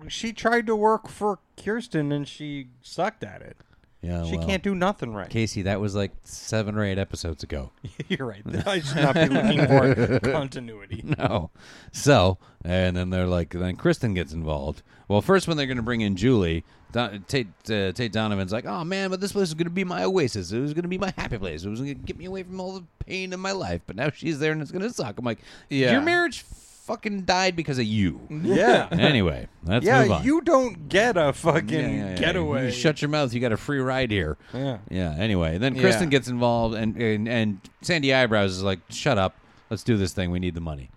S5: She tried to work for Kirsten and she sucked at it.
S3: yeah.
S5: she
S3: Oh, well,
S5: can't do nothing right.
S3: Casey, that was like seven or eight episodes ago.
S5: You're right. I should not be looking for continuity.
S3: no. So, and then they're like, then Kristen gets involved. Well, first when they're going to bring in Julie, Don, Tate, uh, Tate Donovan's like, oh man, but this place is going to be my oasis. It was going to be my happy place. It was going to get me away from all the pain in my life. But now she's there and it's going to suck. I'm like,
S1: Yeah.
S3: your marriage fucking died because of you.
S5: Yeah.
S3: anyway, let's move
S5: yeah,
S3: on.
S5: you don't get a fucking
S3: Yeah, yeah, yeah.
S5: getaway.
S3: You shut your mouth. You got a free ride here.
S5: Yeah.
S3: Yeah. Anyway, then Kristen
S1: Yeah.
S3: gets involved, and, and and Sandy Eyebrows is like, "Shut up. Let's do this thing. We need the money,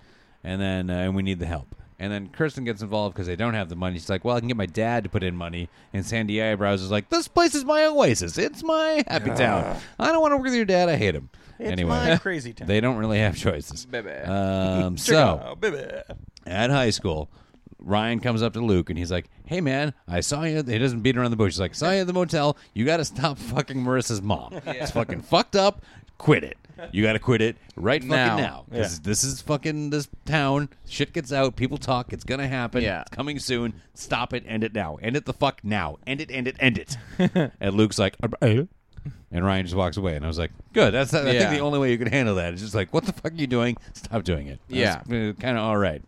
S3: and then uh, and we need the help." And then Kirsten gets involved because they don't have the money. She's like, "Well, I can get my dad to put in money." And Sandy Eyebrows is like, "This place is my oasis. It's my happy town. I don't want to work with your dad. I hate him." anyway,
S2: my crazy town.
S3: They don't really have choices.
S1: Baby.
S3: Um, so
S2: Oh, baby.
S3: at high school, Ryan comes up to Luke and he's like, "Hey man, I saw you." He doesn't beat around the bush. He's like, "Saw you at the motel. You got to stop fucking Marissa's mom. It's fucking fucked up. Quit it. You got to quit it right fucking
S1: Now.
S3: now. 'Cause This is fucking this town. Shit gets out. People talk. It's gonna happen.
S1: Yeah.
S3: It's coming soon. Stop it. End it now. End it the fuck now. End it. End it. End it." and Luke's like, "Uh, uh." and Ryan just walks away. And I was like, "Good. That's I
S1: Yeah.
S3: think the only way you can handle that is just like, what the fuck are you doing? Stop doing it."
S1: Yeah.
S3: kind of all right.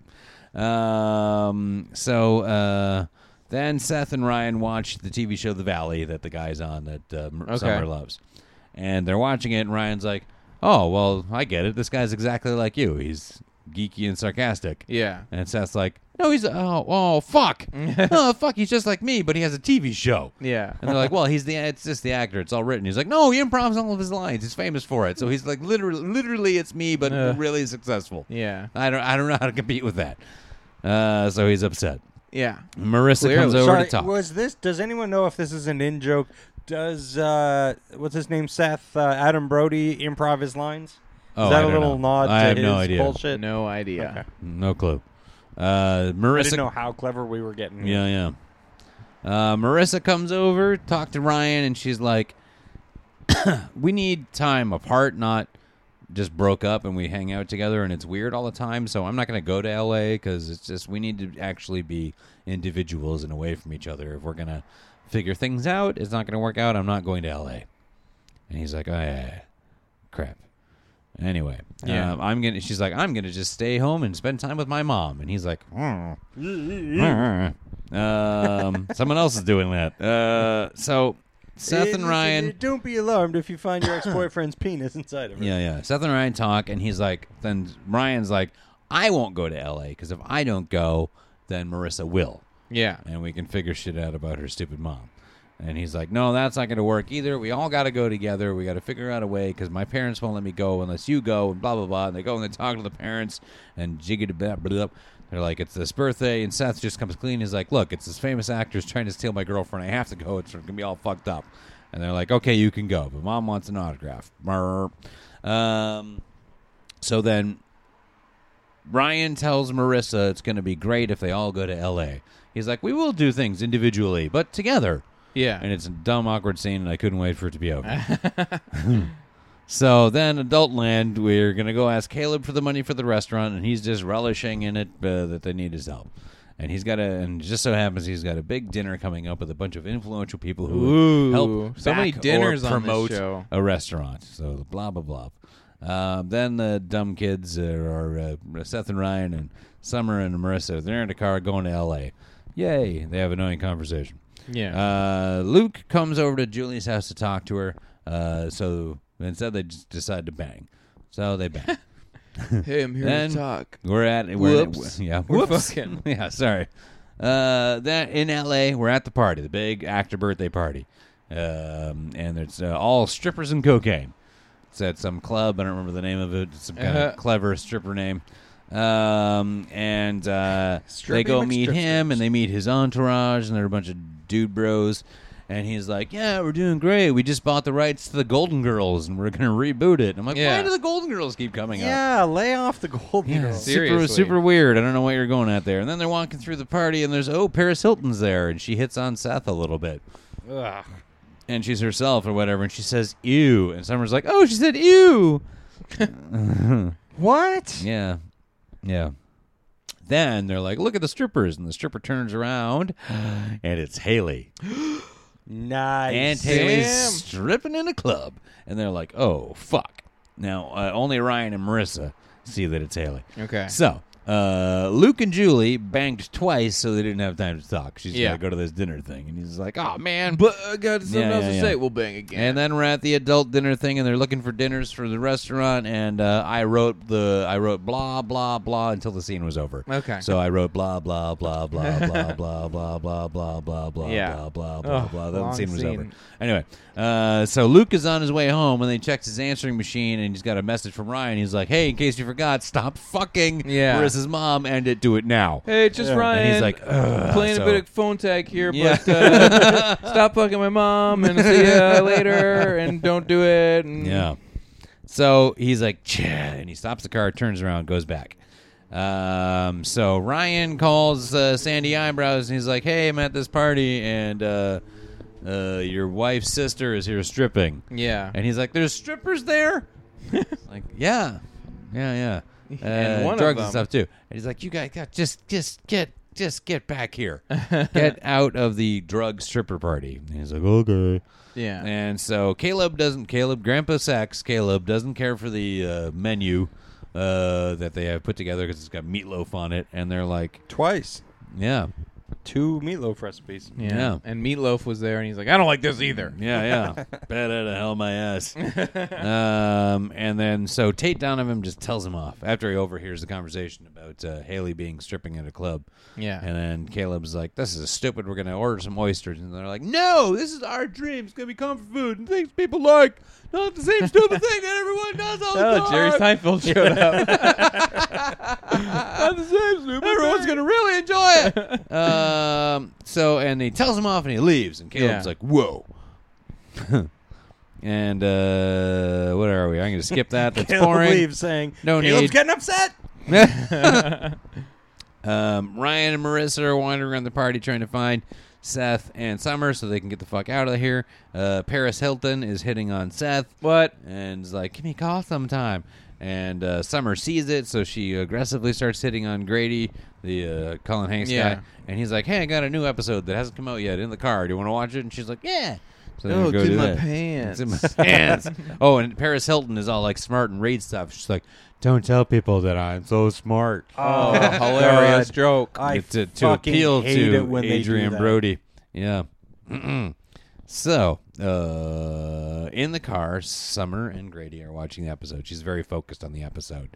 S3: Um, so uh, then Seth and Ryan watch the TV show The Valley that the guy's on that uh, M-
S1: Okay.
S3: Summer loves, and they're watching it. And Ryan's like, "Oh well, I get it. This guy's exactly like you. He's geeky and sarcastic."
S1: Yeah.
S3: And Seth's like, "No, he's oh oh fuck, oh fuck, he's just like me, but he has a TV show."
S1: Yeah.
S3: And they're like, "Well, he's the it's just the actor. It's all written." He's like, "No, he improvs all of his lines. He's famous for it." So he's like, "Literally, literally, it's me, but
S1: Ugh.
S3: really successful."
S1: Yeah.
S3: I don't I don't know how to compete with that. Uh, so he's upset.
S1: Yeah.
S3: Marissa comes
S1: Clearly.
S3: over
S2: Sorry,
S3: to talk.
S2: was this? Does anyone know if this is an in joke? Does uh, what's his name? Seth uh, Adam Brody improv his lines? Is
S3: Oh,
S2: that a
S3: I don't
S2: little
S3: know.
S2: nod
S3: I
S2: to
S3: have
S2: his
S3: no idea.
S2: bullshit?
S1: No idea.
S3: no clue. Uh,
S2: I
S3: Marissa
S2: didn't know how clever we were getting.
S3: Yeah, yeah. Uh, Marissa comes over, talk to Ryan, and she's like, "We need time apart, not just broke up and we hang out together and it's weird all the time. So I'm not going to go to L.A. because it's just we need to actually be individuals and away from each other. If we're gonna figure things out, it's not going to work out. I'm not going to L.A." And he's like, "Oh yeah, yeah, yeah. crap." Anyway,
S1: Yeah.
S3: um, I'm gonna. She's like, "I'm gonna just stay home and spend time with my mom," and he's like, "Hmm." um, someone else is doing that. Uh, so Seth and Ryan.
S2: Don't be alarmed if you find your ex-boyfriend's penis inside of her.
S3: Yeah, yeah. Seth and Ryan talk, and he's like, then Ryan's like, I won't go to L.A. because if I don't go, then Marissa will,
S1: Yeah.
S3: and we can figure shit out about her stupid mom. And he's like, No, that's not going to work either. We all got to go together. We got to figure out a way because my parents won't let me go unless you go, and blah blah blah. And they go and they talk to the parents, and jiggity blah blah. blah. They're like, It's this birthday, and Seth just comes clean. He's like, Look, it's this famous actor's trying to steal my girlfriend. I have to go. It's going to be all fucked up. And they're like, Okay, you can go, but mom wants an autograph. Brr. Um, so then Ryan tells Marissa it's going to be great if they all go to LA. He's like, we will do things individually, but together.
S1: Yeah.
S3: And it's a dumb, awkward scene, and I couldn't wait for it to be over. so then, Adult Land, we're going to go ask Caleb for the money for the restaurant, and he's just relishing in it uh, that they need his help. And he's got a, and just so happens he's got a big dinner coming up with a bunch of influential people who
S1: Ooh,
S3: help
S1: so many
S3: back or
S1: dinners on this
S3: promote
S1: show.
S3: a restaurant. So blah blah blah. Um, then the dumb kids uh, are uh, Seth and Ryan and Summer and Marissa. They're in a car going to L.A. Yay! They have annoying conversation.
S1: Yeah.
S3: Uh, Luke comes over to Julie's house to talk to her. Uh, so instead, they just decide to bang. So they bang.
S1: hey, I'm here
S3: then
S1: to talk.
S3: We're at we're at-
S1: Whoops.
S3: yeah
S1: We're
S3: whoops.
S1: fucking.
S3: yeah sorry. Uh, that in L.A. We're at the party, the big actor birthday party, um, and it's uh, all strippers and cocaine. It's at some club. I don't remember the name of it. It's some kind
S1: Uh-huh.
S3: of clever stripper name. Um, and uh, they go meet him, and they meet his entourage, and they're a bunch of dude bros. And he's like, "Yeah, we're doing great. We just bought the rights to the Golden Girls, and we're gonna reboot it." And I'm like,
S1: Yeah.
S3: "Why do the Golden Girls keep coming up?"
S2: Yeah, lay off the golden
S3: Yeah,
S2: girl.
S1: Seriously.
S3: super super weird. I don't know what you're going at there. And then they're walking through the party, and there's oh Paris Hilton's there, and she hits on Seth a little bit, and she's herself or whatever, and she says ew, and Summer's like oh she said ew,
S2: What?
S3: yeah, yeah. Then they're like look at the strippers, and the stripper turns around, and it's Haley,
S2: Nice.
S3: and Haley's stripping in a club, and they're like oh fuck. Now uh, only Ryan and Marissa see that it's Haley.
S1: Okay.
S3: So, uh, Luke and Julie banged twice, so they didn't have time to talk. She's
S1: Yeah.
S3: gonna go to this dinner thing, and he's like, "Oh man."
S1: But uh, I got something
S3: Yeah,
S1: else
S3: yeah,
S1: to
S3: yeah.
S1: say. We'll bang again.
S3: And then we're at the adult dinner thing, and they're looking for dinners for the restaurant. And uh, I wrote the I wrote blah blah blah until the scene was over.
S1: Okay.
S3: So I wrote blah blah blah blah blah blah blah blah blah blah blah
S1: Yeah.
S3: blah blah blah blah. Then the
S1: long
S3: scene was over.
S1: scene.
S3: Anyway, Uh, so Luke is on his way home, and they checks his answering machine, and he's got a message from Ryan. He's like, "Hey, in case you forgot, stop fucking
S1: Yeah.
S3: Marissa's mom, and it, do it now."
S1: Hey, it's just Ryan.
S3: And he's like, "Ugh,"
S1: playing
S3: so-
S1: a bit of phone tag here,
S3: Yeah.
S1: but uh, stop fucking my mom and see ya later, and don't do it. And
S3: Yeah. So he's like, "Chah," and he stops the car, turns around, goes back. Um, so Ryan calls uh, Sandy Eyebrows, and he's like, "Hey, I'm at this party, and uh, uh, your wife's sister is here stripping."
S1: Yeah.
S3: And he's like, "There's strippers there?" It's like, yeah, yeah, yeah.
S1: And
S3: Uh,
S1: one of
S3: drugs
S1: them-
S3: and stuff too. And he's like, "You guys, got just, just get, just get back here, get out of the drug stripper party." And he's like, "Okay."
S1: Yeah.
S3: And so Caleb doesn't. Caleb, Grandpa Sacks, Caleb doesn't care for the uh, menu uh, that they have put together because it's got meatloaf on it, and they're like,
S2: Twice.
S3: "Yeah,
S2: Two meatloaf recipes.
S1: Yeah.
S3: Yeah.
S1: And Meatloaf was there, and he's like, I don't like this either.
S3: Yeah, yeah. Bat out of hell my ass. um, and then so Tate Donovan just tells him off after he overhears the conversation about uh, Haley being stripping at a club.
S1: Yeah.
S3: And then Caleb's like, "This is stupid. We're gonna order some oysters." And they're like, "No, this is our dream. It's gonna be comfort food and things people like, not the same stupid thing that everyone does all the
S1: Oh,
S3: time."
S1: Jerry Seinfeld showed up.
S3: not the same stupid. Everyone's gonna really enjoy it. um, so and he tells him off and he leaves and Caleb's
S1: Yeah.
S3: like, "Whoa." and uh, what are we? I'm gonna skip that. That's
S2: Caleb
S3: boring.
S2: leaves saying,
S3: No
S2: Caleb's
S3: need.
S2: getting upset.
S3: Um, Ryan and Marissa are wandering around the party trying to find Seth and Summer so they can get the fuck out of here. Uh, Paris Hilton is hitting on Seth.
S1: What?
S3: And is like, give me a call sometime. And uh, Summer sees it, so she aggressively starts hitting on Grady, the uh, Colin Hanks
S1: Yeah.
S3: guy. And he's like, hey, I got a new episode that hasn't come out yet in the car. Do you want to watch it? And she's like, yeah. So they
S1: Oh,
S3: go
S1: it's in
S3: do
S1: my
S3: that.
S1: pants.
S3: It's in my pants. oh, and Paris Hilton is all like smart and reads stuff. She's like, don't tell people that I'm so smart
S1: Oh, hilarious
S2: God.
S1: joke.
S2: I
S3: it's a- to
S2: fucking
S3: appeal
S2: hate
S3: to
S2: it when they do
S3: Adrian
S2: that.
S3: Brody. Yeah. so, uh, in the car, Summer and Grady are watching the episode. She's very focused on the episode.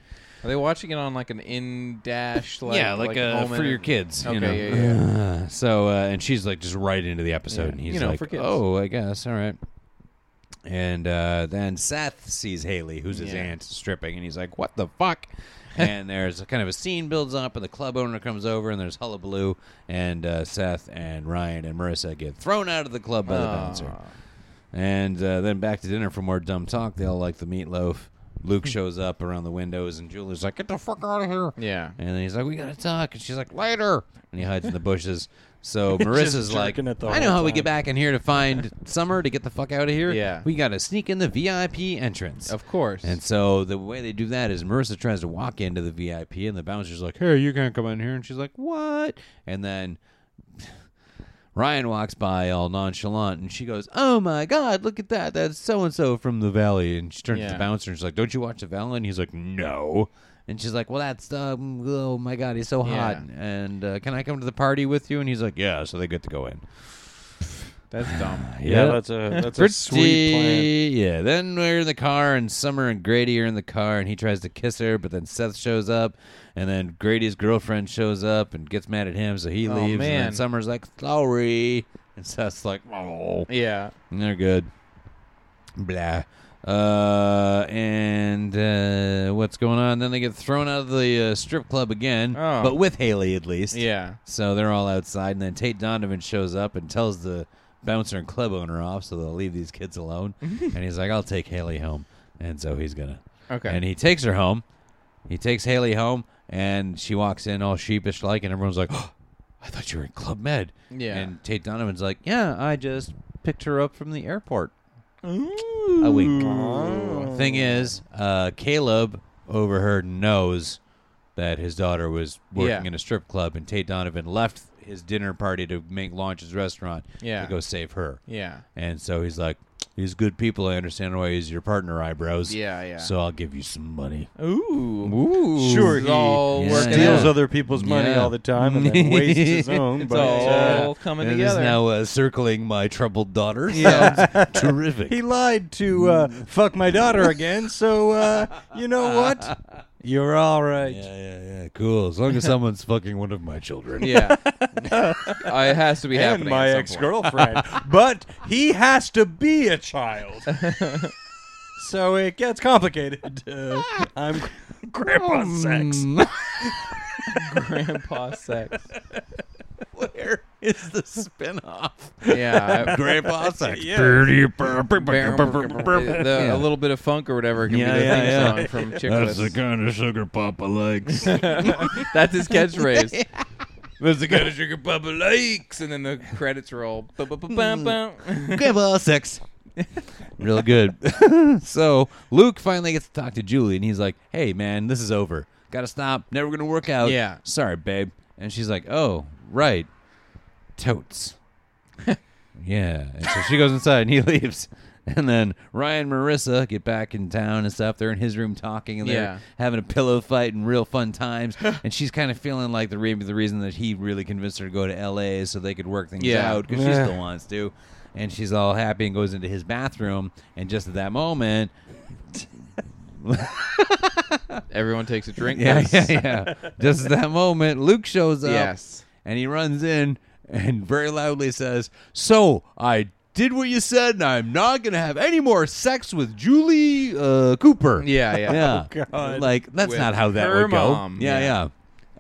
S1: Are they watching it on like an in dash? Like,
S3: yeah, like, uh,
S1: home
S3: for
S1: and-
S3: your kids.
S1: Okay,
S3: you know?
S1: yeah, yeah, yeah.
S3: Uh, so, uh, and she's like just right into the episode,
S1: Yeah,
S3: and he's
S1: you know,
S3: like,
S1: for kids.
S3: "Oh, I guess all right." And uh, then Seth sees Haley, who's his
S1: Yeah.
S3: aunt, stripping, and he's like, "What the fuck?" and there's a kind of a scene builds up, and the club owner comes over, and there's hullabaloo, and uh, Seth and Ryan and Marissa get thrown out of the club by the bouncer. And uh, then back to dinner for more dumb talk. They all like the meatloaf. Luke shows up around the windows, and Julie's like, "Get the fuck out of here!"
S1: Yeah.
S3: And then he's like, "We gotta talk," and she's like, "Later." And he hides in the bushes. So Marissa's like,
S2: jerking it the
S3: "I know
S2: whole
S3: how we
S2: time."
S3: get back in here to find Summer to get the fuck out of here.
S1: Yeah.
S3: we gotta sneak in the VIP entrance,
S1: Of course.
S3: And so the way they do that is Marissa tries to walk into the VIP, and the bouncer's like, "Hey, you can't come in here." And she's like, "What?" And then Ryan walks by all nonchalant and she goes, Oh my God, look at that. That's so and so from the valley. And she turns to
S1: Yeah.
S3: the bouncer and she's like, Don't you watch the valley? And he's like, No. And she's like, Well, that's, um, oh my God, he's so hot.
S1: Yeah.
S3: And uh, can I come to the party with you? And he's like, Yeah. So they get to go in.
S1: That's dumb.
S2: Yeah, that's a that's a sweet plan.
S3: Pretty- Yeah. Then we're in the car, and Summer and Grady are in the car, and he tries to kiss her, but then Seth shows up, and then Grady's girlfriend shows up and gets mad at him, so he
S1: Oh,
S3: leaves. And
S1: man.
S3: then Summer's like, sorry. And Seth's like, oh.
S1: Yeah.
S3: And they're good. Blah. Uh, and uh, what's going on? Then they get thrown out of the uh, strip club again,
S1: Oh.
S3: but with Haley at least.
S1: Yeah.
S3: So they're all outside, and then Tate Donovan shows up and tells the bouncer and club owner off, so they'll leave these kids alone. and he's like, "I'll take Haley home," and so he's gonna.
S1: Okay.
S3: And he takes her home. He takes Haley home, and she walks in all sheepish like, and everyone's like, oh, "I thought you were in Club Med."
S1: Yeah.
S3: And Tate Donovan's like, "Yeah, I just picked her up from the airport."
S1: Ooh. Oh.
S3: A wink. Thing is, uh, Caleb overheard and knows that his daughter was working
S1: Yeah.
S3: in a strip club, and Tate Donovan left his dinner party to make launch his restaurant
S1: Yeah.
S3: to go save her.
S1: Yeah.
S3: And so he's like, "He's good people. I understand why he's your partner, eyebrows.
S1: Yeah, yeah.
S3: So I'll give you some money."
S1: Ooh.
S3: Ooh,
S2: Sure,
S1: It's
S2: he
S1: all
S3: Yeah.
S1: working
S2: steals
S1: out.
S2: other people's money
S3: Yeah.
S2: all the time and then wastes his own.
S1: It's
S2: but uh,
S1: all coming
S3: It is
S1: together.
S3: now uh, circling my troubled daughter. Yeah, terrific.
S2: he lied to uh, fuck my daughter again. So uh, you know what?
S3: You're all right.
S5: Yeah, yeah, yeah.
S3: Cool. As long as someone's fucking one of my children.
S1: Yeah, Uh, it has to be
S5: And
S1: happening.
S5: my
S1: at some
S5: ex girlfriend. but he has to be a child. so it gets complicated. Uh, I'm grandpa sex.
S1: point. grandpa sex.
S3: Where is the spinoff?
S1: Yeah, I-
S3: Grandpa sex.
S5: Yeah.
S1: the, the- a
S3: Yeah.
S1: little bit of funk or whatever can
S3: Yeah,
S1: be the
S3: yeah,
S1: theme
S3: yeah.
S1: song from Chick
S3: That's the
S1: Lit.
S3: kind of sugar Papa likes.
S1: That's his catchphrase.
S3: That's the kind of sugar Papa likes.
S1: and then the credits roll. Mm. Ba-ba-ba-bam-bam.
S3: Grandpa sex. Real good. so Luke finally gets to talk to Julie, and he's like, "Hey, man, this is over. Got to stop. Never gonna work out.
S1: Yeah.
S3: sorry, babe." And she's like, "Oh, right, totes." yeah. And so she goes inside, and he leaves. And then Ryan and Marissa get back in town and stuff. They're in his room talking, and they're
S1: Yeah.
S3: having a pillow fight and real fun times. and she's kind of feeling like the re- the reason that he really convinced her to go to L.A. is so they could work things
S1: Yeah.
S3: out because she still wants to. And she's all happy and goes into his bathroom. And just at that moment,
S1: Everyone takes a drink.
S3: yeah,
S1: Yes.
S3: yeah, yeah. just at that moment, Luke shows up.
S1: Yes.
S3: And he runs in and very loudly says, "So I did what you said, and I'm not gonna have any more sex with Julie uh, Cooper."
S1: Yeah, yeah. Oh,
S3: yeah. Like that's
S1: With
S3: not how that
S1: her
S3: would go.
S1: mom,
S3: Yeah,
S1: yeah.
S3: yeah.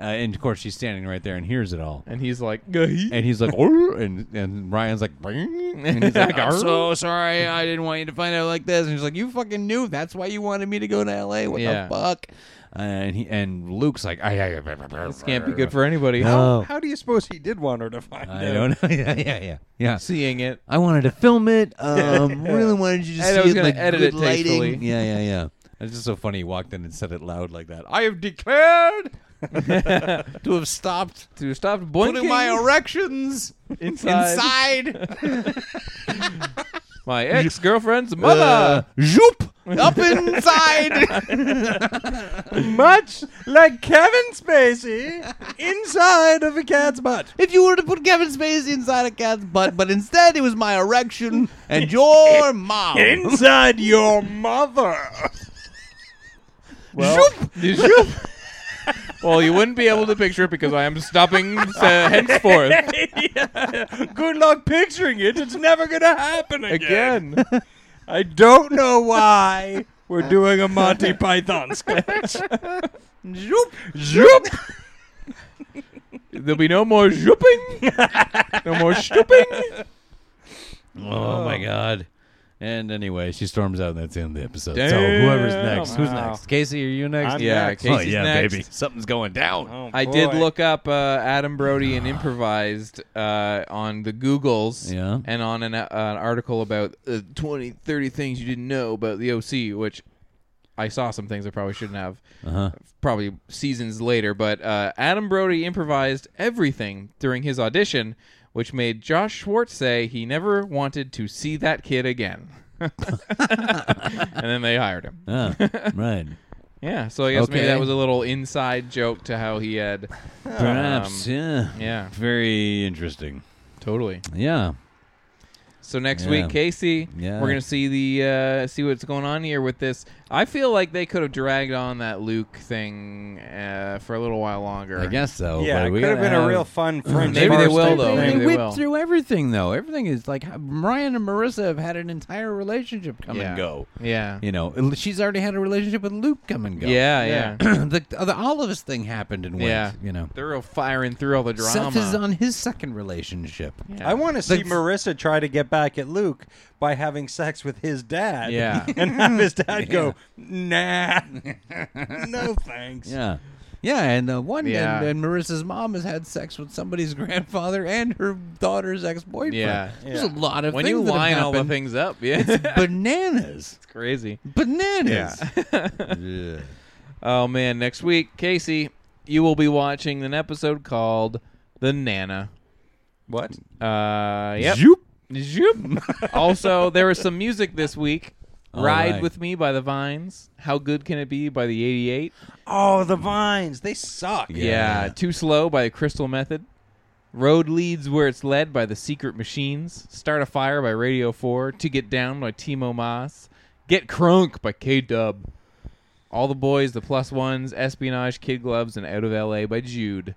S3: Uh, and of course, she's standing right there and hears it all.
S1: And he's like, "Gah-hee."
S3: And he's like, "Oh," and and Ryan's like, "Bing," and he's like, I'm so sorry, I didn't want you to find out like this. And he's like, you fucking knew. That's why you wanted me to go to L.A. What
S1: Yeah.
S3: the fuck? And he and Luke's like, I, I,
S1: this can't be good for anybody. Oh.
S2: Oh.
S3: No.
S5: How do you suppose he did want her to find
S3: I
S5: out?
S3: don't know. yeah, yeah, yeah, yeah.
S1: Seeing it.
S3: I wanted to film it. Um, really wanted you to
S1: And
S3: see
S1: I was
S3: it. in,
S1: gonna
S3: like,
S1: edit it
S3: good lighting.
S1: tastefully.
S3: Yeah, yeah, yeah. It's just so funny. He walked in and said it loud like that. I have declared to have stopped
S1: To stop
S3: putting
S1: blinking
S3: my erections
S1: Inside.
S3: inside
S1: my ex-girlfriend's mother.
S3: Uh, zoop up inside.
S5: Much like Kevin Spacey inside of a cat's butt.
S3: if you were to put Kevin Spacey inside a cat's butt, but instead it was my erection and your mom.
S5: Inside your mother.
S1: Zoop. Zoop. well, you wouldn't be able to picture it because I am stopping uh, henceforth
S5: Good luck picturing it. It's never going to happen again.
S1: again.
S5: I don't know why we're doing a Monty Python sketch.
S3: Zoop.
S5: Zoop.
S1: There'll be no more zooping, no more stooping.
S3: Oh my god. And anyway, she storms out, and that's the end of the episode. So
S1: Damn.
S3: whoever's next, who's
S5: Wow.
S3: next? Casey, are you next?
S5: I'm
S1: Yeah,
S5: next.
S3: Oh
S1: Casey's
S3: yeah,
S1: next.
S3: baby, something's going down.
S5: Oh,
S1: I did
S5: boy.
S1: look up uh, Adam Brody and improvised uh, on the Googles
S3: Yeah.
S1: and on an, uh, an article about uh, 20, 30 things you didn't know about the OC, which I saw some things I probably shouldn't have, uh-huh. probably seasons later. But uh, Adam Brody improvised everything during his audition, which made Josh Schwartz say he never wanted to see that kid again. and then they hired him.
S3: Ah, right.
S1: Yeah, so I guess maybe
S3: Okay.
S1: that was a little inside joke to how he had.
S3: Perhaps. yeah.
S1: Yeah,
S3: Very interesting.
S1: totally.
S3: Yeah.
S1: So next
S3: Yeah.
S1: week, Casey,
S3: Yeah.
S1: we're gonna see the uh, see what's going on here with this. I feel like they could have dragged on that Luke thing uh, for a little while longer.
S3: I guess so.
S5: Yeah,
S3: Oh, but
S5: it
S3: we
S5: could have
S3: gotta
S5: been a
S3: have-
S5: real fun French.
S1: Maybe they
S5: farce
S1: will,
S5: type thing.
S1: though.
S3: They,
S1: Maybe they
S3: whipped
S1: will.
S3: through everything though. Everything is like Ryan and Marissa have had an entire relationship come
S1: Yeah.
S3: and go.
S1: Yeah.
S3: You know, she's already had a relationship with Luke come and go.
S1: Yeah, yeah.
S3: the the Olive's thing happened and went.
S1: Yeah.
S3: You know,
S1: They're real firing through all the drama.
S3: Seth is on his second relationship.
S5: I want to see
S3: That's-
S5: Marissa try to get back at Luke by having sex with his dad.
S1: Yeah.
S5: And have his dad go, nah. no thanks.
S3: Yeah. Yeah, and uh, one
S1: Yeah.
S3: and, and Marissa's mom has had sex with somebody's grandfather and her daughter's ex boyfriend.
S1: Yeah.
S3: there's a lot of
S1: when
S3: things
S1: you
S3: that have
S1: line all the
S3: happened.
S1: things up, yeah, it's
S3: bananas,
S1: crazy.
S3: bananas. Yeah.
S1: Oh man, next week, Casey, you will be watching an episode called "The Nana."
S5: What?
S1: Uh, yep.
S3: Zoop.
S1: Zoop. also, there was some music this week.
S3: All
S1: Ride
S3: right.
S1: with me by the Vines. How good can it be by the 88?
S5: Oh, the vines. They suck.
S1: Yeah. Too slow by the Crystal Method. Road leads where it's led by the Secret Machines. Start a fire by Radio 4. To get down by Timo Mas. Get crunk by K Dub. All the Boys, The Plus Ones, Espionage, Kid Gloves, and Out of L.A. by Jude.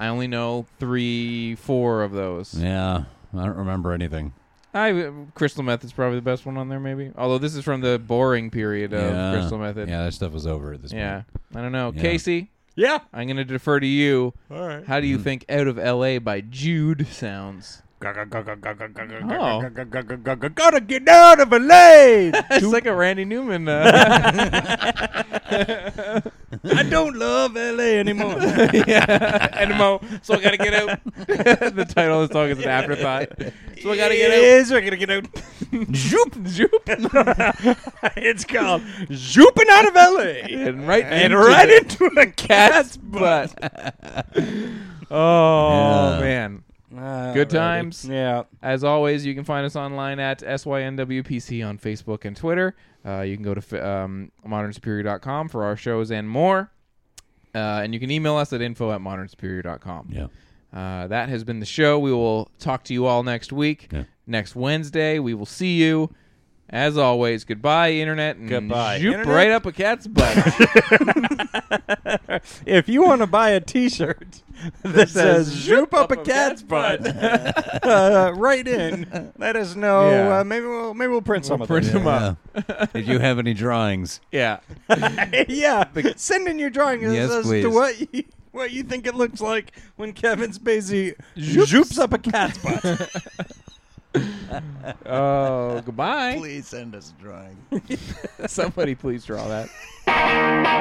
S1: I only know three, four of those.
S7: Yeah, I don't remember anything.
S1: I uh, Crystal Method's probably the best one on there, maybe. Although this is from the boring period of
S7: yeah.
S1: Crystal Method.
S7: Yeah, that stuff was over at this
S1: Yeah.
S7: point.
S1: I don't know.
S7: Yeah.
S1: Casey,
S2: Yeah.
S1: I'm going to defer to you.
S2: All right.
S1: How do
S7: Hmm.
S1: you think Out of L.A. by Jude sounds? Oh.
S2: Gotta get out of a lane.
S1: It's like a Randy Newman. Uh,
S2: I don't love LA anymore.
S1: Edmo, so I gotta get out. the title of the song is an afterthought. So I gotta get out.
S2: Yes, I gotta get out.
S1: Zoop, zoop,
S2: it's called Zooping Out of LA.
S1: and right
S2: and
S1: into
S2: right
S1: the
S2: into a
S1: cat's butt. oh
S7: Yeah.
S1: man, good times.
S2: Uh, Yeah.
S1: As always, you can find us online at SYNWPC on Facebook and Twitter. Uh, you can go to f- um, modernsuperior.com for our shows and more. Uh, and you can email us at info at modernsuperior.com.
S7: Yeah.
S1: Uh, that has been the show. We will talk to you all next week.
S7: Yeah.
S1: Next Wednesday, we will see you. As always, goodbye, internet. And
S2: Goodbye,
S1: zoop
S2: internet.
S1: right up a cat's butt.
S2: If you want to buy a T-shirt that says "Zoop up a cat's butt," uh, write in. Let us know.
S1: Yeah.
S2: Uh, maybe we'll maybe we'll print some of
S1: print
S2: them.
S1: them up.
S7: Yeah. Did you have any drawings?
S1: Yeah.
S2: yeah, send in your drawing
S7: Yes,
S2: as, as
S7: please.
S2: to what you, what you think it looks like when Kevin Spacey zoops up a cat's butt.
S1: Oh, goodbye.
S7: Please send us drawings.
S1: Somebody please draw that.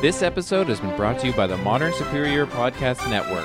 S1: This episode has been brought to you by the Modern Superior Podcast Network.